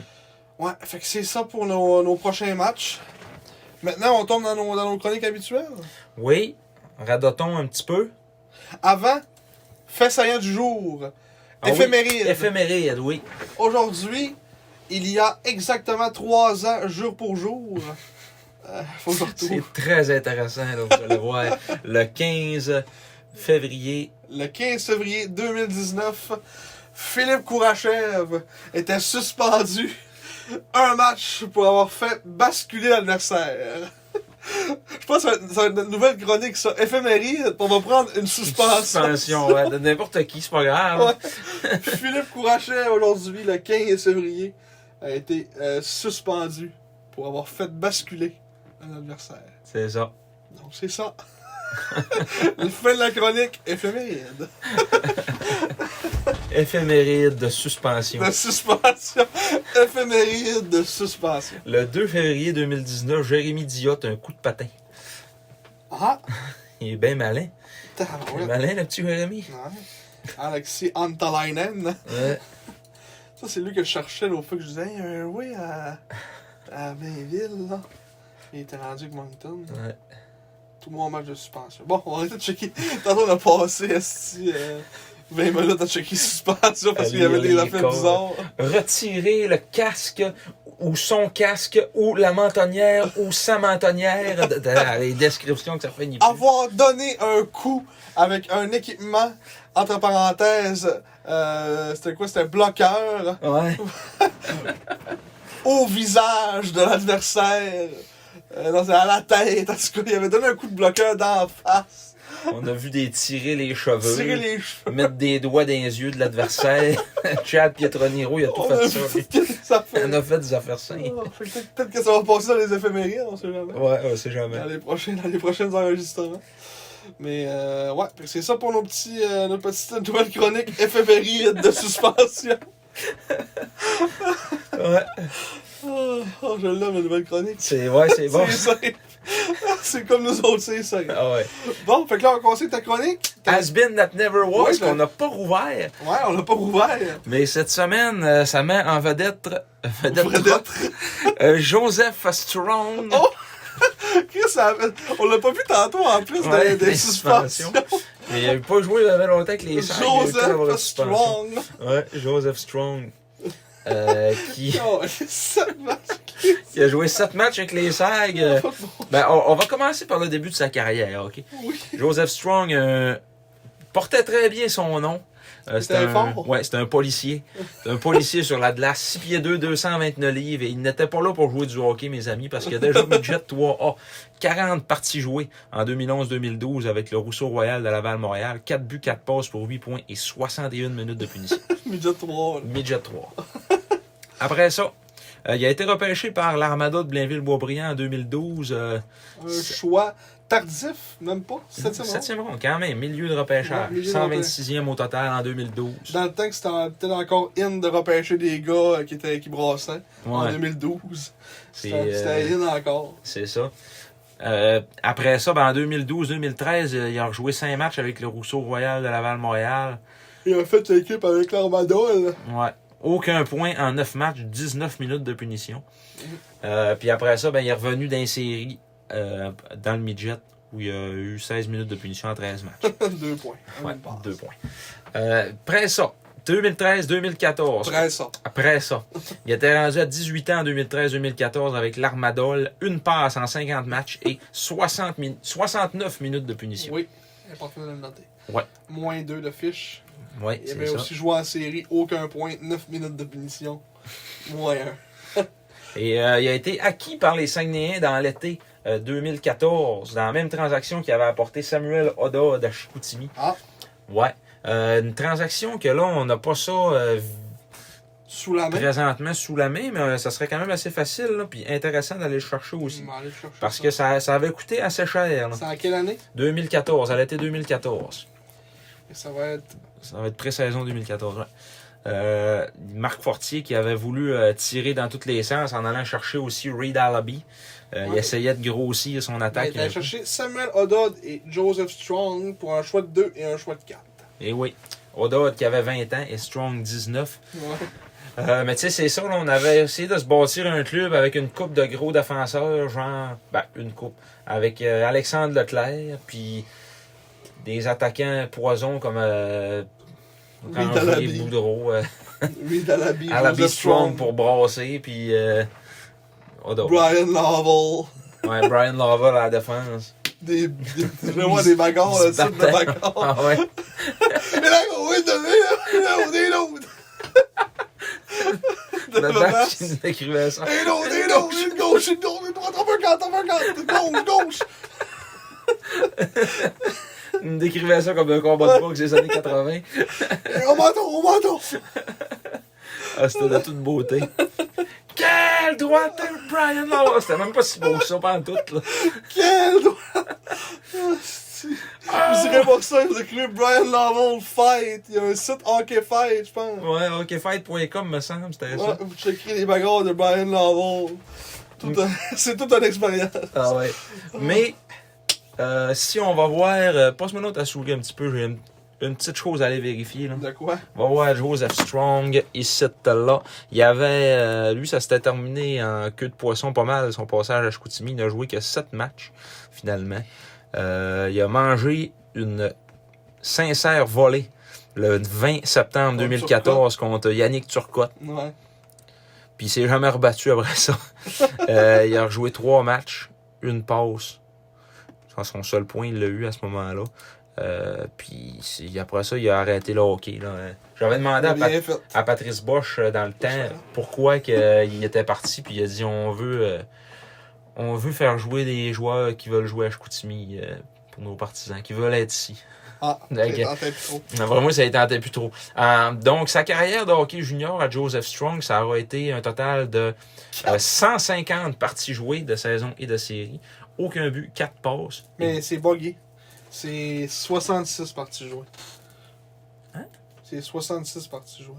Speaker 2: Ouais, fait que c'est ça pour nos, nos prochains matchs. Maintenant, on tombe dans nos, dans nos chroniques habituelles.
Speaker 3: Oui, radotons un petit peu.
Speaker 2: Avant, fait saillant du jour.
Speaker 3: Ah oui,
Speaker 2: Éphéméride.
Speaker 3: Éphéméride, oui.
Speaker 2: Aujourd'hui, il y a exactement trois ans, jour pour jour. Euh, faut que je
Speaker 3: C'est
Speaker 2: retrouve.
Speaker 3: très intéressant, là, vous allez voir. Le 15 février,
Speaker 2: Le 15 février 2019, Philippe Kourachev était suspendu un match pour avoir fait basculer l'adversaire. Je pense que ça va être- ça va être notre nouvelle chronique, ça. Éphéméride, on va prendre une
Speaker 3: une
Speaker 2: suspension.
Speaker 3: suspension ouais, de n'importe qui, c'est pas grave.
Speaker 2: (laughs) Philippe Courachet, aujourd'hui, le 15 février, a été euh, suspendu pour avoir fait basculer un adversaire.
Speaker 3: C'est ça.
Speaker 2: Donc, c'est ça. le fin de la chronique éphéméride.
Speaker 3: Éphéméride de suspension.
Speaker 2: De suspension. éphéméride de suspension.
Speaker 3: Le 2 février 2019, Jérémy Diot a un coup de patin.
Speaker 2: Ah!
Speaker 3: Il est bien malin. Il est
Speaker 2: tabarouette.
Speaker 3: malin, le petit Jérémy.
Speaker 2: Ouais. Alexis Antalainen.
Speaker 3: Ouais.
Speaker 2: Ça, c'est lui que je cherchais l'autre fois que je disais, hey, euh, oui, à, à Mainville, là. Il était rendu avec Moncton.
Speaker 3: Ouais.
Speaker 2: Tout mon match de suspension. Bon, on va arrêter de checker. Tantôt, on a passé esti, euh, 20 minutes à checker suspension parce qu'il y avait des
Speaker 3: Allez,
Speaker 2: affaires
Speaker 3: con.
Speaker 2: bizarres.
Speaker 3: Retirer le casque ou son casque ou la mentonnière ou sa mentonnière. De- de- les descriptions que ça fait. ni plus.
Speaker 2: Avoir donné un coup avec un équipement, entre parenthèses, euh, c'était quoi C'était un bloqueur
Speaker 3: Ouais.
Speaker 2: au visage de l'adversaire. Euh, non, c'est à la tête. En tout cas, il avait donné un coup de bloqueur d'en
Speaker 3: Ah
Speaker 2: face.
Speaker 3: On a vu des tirer les cheveux.
Speaker 2: Tirer les cheveux.
Speaker 3: mettre des doigts dans les yeux
Speaker 2: (laughs)
Speaker 3: de l'adversaire. Chad Pietroniro, il a tout
Speaker 2: On
Speaker 3: fait
Speaker 2: a
Speaker 3: ça.
Speaker 2: vu
Speaker 3: lui.
Speaker 2: Oh, que ça
Speaker 3: Il
Speaker 2: fait.
Speaker 3: en a fait des affaires saines.
Speaker 2: Ah, fait que Peut-être peut-être que ça va passer dans les éphémérides, on sait jamais.
Speaker 3: Ouais, on sait jamais.
Speaker 2: Dans les prochains, dans les prochains enregistrements. Mais euh, ouais, fait que c'est ça pour nos petits, euh, nos petites nouvelles chroniques éphémérides de suspension.
Speaker 3: (laughs) Ouais,
Speaker 2: Oh, oh, je l'aime, une nouvelle chronique.
Speaker 3: c'est ouais, c'est bon.
Speaker 2: C'est simple. C'est comme nous autres, c'est ça.
Speaker 3: Ah ouais.
Speaker 2: Bon, fait que là, on conseille ta chronique.
Speaker 3: Has been that never was
Speaker 2: Ouais, ben-
Speaker 3: qu'on n'a pas rouvert,
Speaker 2: Ouais, on l'a pas rouvert.
Speaker 3: mais cette semaine, euh, ça met en vedette, vedette,
Speaker 2: Vedette.
Speaker 3: euh, Joseph Strong.
Speaker 2: Oh! Chris, ça avait- on l'a pas vu tantôt en plus dans
Speaker 3: Ouais,
Speaker 2: les- des
Speaker 3: des
Speaker 2: suspensions.
Speaker 3: Mais il a pas joué il avait longtemps avec les Saints, il a eu le temps d'avoir la
Speaker 2: Joseph
Speaker 3: suspension.
Speaker 2: Strong.
Speaker 3: Ouais, Joseph Strong. Euh, qui,
Speaker 2: (laughs) Oh, ça marche.
Speaker 3: qui a joué sept matchs avec les SAG. euh, Ben, on, on va commencer par le début de sa carrière, OK?
Speaker 2: Oui.
Speaker 3: Joseph Strong euh, portait très bien son nom. Euh,
Speaker 2: C'était
Speaker 3: un,
Speaker 2: fort.
Speaker 3: ouais, c'était un policier. C'était un policier sur la glace, 6 pieds 2, 229 livres. Et il n'était pas là pour jouer du hockey, mes amis, parce qu'il a déjà midget 3A. 40 parties jouées en 2011-2012 avec le Rousseau Royal de Laval-Montréal. 4 buts, 4 passes pour 8 points et 61 minutes
Speaker 2: (laughs)
Speaker 3: de punition.
Speaker 2: Midget 3, là.
Speaker 3: Midget 3. Après ça, euh, il a été repêché par l'Armada de Blainville-Boisbriand en 2012. euh,
Speaker 2: Un choix tardif, même pas. Septième round.
Speaker 3: Septième round, quand même. Milieu de repêchage.
Speaker 2: Ouais, milieu de
Speaker 3: 126e au total en 2012.
Speaker 2: Dans le temps que c'était en- peut-être encore in de repêcher des gars euh, qui, étaient, qui brassaient en
Speaker 3: Ouais,
Speaker 2: 2012.
Speaker 3: c'est,
Speaker 2: C'était c'était
Speaker 3: euh,
Speaker 2: in encore.
Speaker 3: c'est ça. Euh, après ça, ben, en 2012-2013, euh, il a rejoué 5 matchs avec le Rousseau Royal de Laval-Montréal.
Speaker 2: Il a fait l'équipe avec l'Armada. là.
Speaker 3: Ouais. Aucun point en 9 matchs, 19 minutes de punition.
Speaker 2: Mm-hmm.
Speaker 3: Euh, puis après ça, ben, il est revenu dans les séries, euh, dans le midget, où il a eu 16 minutes de punition en 13 matchs.
Speaker 2: (laughs) (laughs) Deux points.
Speaker 3: Ouais,
Speaker 2: Une passe.
Speaker 3: deux points. Euh, après ça, 2013-2014.
Speaker 2: Après ça.
Speaker 3: Après ça, il était rendu à 18 ans en 2013-2014 avec l'Armadol, une passe en 50 matchs et 60 min- 69 minutes de punition.
Speaker 2: Oui. Important de le noter.
Speaker 3: Ouais.
Speaker 2: Moins deux de fiches.
Speaker 3: Oui,
Speaker 2: Il
Speaker 3: c'est
Speaker 2: avait
Speaker 3: ça.
Speaker 2: aussi joué en série, aucun point, 9 minutes de
Speaker 3: (laughs)
Speaker 2: punition. Moyen.
Speaker 3: Et euh, il a été acquis par les Saguenayens dans l'été euh, 2014, dans la même transaction qui avait apporté Samuel Oda à Chicoutimi.
Speaker 2: Ah.
Speaker 3: Ouais. Euh, une transaction que là, on n'a pas ça euh,
Speaker 2: Sous la main.
Speaker 3: présentement sous la main, mais euh, ça serait quand même assez facile, là, puis intéressant d'aller le chercher aussi.
Speaker 2: Je vais aller chercher
Speaker 3: Parce
Speaker 2: ça.
Speaker 3: que ça, ça avait coûté assez cher. là.
Speaker 2: C'est en quelle année
Speaker 3: 2014, à l'été 2014.
Speaker 2: Ça va être.
Speaker 3: Ça va être pré-saison 2014. ouais. Euh, Marc Fortier qui avait voulu euh, tirer dans tous les sens en allant chercher aussi Reed Alabi. Euh, Il
Speaker 2: Ouais.
Speaker 3: essayait de grossir son
Speaker 2: Il
Speaker 3: attaque.
Speaker 2: allé chercher Samuel O'Dodd et Joseph Strong pour un choix de 2 et un choix de 4.
Speaker 3: Et oui. O'Dodd qui avait 20 ans et Strong 19.
Speaker 2: Ouais.
Speaker 3: Euh, mais tu sais, c'est ça, là, on avait essayé de se bâtir un club avec une coupe de gros défenseurs, genre, ben, une coupe, avec euh, Alexandre Leclerc, puis des attaquants poison comme euh, Donc,
Speaker 2: Oui,
Speaker 3: Henry
Speaker 2: Dalabi.
Speaker 3: Boudreau, euh,
Speaker 2: Reed Alabi,
Speaker 3: Alabi
Speaker 2: Joseph
Speaker 3: Strong pour brasser, puis euh, Odo.
Speaker 2: Brian Lovell.
Speaker 3: Ouais, Brian Lava à
Speaker 2: (laughs)
Speaker 3: la défense.
Speaker 2: Des,
Speaker 3: (laughs)
Speaker 2: des, vraiment des bagarres, le type de bagarres.
Speaker 3: Ah ouais.
Speaker 2: Mais là, oui, demain, là, on est l'autre.
Speaker 3: (laughs)
Speaker 2: De
Speaker 3: Notre
Speaker 2: la
Speaker 3: match,
Speaker 2: masse.
Speaker 3: il nous écrivait ça.
Speaker 2: Et l'autre, et l'autre, une gauche, une gauche, une droite, on peut quatre, on peut quatre, gauche, gauche.
Speaker 3: Il nous décrivait ça comme un combat de boxe des années 80.
Speaker 2: Et on m'entend, on m'entend.
Speaker 3: Ah, c'était de toute beauté. Quelle droite, hein, Brian Lava! C'était même pas si beau que ça, pas en tout, là.
Speaker 2: Quel droit. Vous irez voir ça, vous écrivez Brian Lovell Fight. Il y a un site Hockey Fight, je pense.
Speaker 3: Ouais, hockeyfight.com, me semble, c'était
Speaker 2: Ouais,
Speaker 3: ça.
Speaker 2: vous checkerez les bagarres de Brian Lovell. Tout un- (laughs) C'est toute une expérience.
Speaker 3: Ah ouais. Mais euh, si on va voir, euh, passe-moi l'autre à souris un petit peu, j'ai une, une petite chose à aller vérifier. Là.
Speaker 2: De quoi?
Speaker 3: On va voir Joseph Strong ici là. Il y avait euh, lui ça s'était terminé en queue de poisson pas mal son passage à Chicoutimi, il n'a joué que 7 matchs finalement. Euh, il a mangé une sincère volée le 20 septembre
Speaker 2: Contre
Speaker 3: 2014 contre Yannick Turcotte.
Speaker 2: Ouais.
Speaker 3: Puis il s'est jamais rebattu après ça. Euh, il a rejoué trois matchs, une passe. Je pense que son seul point, il l'a eu à ce moment-là. Euh, puis c'est- après ça, il a arrêté le hockey. là. J'avais demandé à, Pat-
Speaker 2: Bien fait.
Speaker 3: à Patrice Bosch euh, dans le temps pourquoi que, euh, il était parti. Puis il a dit on veut, euh, on veut faire jouer des joueurs qui veulent jouer à Chicoutimi euh, pour nos partisans, qui veulent être ici.
Speaker 2: Ah,
Speaker 3: D'accord.
Speaker 2: j'ai tenté trop.
Speaker 3: Non, Vraiment, ça a été tenté plus trop. Euh, donc, sa carrière de hockey junior à Joseph Strong, ça aura été un total de euh, 150 parties jouées de saison et de série. Aucun but, 4 passes.
Speaker 2: Mais c'est buggé. C'est 66 parties jouées.
Speaker 3: Hein?
Speaker 2: C'est 66 parties jouées.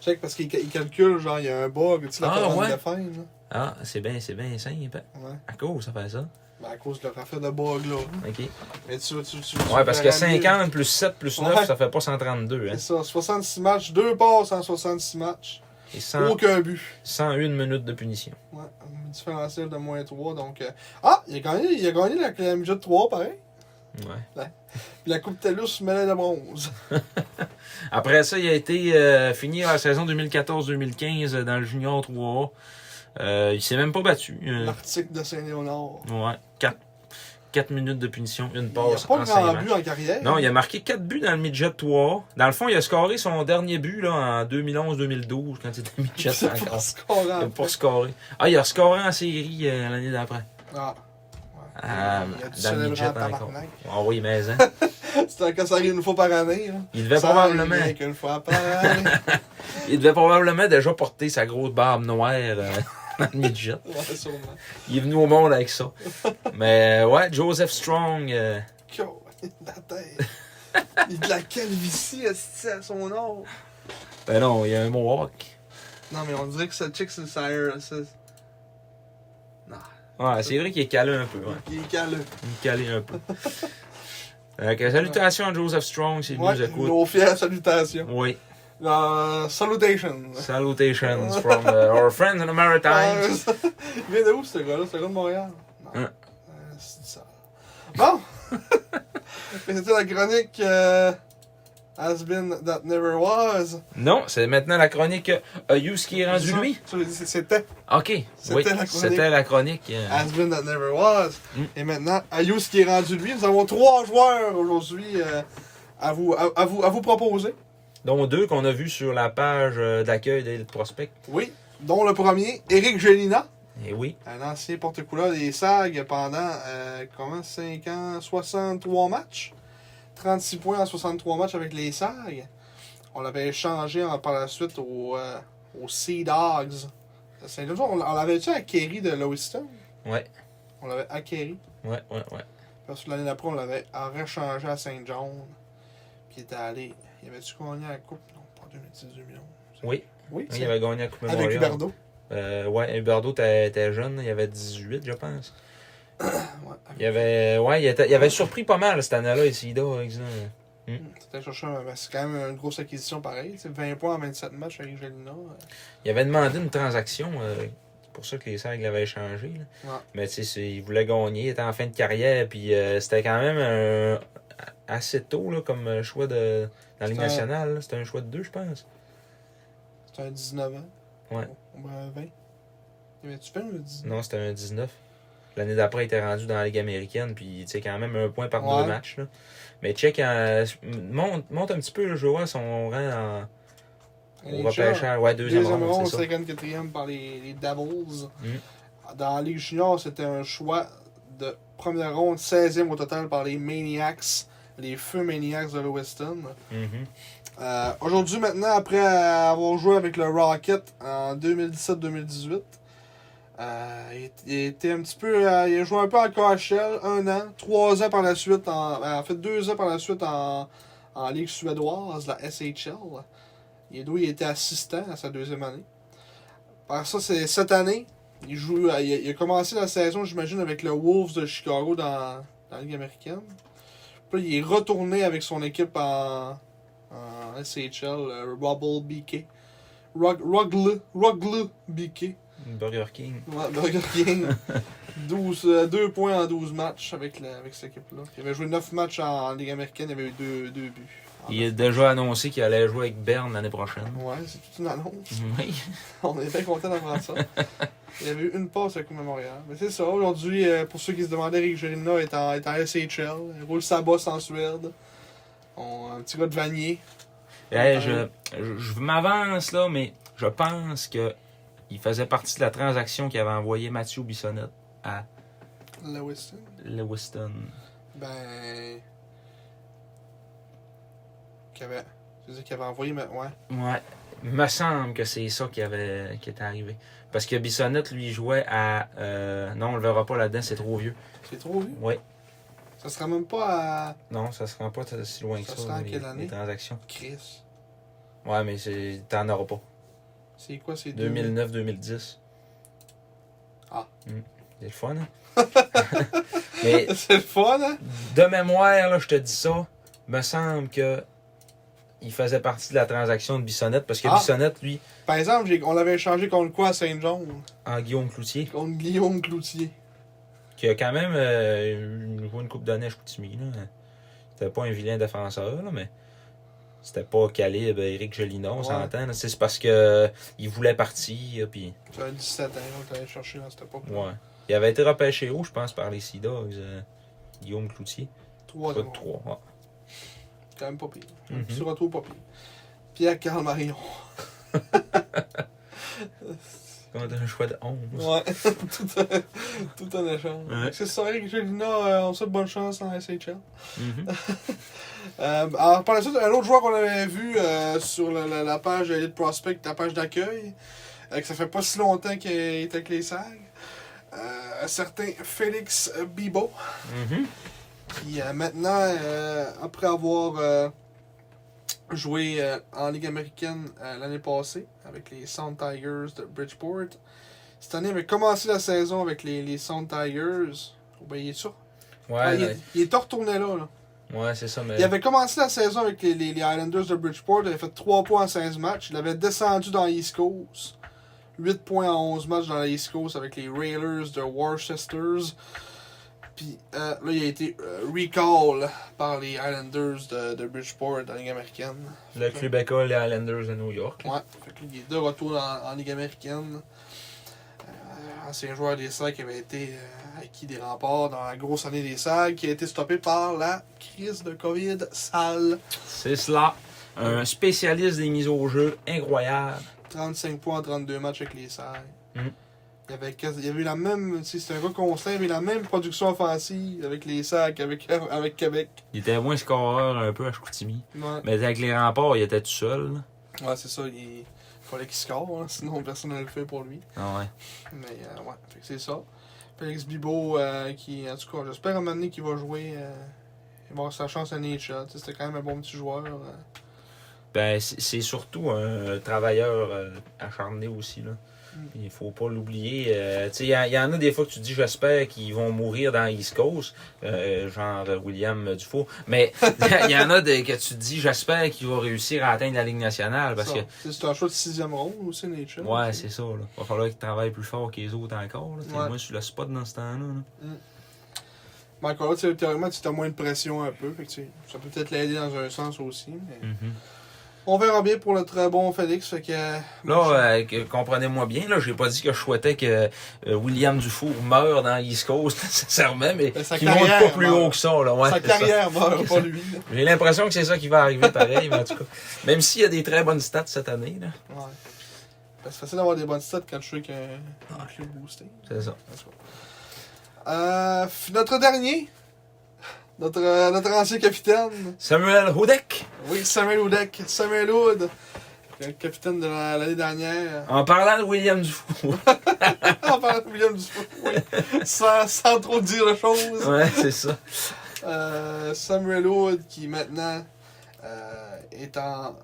Speaker 2: Check parce qu'il ca- il calcule, genre, il y a un bug, tu sais, la
Speaker 3: Ah,
Speaker 2: colonne
Speaker 3: ouais.
Speaker 2: de fin, là.
Speaker 3: Ah, c'est bien, c'est bien simple. hein.
Speaker 2: Ouais.
Speaker 3: À cause, ça fait ça.
Speaker 2: Ben, à cause de leur affaire de bug, là.
Speaker 3: OK.
Speaker 2: Mais tu, tu, tu,
Speaker 3: Ouais, parce que 50 plus 7 plus 9,
Speaker 2: Ouais.
Speaker 3: ça fait pas 132. Hein.
Speaker 2: C'est ça, 66 matchs, deux passes en 66 matchs.
Speaker 3: Et 100
Speaker 2: Aucun but.
Speaker 3: 101 minutes de punition.
Speaker 2: Ouais, un différentiel de moins 3, donc... euh, Ah, il a gagné, il a gagné la, la MJ de 3, pareil.
Speaker 3: Ouais.
Speaker 2: Puis la Coupe Talus mêlée de bronze.
Speaker 3: (laughs) Après ça, il a été euh, fini la saison 2014-2015 euh, dans le junior 3A. Euh, il s'est même pas battu. Euh,
Speaker 2: L'article de Saint-Léonard.
Speaker 3: Ouais, 4, minutes de punition, une
Speaker 2: Il n'y a
Speaker 3: passe
Speaker 2: pas
Speaker 3: en cinq
Speaker 2: grand
Speaker 3: matchs.
Speaker 2: but en carrière.
Speaker 3: Non, il a marqué 4 buts dans le midget 3. Dans le fond, il a scoré son dernier but là, en 2011-2012 quand il était (laughs) midget
Speaker 2: C'est pas
Speaker 3: encore.
Speaker 2: scorant.
Speaker 3: Il a pas scoré. Ah, il a scoré en série euh, l'année d'après.
Speaker 2: Ah.
Speaker 3: Ah,
Speaker 2: il y a du
Speaker 3: dans le midget
Speaker 2: célébrer en
Speaker 3: encore.
Speaker 2: tabarnak.
Speaker 3: Ah oui, mais hein.
Speaker 2: C'est quand ça arrive une fois par année. Là.
Speaker 3: Il devait
Speaker 2: ça
Speaker 3: probablement,
Speaker 2: arrive qu'une fois par année.
Speaker 3: (laughs) il devait probablement déjà porter sa grosse barbe noire euh, (laughs) dans le midget.
Speaker 2: ouais, sûrement.
Speaker 3: Il est venu au monde avec ça. Mais euh, ouais, Joseph Strong. euh,
Speaker 2: Yo, la tête. Il a de la calvitie esti, à son or.
Speaker 3: ben non, il a un mohawk.
Speaker 2: Non, mais on dirait que ça chick, c'est ça. ça- Non,
Speaker 3: Ouais, c'est vrai qu'il est calé un peu. Ouais.
Speaker 2: il est calme.
Speaker 3: Il est calé un peu. Fait que salutations à Joseph Strong s'il nous
Speaker 2: Ouais,
Speaker 3: écoute.
Speaker 2: nos fières salutations.
Speaker 3: Oui,
Speaker 2: Euh, salutations.
Speaker 3: salutations from uh, our friends in the Maritimes.
Speaker 2: Ah, il vient de où ce gars-là? C'est un gars de Montréal? Non.
Speaker 3: Hein.
Speaker 2: Euh, c'est ça. Bon! (laughs) Fait que C'était la chronique euh, Has Been That Never Was.
Speaker 3: Non, c'est maintenant la chronique euh, Ayus qui est rendu lui.
Speaker 2: Ça, ça, c'est- C'était
Speaker 3: Ok,
Speaker 2: C'était la
Speaker 3: oui,
Speaker 2: chronique. Ah.
Speaker 3: c'était la chronique. euh,
Speaker 2: Has Been That Never Was.
Speaker 3: Mm.
Speaker 2: Et maintenant, Ayous qui est rendu lui. Nous avons trois joueurs aujourd'hui euh, à, vous, à, à vous, à vous proposer.
Speaker 3: dont deux qu'on a vus sur la page euh, d'accueil des prospects.
Speaker 2: Oui. Dont le premier, Eric Gélina,
Speaker 3: Et oui,
Speaker 2: un ancien porte-couleur des SAG pendant euh, comment, 5 ans, 63 matchs. 36 points en 63 matchs avec les SAG. On l'avait échangé en- par la suite au, euh, aux Sea Dogs. de Saint-Louis. On, on l'avait déjà acquéri de Lewiston.
Speaker 3: ouais,
Speaker 2: On l'avait acquéri.
Speaker 3: ouais, ouais, ouais.
Speaker 2: Parce que l'année d'après, on l'avait réchangé à Saint-John. Puis il était allé. Il avait-tu gagné la Coupe Non, pas en 2010, 2011.
Speaker 3: Oui,
Speaker 2: Oui,
Speaker 3: il avait gagné la Coupe
Speaker 2: avec
Speaker 3: Memorial.
Speaker 2: Huberdo.
Speaker 3: Euh, ouais, Huberdo était était jeune, il avait 18, je pense.
Speaker 2: Ouais,
Speaker 3: Il avait, ouais, il, était- il avait surpris pas mal cette année-là, hein, ici, là, exemple.
Speaker 2: C'était chercher un- ben, C'est quand même une grosse acquisition pareil. C'est 20 points en 27 matchs avec euh, Jelina.
Speaker 3: Il avait demandé une transaction. euh, c'est pour ça que les Sags l'avaient échangé. là.
Speaker 2: Ouais.
Speaker 3: Mais tu sais, c'est- il voulait gagner. Il était en fin de carrière. Puis euh, c'était quand même un, assez tôt là, comme euh, choix de, dans la Ligue
Speaker 2: C'était un-
Speaker 3: nationale. là. C'était un choix de deux, je pense.
Speaker 2: C'était un 19 ans.
Speaker 3: Ouais.
Speaker 2: Ou un 20. Mais tu fais un 19
Speaker 3: Non, c'était un 19. L'année d'après, il était rendu dans la Ligue américaine, puis tu sais, quand même un point par
Speaker 2: Ouais.
Speaker 3: deux matchs. là. Mais check, euh, monte, monte un petit peu, le Joel, son rang en, au
Speaker 2: NHL.
Speaker 3: repêchage. Ouais, deuxième,
Speaker 2: Deuxième
Speaker 3: ronde,
Speaker 2: ronde,
Speaker 3: c'est ça.
Speaker 2: 54e par les, les Devils.
Speaker 3: Mm.
Speaker 2: Dans la Ligue Junior, c'était un choix de première ronde, 16e au total par les Maniacs, les Feux Maniacs de l'Oueston.
Speaker 3: Mhm.
Speaker 2: Euh, Aujourd'hui, maintenant, après avoir joué avec le Rocket en 2017-2018, euh, il, il était un petit peu, euh, il a joué un peu en KHL, un an, trois ans par la suite, en, ben, en fait deux ans par la suite en, en Ligue suédoise, la SHL. Il, est- il était assistant à sa deuxième année. Par ça, c'est cette année, il, joue, euh, il, a, il a commencé la saison, j'imagine, avec le Wolves de Chicago dans, dans la Ligue américaine. Puis là, il est retourné avec son équipe en, en SHL, euh, Rubble BK. Rug- Rugle Rugle BK.
Speaker 3: Burger King.
Speaker 2: Ouais, Burger King.
Speaker 3: (laughs)
Speaker 2: 12, 2 euh, points en 12 matchs avec, la- avec cette équipe-là. Il avait joué 9 matchs en, Ligue américaine, il avait eu 2 buts. Ah, ben,
Speaker 3: Il a déjà annoncé qu'il allait jouer avec Berne l'année prochaine.
Speaker 2: Ouais, c'est toute une annonce. (laughs)
Speaker 3: Oui. (laughs)
Speaker 2: On est bien content d'apprendre ça. Il avait eu une passe avec Montréal. Mais c'est ça, aujourd'hui, euh, pour ceux qui se demandaient, Rick Gerina est en, est en SHL. Il roule sa bosse en Suède. On, un petit gars de Vanier.
Speaker 3: Hey, je je, je m'avance là, mais je pense que il faisait partie de la transaction qui avait envoyé Mathieu Bissonnette à
Speaker 2: Lewiston.
Speaker 3: Lewiston.
Speaker 2: Ben. Qui avait. Je veux dire, qu'il avait envoyé. Mais... Ouais.
Speaker 3: Ouais. Me semble que c'est ça qui avait qui était arrivé. Parce que Bissonnette lui jouait à euh, non on le verra pas là-dedans, c'est trop vieux.
Speaker 2: C'est trop vu.
Speaker 3: Ouais.
Speaker 2: Ça sera même pas à.
Speaker 3: Non, ça se rend pas t- si loin que
Speaker 2: Ça
Speaker 3: ça.
Speaker 2: se rend
Speaker 3: les,
Speaker 2: quelle année?
Speaker 3: les transactions.
Speaker 2: Chris.
Speaker 3: Ouais, mais c'est- t'en auras pas.
Speaker 2: C'est quoi, c'est 2000.
Speaker 3: 2009-2010.
Speaker 2: Ah.
Speaker 3: Mm. C'est le fun, hein? (laughs)
Speaker 2: (laughs)
Speaker 3: Mais
Speaker 2: c'est le fun, hein?
Speaker 3: de mémoire, là, je te dis ça, me semble que il faisait partie de la transaction de Bissonnette parce que
Speaker 2: Ah.
Speaker 3: Bissonnette, lui,
Speaker 2: Par exemple, j'ai- on l'avait échangé contre quoi à Saint-Jean
Speaker 3: en Guillaume Cloutier,
Speaker 2: Contre Guillaume Cloutier.
Speaker 3: qui a quand même euh, joué une coupe d'années à Chicoutimi, là. C'était pas un vilain défenseur, là, mais c'était pas calibre Eric Jolinon, on
Speaker 2: Ouais.
Speaker 3: s'entend. là. C'est c'est parce que euh, il voulait partir, puis
Speaker 2: J'avais 17 ans, on l'avait cherché dans cette époque.
Speaker 3: ouais. Il avait été repêché haut, je pense, par les Sea Dogs, euh, Guillaume Cloutier.
Speaker 2: 3
Speaker 3: Pas de trois, Ah, ouais.
Speaker 2: Quand même pas pire.
Speaker 3: Mhm.
Speaker 2: Petit retour pas pire. Pierre Carl
Speaker 3: (laughs)
Speaker 2: Marion.
Speaker 3: Quand t'as un choix de 11.
Speaker 2: Ouais. (laughs) tout, un, tout un échange.
Speaker 3: Ouais.
Speaker 2: C'est ça, Eric Jolina, euh, on souhaite bonne chance en SHL.
Speaker 3: Mhm.
Speaker 2: (laughs) Euh, alors, par la suite, un autre joueur qu'on avait vu euh, sur la, la- la page Elite Prospect, la page d'accueil, euh, que ça fait pas si longtemps qu'il est avec les SAG, euh, un certain Félix Bibo,
Speaker 3: Mhm.
Speaker 2: qui euh, maintenant, euh, après avoir euh, joué euh, en Ligue américaine euh, l'année passée avec les Sound Tigers de Bridgeport, cette année, il avait commencé la saison avec les, les Sound Tigers. Oh, ben, il est sûr.
Speaker 3: Ouais,
Speaker 2: Ah, il,
Speaker 3: ouais.
Speaker 2: est- il est retourné là, là.
Speaker 3: Ouais, c'est ça, mais.
Speaker 2: Il avait commencé la saison avec les, les- les Islanders de Bridgeport. Il avait fait 3 points en 16 matchs. Il avait descendu dans l'East Coast. 8 points en 11 matchs dans l'East Coast avec les Railers de Worcesters. Puis euh, là, il a été euh, recall par les Islanders de, de Bridgeport dans la Ligue américaine.
Speaker 3: Le club école les Islanders de New York.
Speaker 2: Ouais, fait que là, il est de retour en, en Ligue américaine. Euh, ancien joueur des SAG qui avait été euh, acquis des remparts dans la grosse année des SAG, qui a été stoppé par la crise de COVID sale.
Speaker 3: C'est cela. Un spécialiste des mises au jeu incroyable.
Speaker 2: 35 points en 32 matchs avec les Serres.
Speaker 3: Mm.
Speaker 2: Il, avait, quasi- il avait eu la même. tu sais, C'est un gars constant, mais la même production offensive avec les Serres qu'avec (laughs) avec Québec.
Speaker 3: Il était moins scoreur un peu à Chicoutimi.
Speaker 2: Ouais,
Speaker 3: Mais avec les remparts, il était tout seul. là.
Speaker 2: Ouais, c'est ça. Il fallait qu'il score, hein, sinon personne ne le fait pour lui.
Speaker 3: Ah ouais.
Speaker 2: Mais euh, ouais, fait que c'est ça. Félix Bibo, euh, qui, en tout cas, j'espère à un moment donné qu'il va jouer. euh, il va avoir sa chance à Nature. C'était quand même un bon petit joueur. euh.
Speaker 3: Ben, c'est c'est surtout un travailleur euh, acharné aussi. Là.
Speaker 2: Mm.
Speaker 3: Il faut pas l'oublier. Euh, tu sais, il y, a- il y en a des fois que tu te dis j'espère qu'ils vont mourir dans East Coast, euh, genre euh, William Dufault. Mais (laughs) il y en a des, que tu te dis j'espère qu'il va réussir à atteindre la Ligue nationale parce
Speaker 2: Ça,
Speaker 3: que
Speaker 2: tu sais, C'est un choix de 6 ronde aussi, Nature.
Speaker 3: Ouais, c'est ça. Là. Va falloir qu'ils travaillent plus fort que les autres encore. Là. T'es
Speaker 2: Ouais.
Speaker 3: moins sur le spot dans ce temps-là. là.
Speaker 2: Mais encore là, tu sais, théoriquement, tu as moins de pression un peu. Fait que, tu sais, ça peut peut-être l'aider dans un sens aussi. mais-
Speaker 3: Mhm.
Speaker 2: On verra bien pour notre bon Félix. Fait que, euh,
Speaker 3: Là, euh, que- comprenez-moi bien, là, j'ai pas dit que je souhaitais que euh, William Dufour meure dans East Coast, (laughs) nécessairement, mais
Speaker 2: Ben, sa
Speaker 3: qu'il monte pas
Speaker 2: carrière
Speaker 3: plus
Speaker 2: meurt.
Speaker 3: haut que ça, là. Ouais,
Speaker 2: sa
Speaker 3: c'est ça.
Speaker 2: carrière (laughs) meurt, pas lui. là.
Speaker 3: J'ai l'impression que c'est ça qui va arriver pareil, mais en tout cas. Même s'il y a des très bonnes stats cette année, là.
Speaker 2: Ouais. Ben, c'est facile d'avoir des bonnes stats quand je sais qu'un un cube boosté.
Speaker 3: C'est ça.
Speaker 2: En tout cas. Euh, f- notre dernier, notre, euh, notre ancien capitaine,
Speaker 3: Samuel Houdek.
Speaker 2: oui, Samuel Oudek, Samuel Oud, le capitaine de la- l'année dernière. Ah,
Speaker 3: En parlant de William Dufour. (laughs)
Speaker 2: On parle de William Dufour, (laughs) oui. sans, sans trop dire la chose.
Speaker 3: ouais, c'est ça.
Speaker 2: Euh, Samuel Wood qui maintenant euh, est en euh,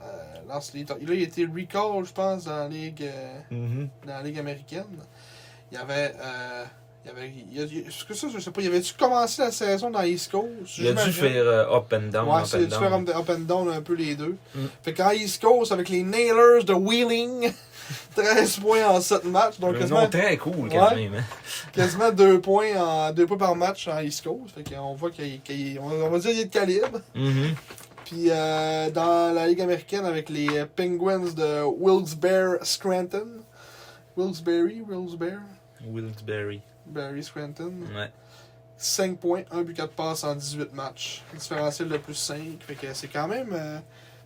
Speaker 2: lance les- il a été recall je pense dans la ligue euh,
Speaker 3: Mhm.
Speaker 2: dans la ligue américaine il y avait euh, il y avait il y a- il y a- est-ce que ça je sais pas il avait-tu commencé la saison dans East Coast
Speaker 3: Il a dû
Speaker 2: J'imagine.
Speaker 3: faire euh, up and down,
Speaker 2: Ouais,
Speaker 3: up
Speaker 2: c'est
Speaker 3: and
Speaker 2: dû faire
Speaker 3: down.
Speaker 2: up up and down un peu les deux.
Speaker 3: Mm.
Speaker 2: Fait qu'en East Coast, avec les Nailers de Wheeling, (laughs) 13 points en 7 matchs, donc
Speaker 3: Un
Speaker 2: quasiment
Speaker 3: nom très cool, quand
Speaker 2: Ouais.
Speaker 3: même. hein.
Speaker 2: quasiment deux points, en, deux points par match en East Coast. Fait qu'on voit qu'il, qu'il- on on va dire qu'il est de calibre.
Speaker 3: Mhm.
Speaker 2: Puis euh, dans la Ligue américaine avec les euh, Penguins de Wilkes-Barre Scranton. Wilkes-Barre, Wilkes-Barre,
Speaker 3: Wilkes-Barre.
Speaker 2: Barry Scranton.
Speaker 3: Ouais.
Speaker 2: 5 points, 1 but 4 passes en 18 matchs. Différentiel de plus 5. Fait que c'est quand même euh,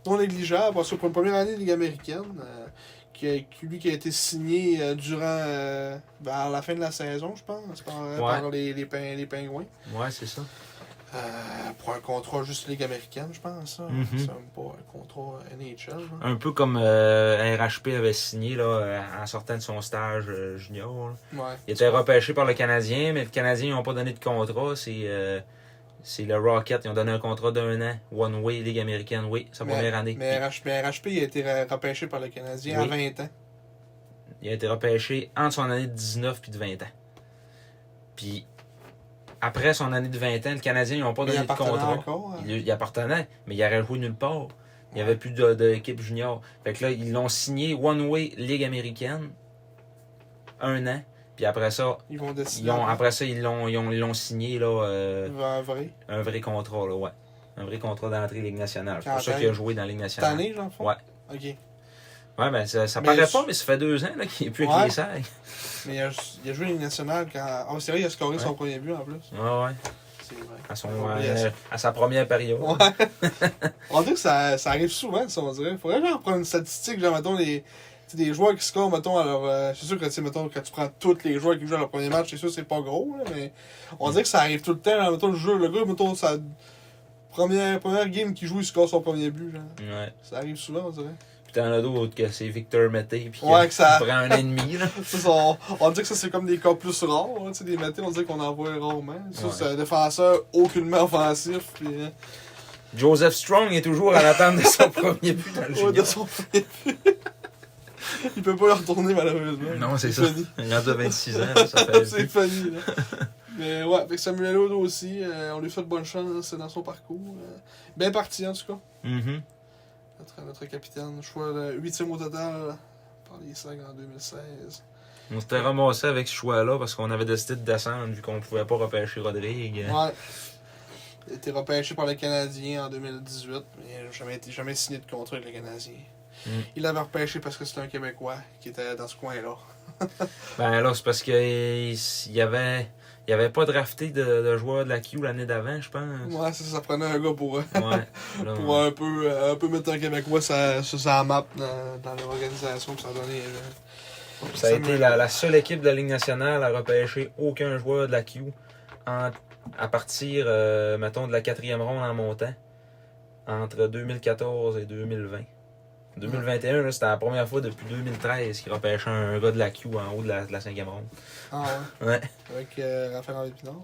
Speaker 2: non négligeable. Parce que pour une première année de Ligue américaine, euh, qui, a- qui- lui qui a été signé euh, durant euh, vers la fin de la saison, je pense, par, euh, par les, les, Pin- les Pingouins.
Speaker 3: Ouais, c'est ça.
Speaker 2: Euh, pour un contrat juste Ligue américaine, je pense. ça.
Speaker 3: Mhm.
Speaker 2: C'est même pas un contrat NHL. hein.
Speaker 3: Un peu comme euh, RHP avait signé là, euh, en sortant de son stage euh, junior. là.
Speaker 2: Ouais.
Speaker 3: Il était repêché par le Canadien, mais le Canadien, ils n'ont pas donné de contrat. C'est euh, c'est le Rocket. Ils ont donné un contrat d'un an. One Way, Ligue américaine, oui, sa
Speaker 2: Mais-
Speaker 3: première année.
Speaker 2: Mais RHP, mais RHP a été ra- repêché par le Canadien
Speaker 3: Oui.
Speaker 2: à 20 ans.
Speaker 3: Il a été repêché entre son année de 19 puis de 20 ans. Puis après son année de 20 ans, le Canadien, ils n'ont pas
Speaker 2: Mais il
Speaker 3: donné de
Speaker 2: appartenait
Speaker 3: contrat.
Speaker 2: encore. hein.
Speaker 3: Il, il appartenait, mais il aurait joué nulle part. Il n'y
Speaker 2: Ouais.
Speaker 3: avait plus de- d'équipe junior. Fait que là, ils l'ont signé One Way Ligue américaine. Un an. Puis après ça,
Speaker 2: Ils vont décider.
Speaker 3: ils ont, après ça, ils l'ont, ils ont- ils l'ont signé là, euh,
Speaker 2: en vrai.
Speaker 3: un vrai contrat, là, ouais. Un vrai contrat d'entrée Ligue nationale. C'est
Speaker 2: Quand
Speaker 3: pour ça
Speaker 2: même.
Speaker 3: qu'il a joué dans Ligue
Speaker 2: Cette
Speaker 3: nationale.
Speaker 2: année, j'en fais.
Speaker 3: Ouais.
Speaker 2: Ok.
Speaker 3: Ouais, ben ça, ça
Speaker 2: Mais
Speaker 3: paraît
Speaker 2: je-
Speaker 3: pas, mais ça fait deux ans là, qu'il est plus
Speaker 2: Ouais.
Speaker 3: avec les Sags.
Speaker 2: Mais il a, il a joué une nationale quand. Ah, c'est vrai, il a scoré son premier but en plus.
Speaker 3: Ouais, ouais.
Speaker 2: C'est vrai.
Speaker 3: À, son,
Speaker 2: J'ai oublié
Speaker 3: euh, à sa première période.
Speaker 2: Oh, Ouais. on dirait que ça, ça arrive souvent, ça, on dirait. Faudrait genre prendre une statistique, genre, mettons, les, tu sais, des joueurs qui scorent, mettons, alors, c'est sûr que, tu sais, mettons, quand tu prends tous les joueurs qui jouent à leur premier match, c'est sûr que c'est pas gros, là, mais on dirait que ça arrive tout le temps, genre, mettons, le jeu, le gars, mettons, sa première, première game qu'il joue, il score son premier but, genre.
Speaker 3: Ouais.
Speaker 2: Ça arrive souvent, on dirait. (laughs)
Speaker 3: Puis t'en as d'autres que c'est Victor Mété, puis
Speaker 2: Ouais,
Speaker 3: que
Speaker 2: que ça-
Speaker 3: il prend un ennemi, là.
Speaker 2: Ça, ça, on, on dirait que ça, c'est comme des cas plus rares, hein, tu sais, des matés, on dirait qu'on en voit rarement. Ça,
Speaker 3: Ouais.
Speaker 2: c'est un défenseur aucunement offensif, puis, euh,
Speaker 3: Joseph Strong est toujours à l'attente de (laughs) son premier but dans
Speaker 2: ouais,
Speaker 3: le
Speaker 2: de
Speaker 3: junior.
Speaker 2: son premier but. (laughs) Il peut pas le retourner, malheureusement.
Speaker 3: Non, c'est ça.
Speaker 2: fini.
Speaker 3: Il a 26 ans, là, (laughs) ça
Speaker 2: (laughs)
Speaker 3: fait...
Speaker 2: c'est funny, là. Mais ouais, avec Samuel Odo aussi, euh, on lui souhaite bonne chance dans son parcours. euh. bien parti, en tout cas.
Speaker 3: Mhm.
Speaker 2: Notre, notre capitaine, choix euh, huitième au total par les Sags en 2016.
Speaker 3: On s'était ramassé avec ce choix-là parce qu'on avait décidé de descendre vu qu'on pouvait pas repêcher Rodrigue.
Speaker 2: Ouais. Il a été repêché par les Canadiens en 2018, mais il n'a jamais, été- jamais signé de contrat avec les Canadiens.
Speaker 3: Mm.
Speaker 2: Il l'avait repêché parce que c'était un Québécois qui était dans ce coin-là.
Speaker 3: Ben là, c'est parce que il il y avait, il y avait pas drafté de, de joueur de la Q l'année d'avant, je pense.
Speaker 2: Ouais, ça, ça prenait un gars pour, euh,
Speaker 3: Hmm. Ouais. Là,
Speaker 2: pour un, peu, euh, un peu mettre un Québécois sur sur sa map dans, dans leur organisation pour s'en donner. euh,
Speaker 3: ça a été la, la seule équipe de la Ligue nationale à repêcher aucun joueur de la Q en- à partir, euh, mettons, de la quatrième ronde en montant entre 2014 et 2020. 2021, là, c'était la première fois depuis 2013 qu'ils repêchaient un gars de la Q en haut de la, de la cinquième ronde.
Speaker 2: Ah ouais?
Speaker 3: (laughs) Ouais.
Speaker 2: Avec euh, Raphaël Henri Pinard.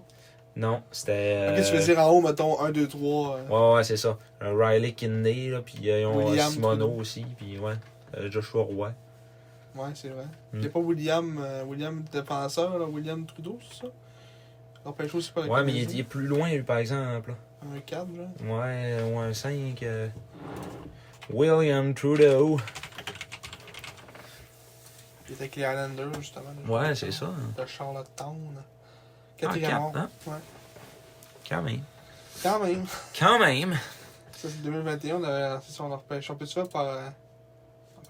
Speaker 3: Non, c'était. euh,
Speaker 2: Ok, tu veux dire en haut, mettons 1, 2, 3. euh,
Speaker 3: Ouais, ouais, c'est ça. Euh, Riley Kinney, là, puis euh, ils ont euh,
Speaker 2: William
Speaker 3: Simoneau
Speaker 2: Trudeau.
Speaker 3: aussi, puis ouais, euh, Joshua Roy.
Speaker 2: Ouais, c'est vrai.
Speaker 3: Mm.
Speaker 2: Il n'y a pas William, euh, William Défenseur, là, William Trudeau, c'est ça? Rappelle aussi pas la
Speaker 3: Ouais, mais il est, il est plus loin, lui, par exemple. là.
Speaker 2: Un 4, genre.
Speaker 3: Ouais, euh, ou un 5. euh, William Trudeau.
Speaker 2: Il était avec les Islanders, justement. là.
Speaker 3: Ouais, c'est ça.
Speaker 2: De Charlottetown.
Speaker 3: En quatre,
Speaker 2: Quatrième rang.
Speaker 3: hein?
Speaker 2: Ouais.
Speaker 3: Quand même.
Speaker 2: Quand même.
Speaker 3: Quand même.
Speaker 2: Ça, c'est 2021. On avait la session de repêche. On peut-tu faire par. euh,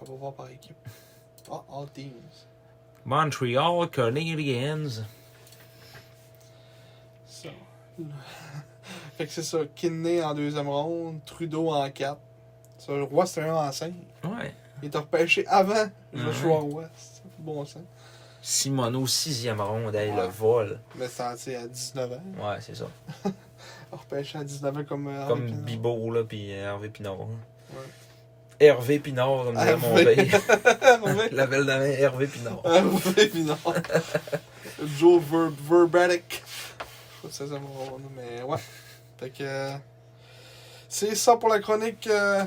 Speaker 2: On peut pas voir par équipe. Ah, all teams.
Speaker 3: Montreal Canadiens.
Speaker 2: Ça. (laughs) fait que c'est ça. Kidney en deuxième ronde. Trudeau en 4. Ça, le Roy, c'est un en 5.
Speaker 3: Ouais.
Speaker 2: Il est repêché avant
Speaker 3: Mhm.
Speaker 2: Joshua Roy. C'est Bon sens.
Speaker 3: Simoneau, sixième ronde, hey,
Speaker 2: Ouais.
Speaker 3: le vol.
Speaker 2: Mais ça, c'est à 19 ans.
Speaker 3: Ouais, c'est ça.
Speaker 2: Repêché à 19 ans comme. euh,
Speaker 3: Comme
Speaker 2: Henri Pinard. (laughs)
Speaker 3: Bibo, là, puis euh, Hervé Pinard. hein. Hervé Pinard, comme dirait mon
Speaker 2: Hervé.
Speaker 3: pays. (laughs)
Speaker 2: Hervé.
Speaker 3: La belle dame Hervé Pinard.
Speaker 2: Hervé Pinard. Joe Ver Verbatic. Je sais pas si ça me rend, mais ouais. Fait que. euh, C'est ça pour la chronique. Euh,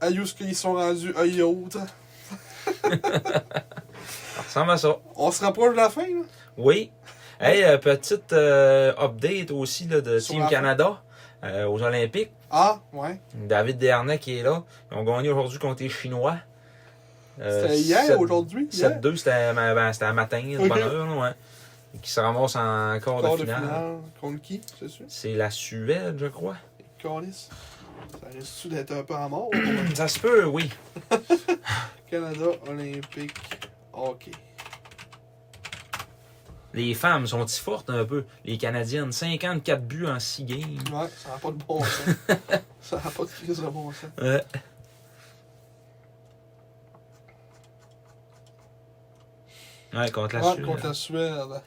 Speaker 2: à où est-ce qu'ils sont rendus à Yacht.
Speaker 3: Ça ressemble à ça.
Speaker 2: On se rapproche de la fin, là.
Speaker 3: Oui. Hey, euh, petite euh, update aussi là, de
Speaker 2: Sur
Speaker 3: Team
Speaker 2: la-
Speaker 3: Canada euh, aux Olympiques.
Speaker 2: Ah, ouais.
Speaker 3: David Desharnais qui est là. Ils ont gagné aujourd'hui contre les Chinois. Euh,
Speaker 2: C'était hier,
Speaker 3: sept-
Speaker 2: aujourd'hui. Hier.
Speaker 3: 7-2, c'était ma- ben, c'était à matin, de
Speaker 2: Ok.
Speaker 3: bonne heure, là, ouais. Et qui se ramasse en quart
Speaker 2: Quart
Speaker 3: de finale.
Speaker 2: Contre qui, c'est sûr?
Speaker 3: C'est la Suède, je crois.
Speaker 2: Carlis. Ça risque-tu d'être un peu en mort? pour le
Speaker 3: Ça se peut, oui.
Speaker 2: (coughs) Canada Olympique Hockey.
Speaker 3: Les femmes sont si fortes un peu. Les Canadiennes, 54 buts en 6 games.
Speaker 2: Ouais, ça n'a pas de bon sens.
Speaker 3: (laughs)
Speaker 2: ça n'a pas de crise de bon sens.
Speaker 3: Ouais. Ouais, contre la
Speaker 2: Ah,
Speaker 3: Suède.
Speaker 2: contre la Suède.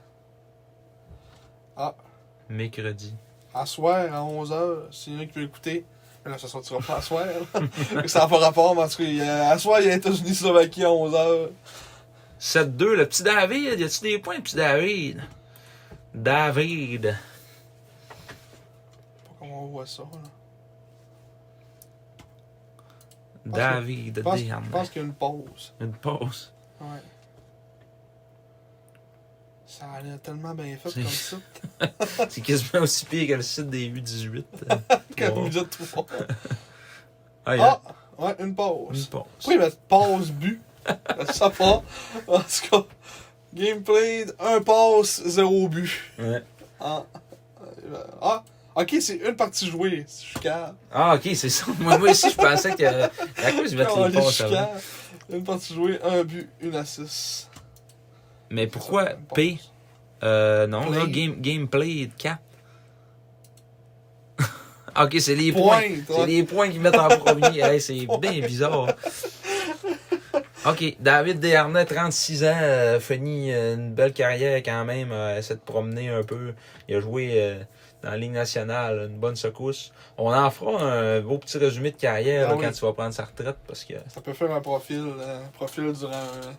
Speaker 3: Mercredi.
Speaker 2: À soir, à 11h, s'il y en a qui veut écouter. Mais là, ça sortira pas à soir. là. (laughs) ça n'a pas rapport, mais en tout cas, il y a- à soir, il y a États-Unis-Slovaquie à 11h.
Speaker 3: 7-2, le petit David. Y a-tu des points, petit David? David.
Speaker 2: Je sais pas comment on voit ça. là. Pense- Je
Speaker 3: David,
Speaker 2: pense,
Speaker 3: damn.
Speaker 2: je pense qu'il y a une pause.
Speaker 3: Une pause.
Speaker 2: Ouais. Ça a l'air tellement bien fait
Speaker 3: C'est- (laughs)
Speaker 2: comme ça.
Speaker 3: C'est quasiment aussi pire que le site
Speaker 2: (laughs)
Speaker 3: des U18.
Speaker 2: Quand
Speaker 3: Wow.
Speaker 2: vous dites trois.
Speaker 3: Ah, y a
Speaker 2: Ah! Ouais, une
Speaker 3: une
Speaker 2: pause.
Speaker 3: pause.
Speaker 2: Pourquoi ils mettent pause, but? Je sais pas. En tout cas, gameplay, un passe, zéro but.
Speaker 3: Ouais.
Speaker 2: Ah, Euh, ah, ok, c'est une partie jouée. Je suis calme.
Speaker 3: Ah, ok, c'est ça. (laughs) Moi, moi aussi, je pensais que. À quoi je vais
Speaker 2: Oh,
Speaker 3: mettre les
Speaker 2: les
Speaker 3: passes avant?
Speaker 2: chicanes. Une partie jouée, un but, une assist.
Speaker 3: Mais pourquoi
Speaker 2: Ça, une pause.
Speaker 3: P Euh, non,
Speaker 2: Play.
Speaker 3: là, game, gameplay de 4. (laughs) ok, c'est les points.
Speaker 2: Point,
Speaker 3: C'est
Speaker 2: toi.
Speaker 3: les points
Speaker 2: (laughs)
Speaker 3: qu'ils mettent en premier. Hey, c'est bien bizarre. Ok, David Desharnais, 36 ans, euh, finit euh, une belle carrière quand même. euh, essaie de promener un peu. Il a joué euh, dans la Ligue nationale, une bonne secousse. On en fera un beau petit résumé de carrière
Speaker 2: Ah
Speaker 3: là,
Speaker 2: oui.
Speaker 3: quand tu vas prendre sa retraite parce que
Speaker 2: Ça peut faire un profil, euh, un profil durant un,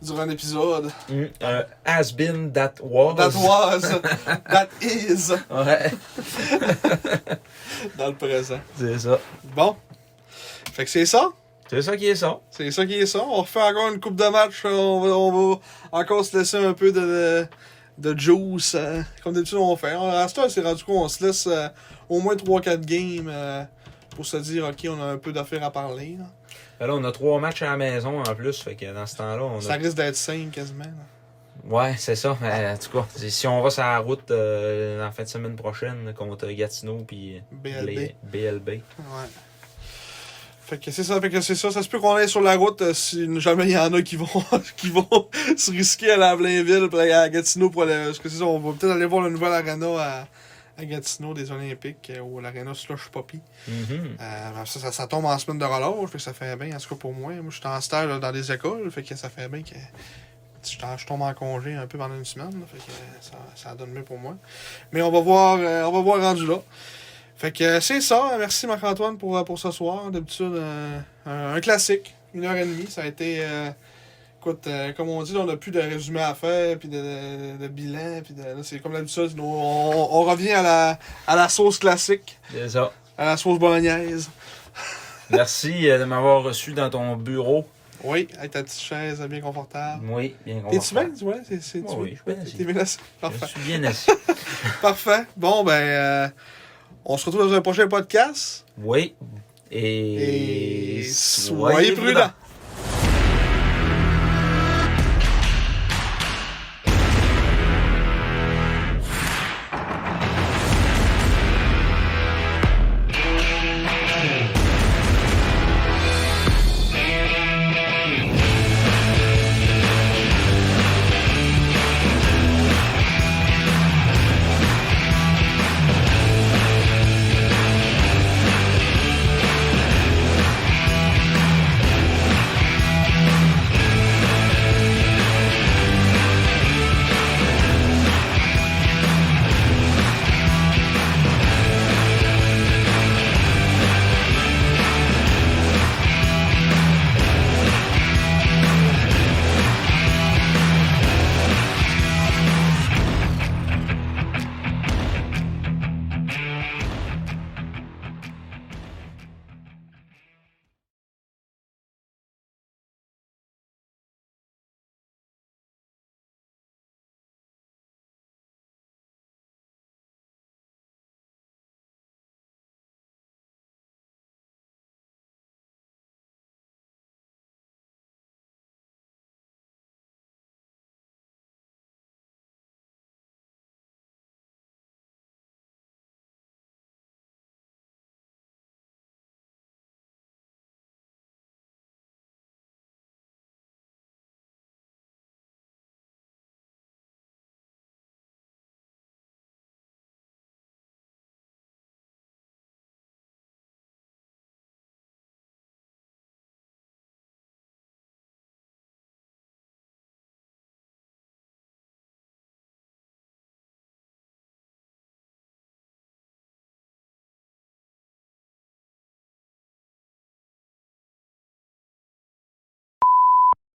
Speaker 2: durant un épisode.
Speaker 3: Hum, un has been that was.
Speaker 2: Mm. That was, that is,
Speaker 3: Ouais, (laughs)
Speaker 2: dans le présent.
Speaker 3: c'est ça.
Speaker 2: Bon. Fait que c'est ça.
Speaker 3: C'est ça qui est ça.
Speaker 2: C'est ça qui est ça. On refait encore une coupe de match. On va, on va encore se laisser un peu de, de juice. euh, comme d'habitude, on fait. À ce temps, c'est rendu quoi? On se laisse euh, au moins 3-4 games euh, pour se dire, OK, on a un peu d'affaires à parler. là.
Speaker 3: Ben Là, on a trois matchs à la maison en plus, fait que dans ce temps-là, on a.
Speaker 2: Ça risque d'être 5 quasiment. là.
Speaker 3: Ouais, c'est ça. Mais en tout cas, c'est- si on va sur la route euh, en fin de semaine prochaine contre Gatineau puis
Speaker 2: BLB.
Speaker 3: les BLB.
Speaker 2: Ouais. Fait que c'est ça, fait que c'est ça. Ça se peut qu'on aille sur la route euh, si jamais il y en a qui vont, (laughs) qui vont se risquer à aller à Blainville pour aller à Gatineau pour aller. Parce que c'est ça, on va peut-être aller voir le nouvel arena à, à Gatineau des Olympiques euh, ou l'arena Slush Poppy.
Speaker 3: Mhm.
Speaker 2: Euh, ben, ça, ça, ça tombe en semaine de relâche, fait que ça fait bien, en tout cas pour moi. Moi, je suis en stage là, dans des écoles, fait que ça fait bien que je, t'en- je tombe en congé un peu pendant une semaine, là, fait que euh, ça, ça donne mieux pour moi. Mais on va voir, euh, on va voir rendu là. Fait que euh, c'est ça. Merci Marc-Antoine pour, euh, pour ce soir. D'habitude, euh, un, un classique, une heure et demie. Ça a été, euh, écoute, euh, comme on dit, là, on n'a plus de résumé à faire, puis de, de- de bilan, puis de- là, c'est comme d'habitude, nous, on, on revient à la, à la sauce classique,
Speaker 3: C'est ça.
Speaker 2: à la sauce bolognaise.
Speaker 3: Merci euh, de m'avoir reçu dans ton bureau.
Speaker 2: Oui, avec ta petite chaise bien confortable.
Speaker 3: Oui, bien content.
Speaker 2: T'es-tu bien? Ouais, c'est, c'est,
Speaker 3: Mm. Oui,
Speaker 2: tu-
Speaker 3: oui, je suis bien assis.
Speaker 2: T'es bien assis?
Speaker 3: Je
Speaker 2: Parfait.
Speaker 3: suis bien assis.
Speaker 2: Parfait. Bon, ben, euh, on se retrouve dans un prochain podcast.
Speaker 3: Oui. Et,
Speaker 2: soyez prudents.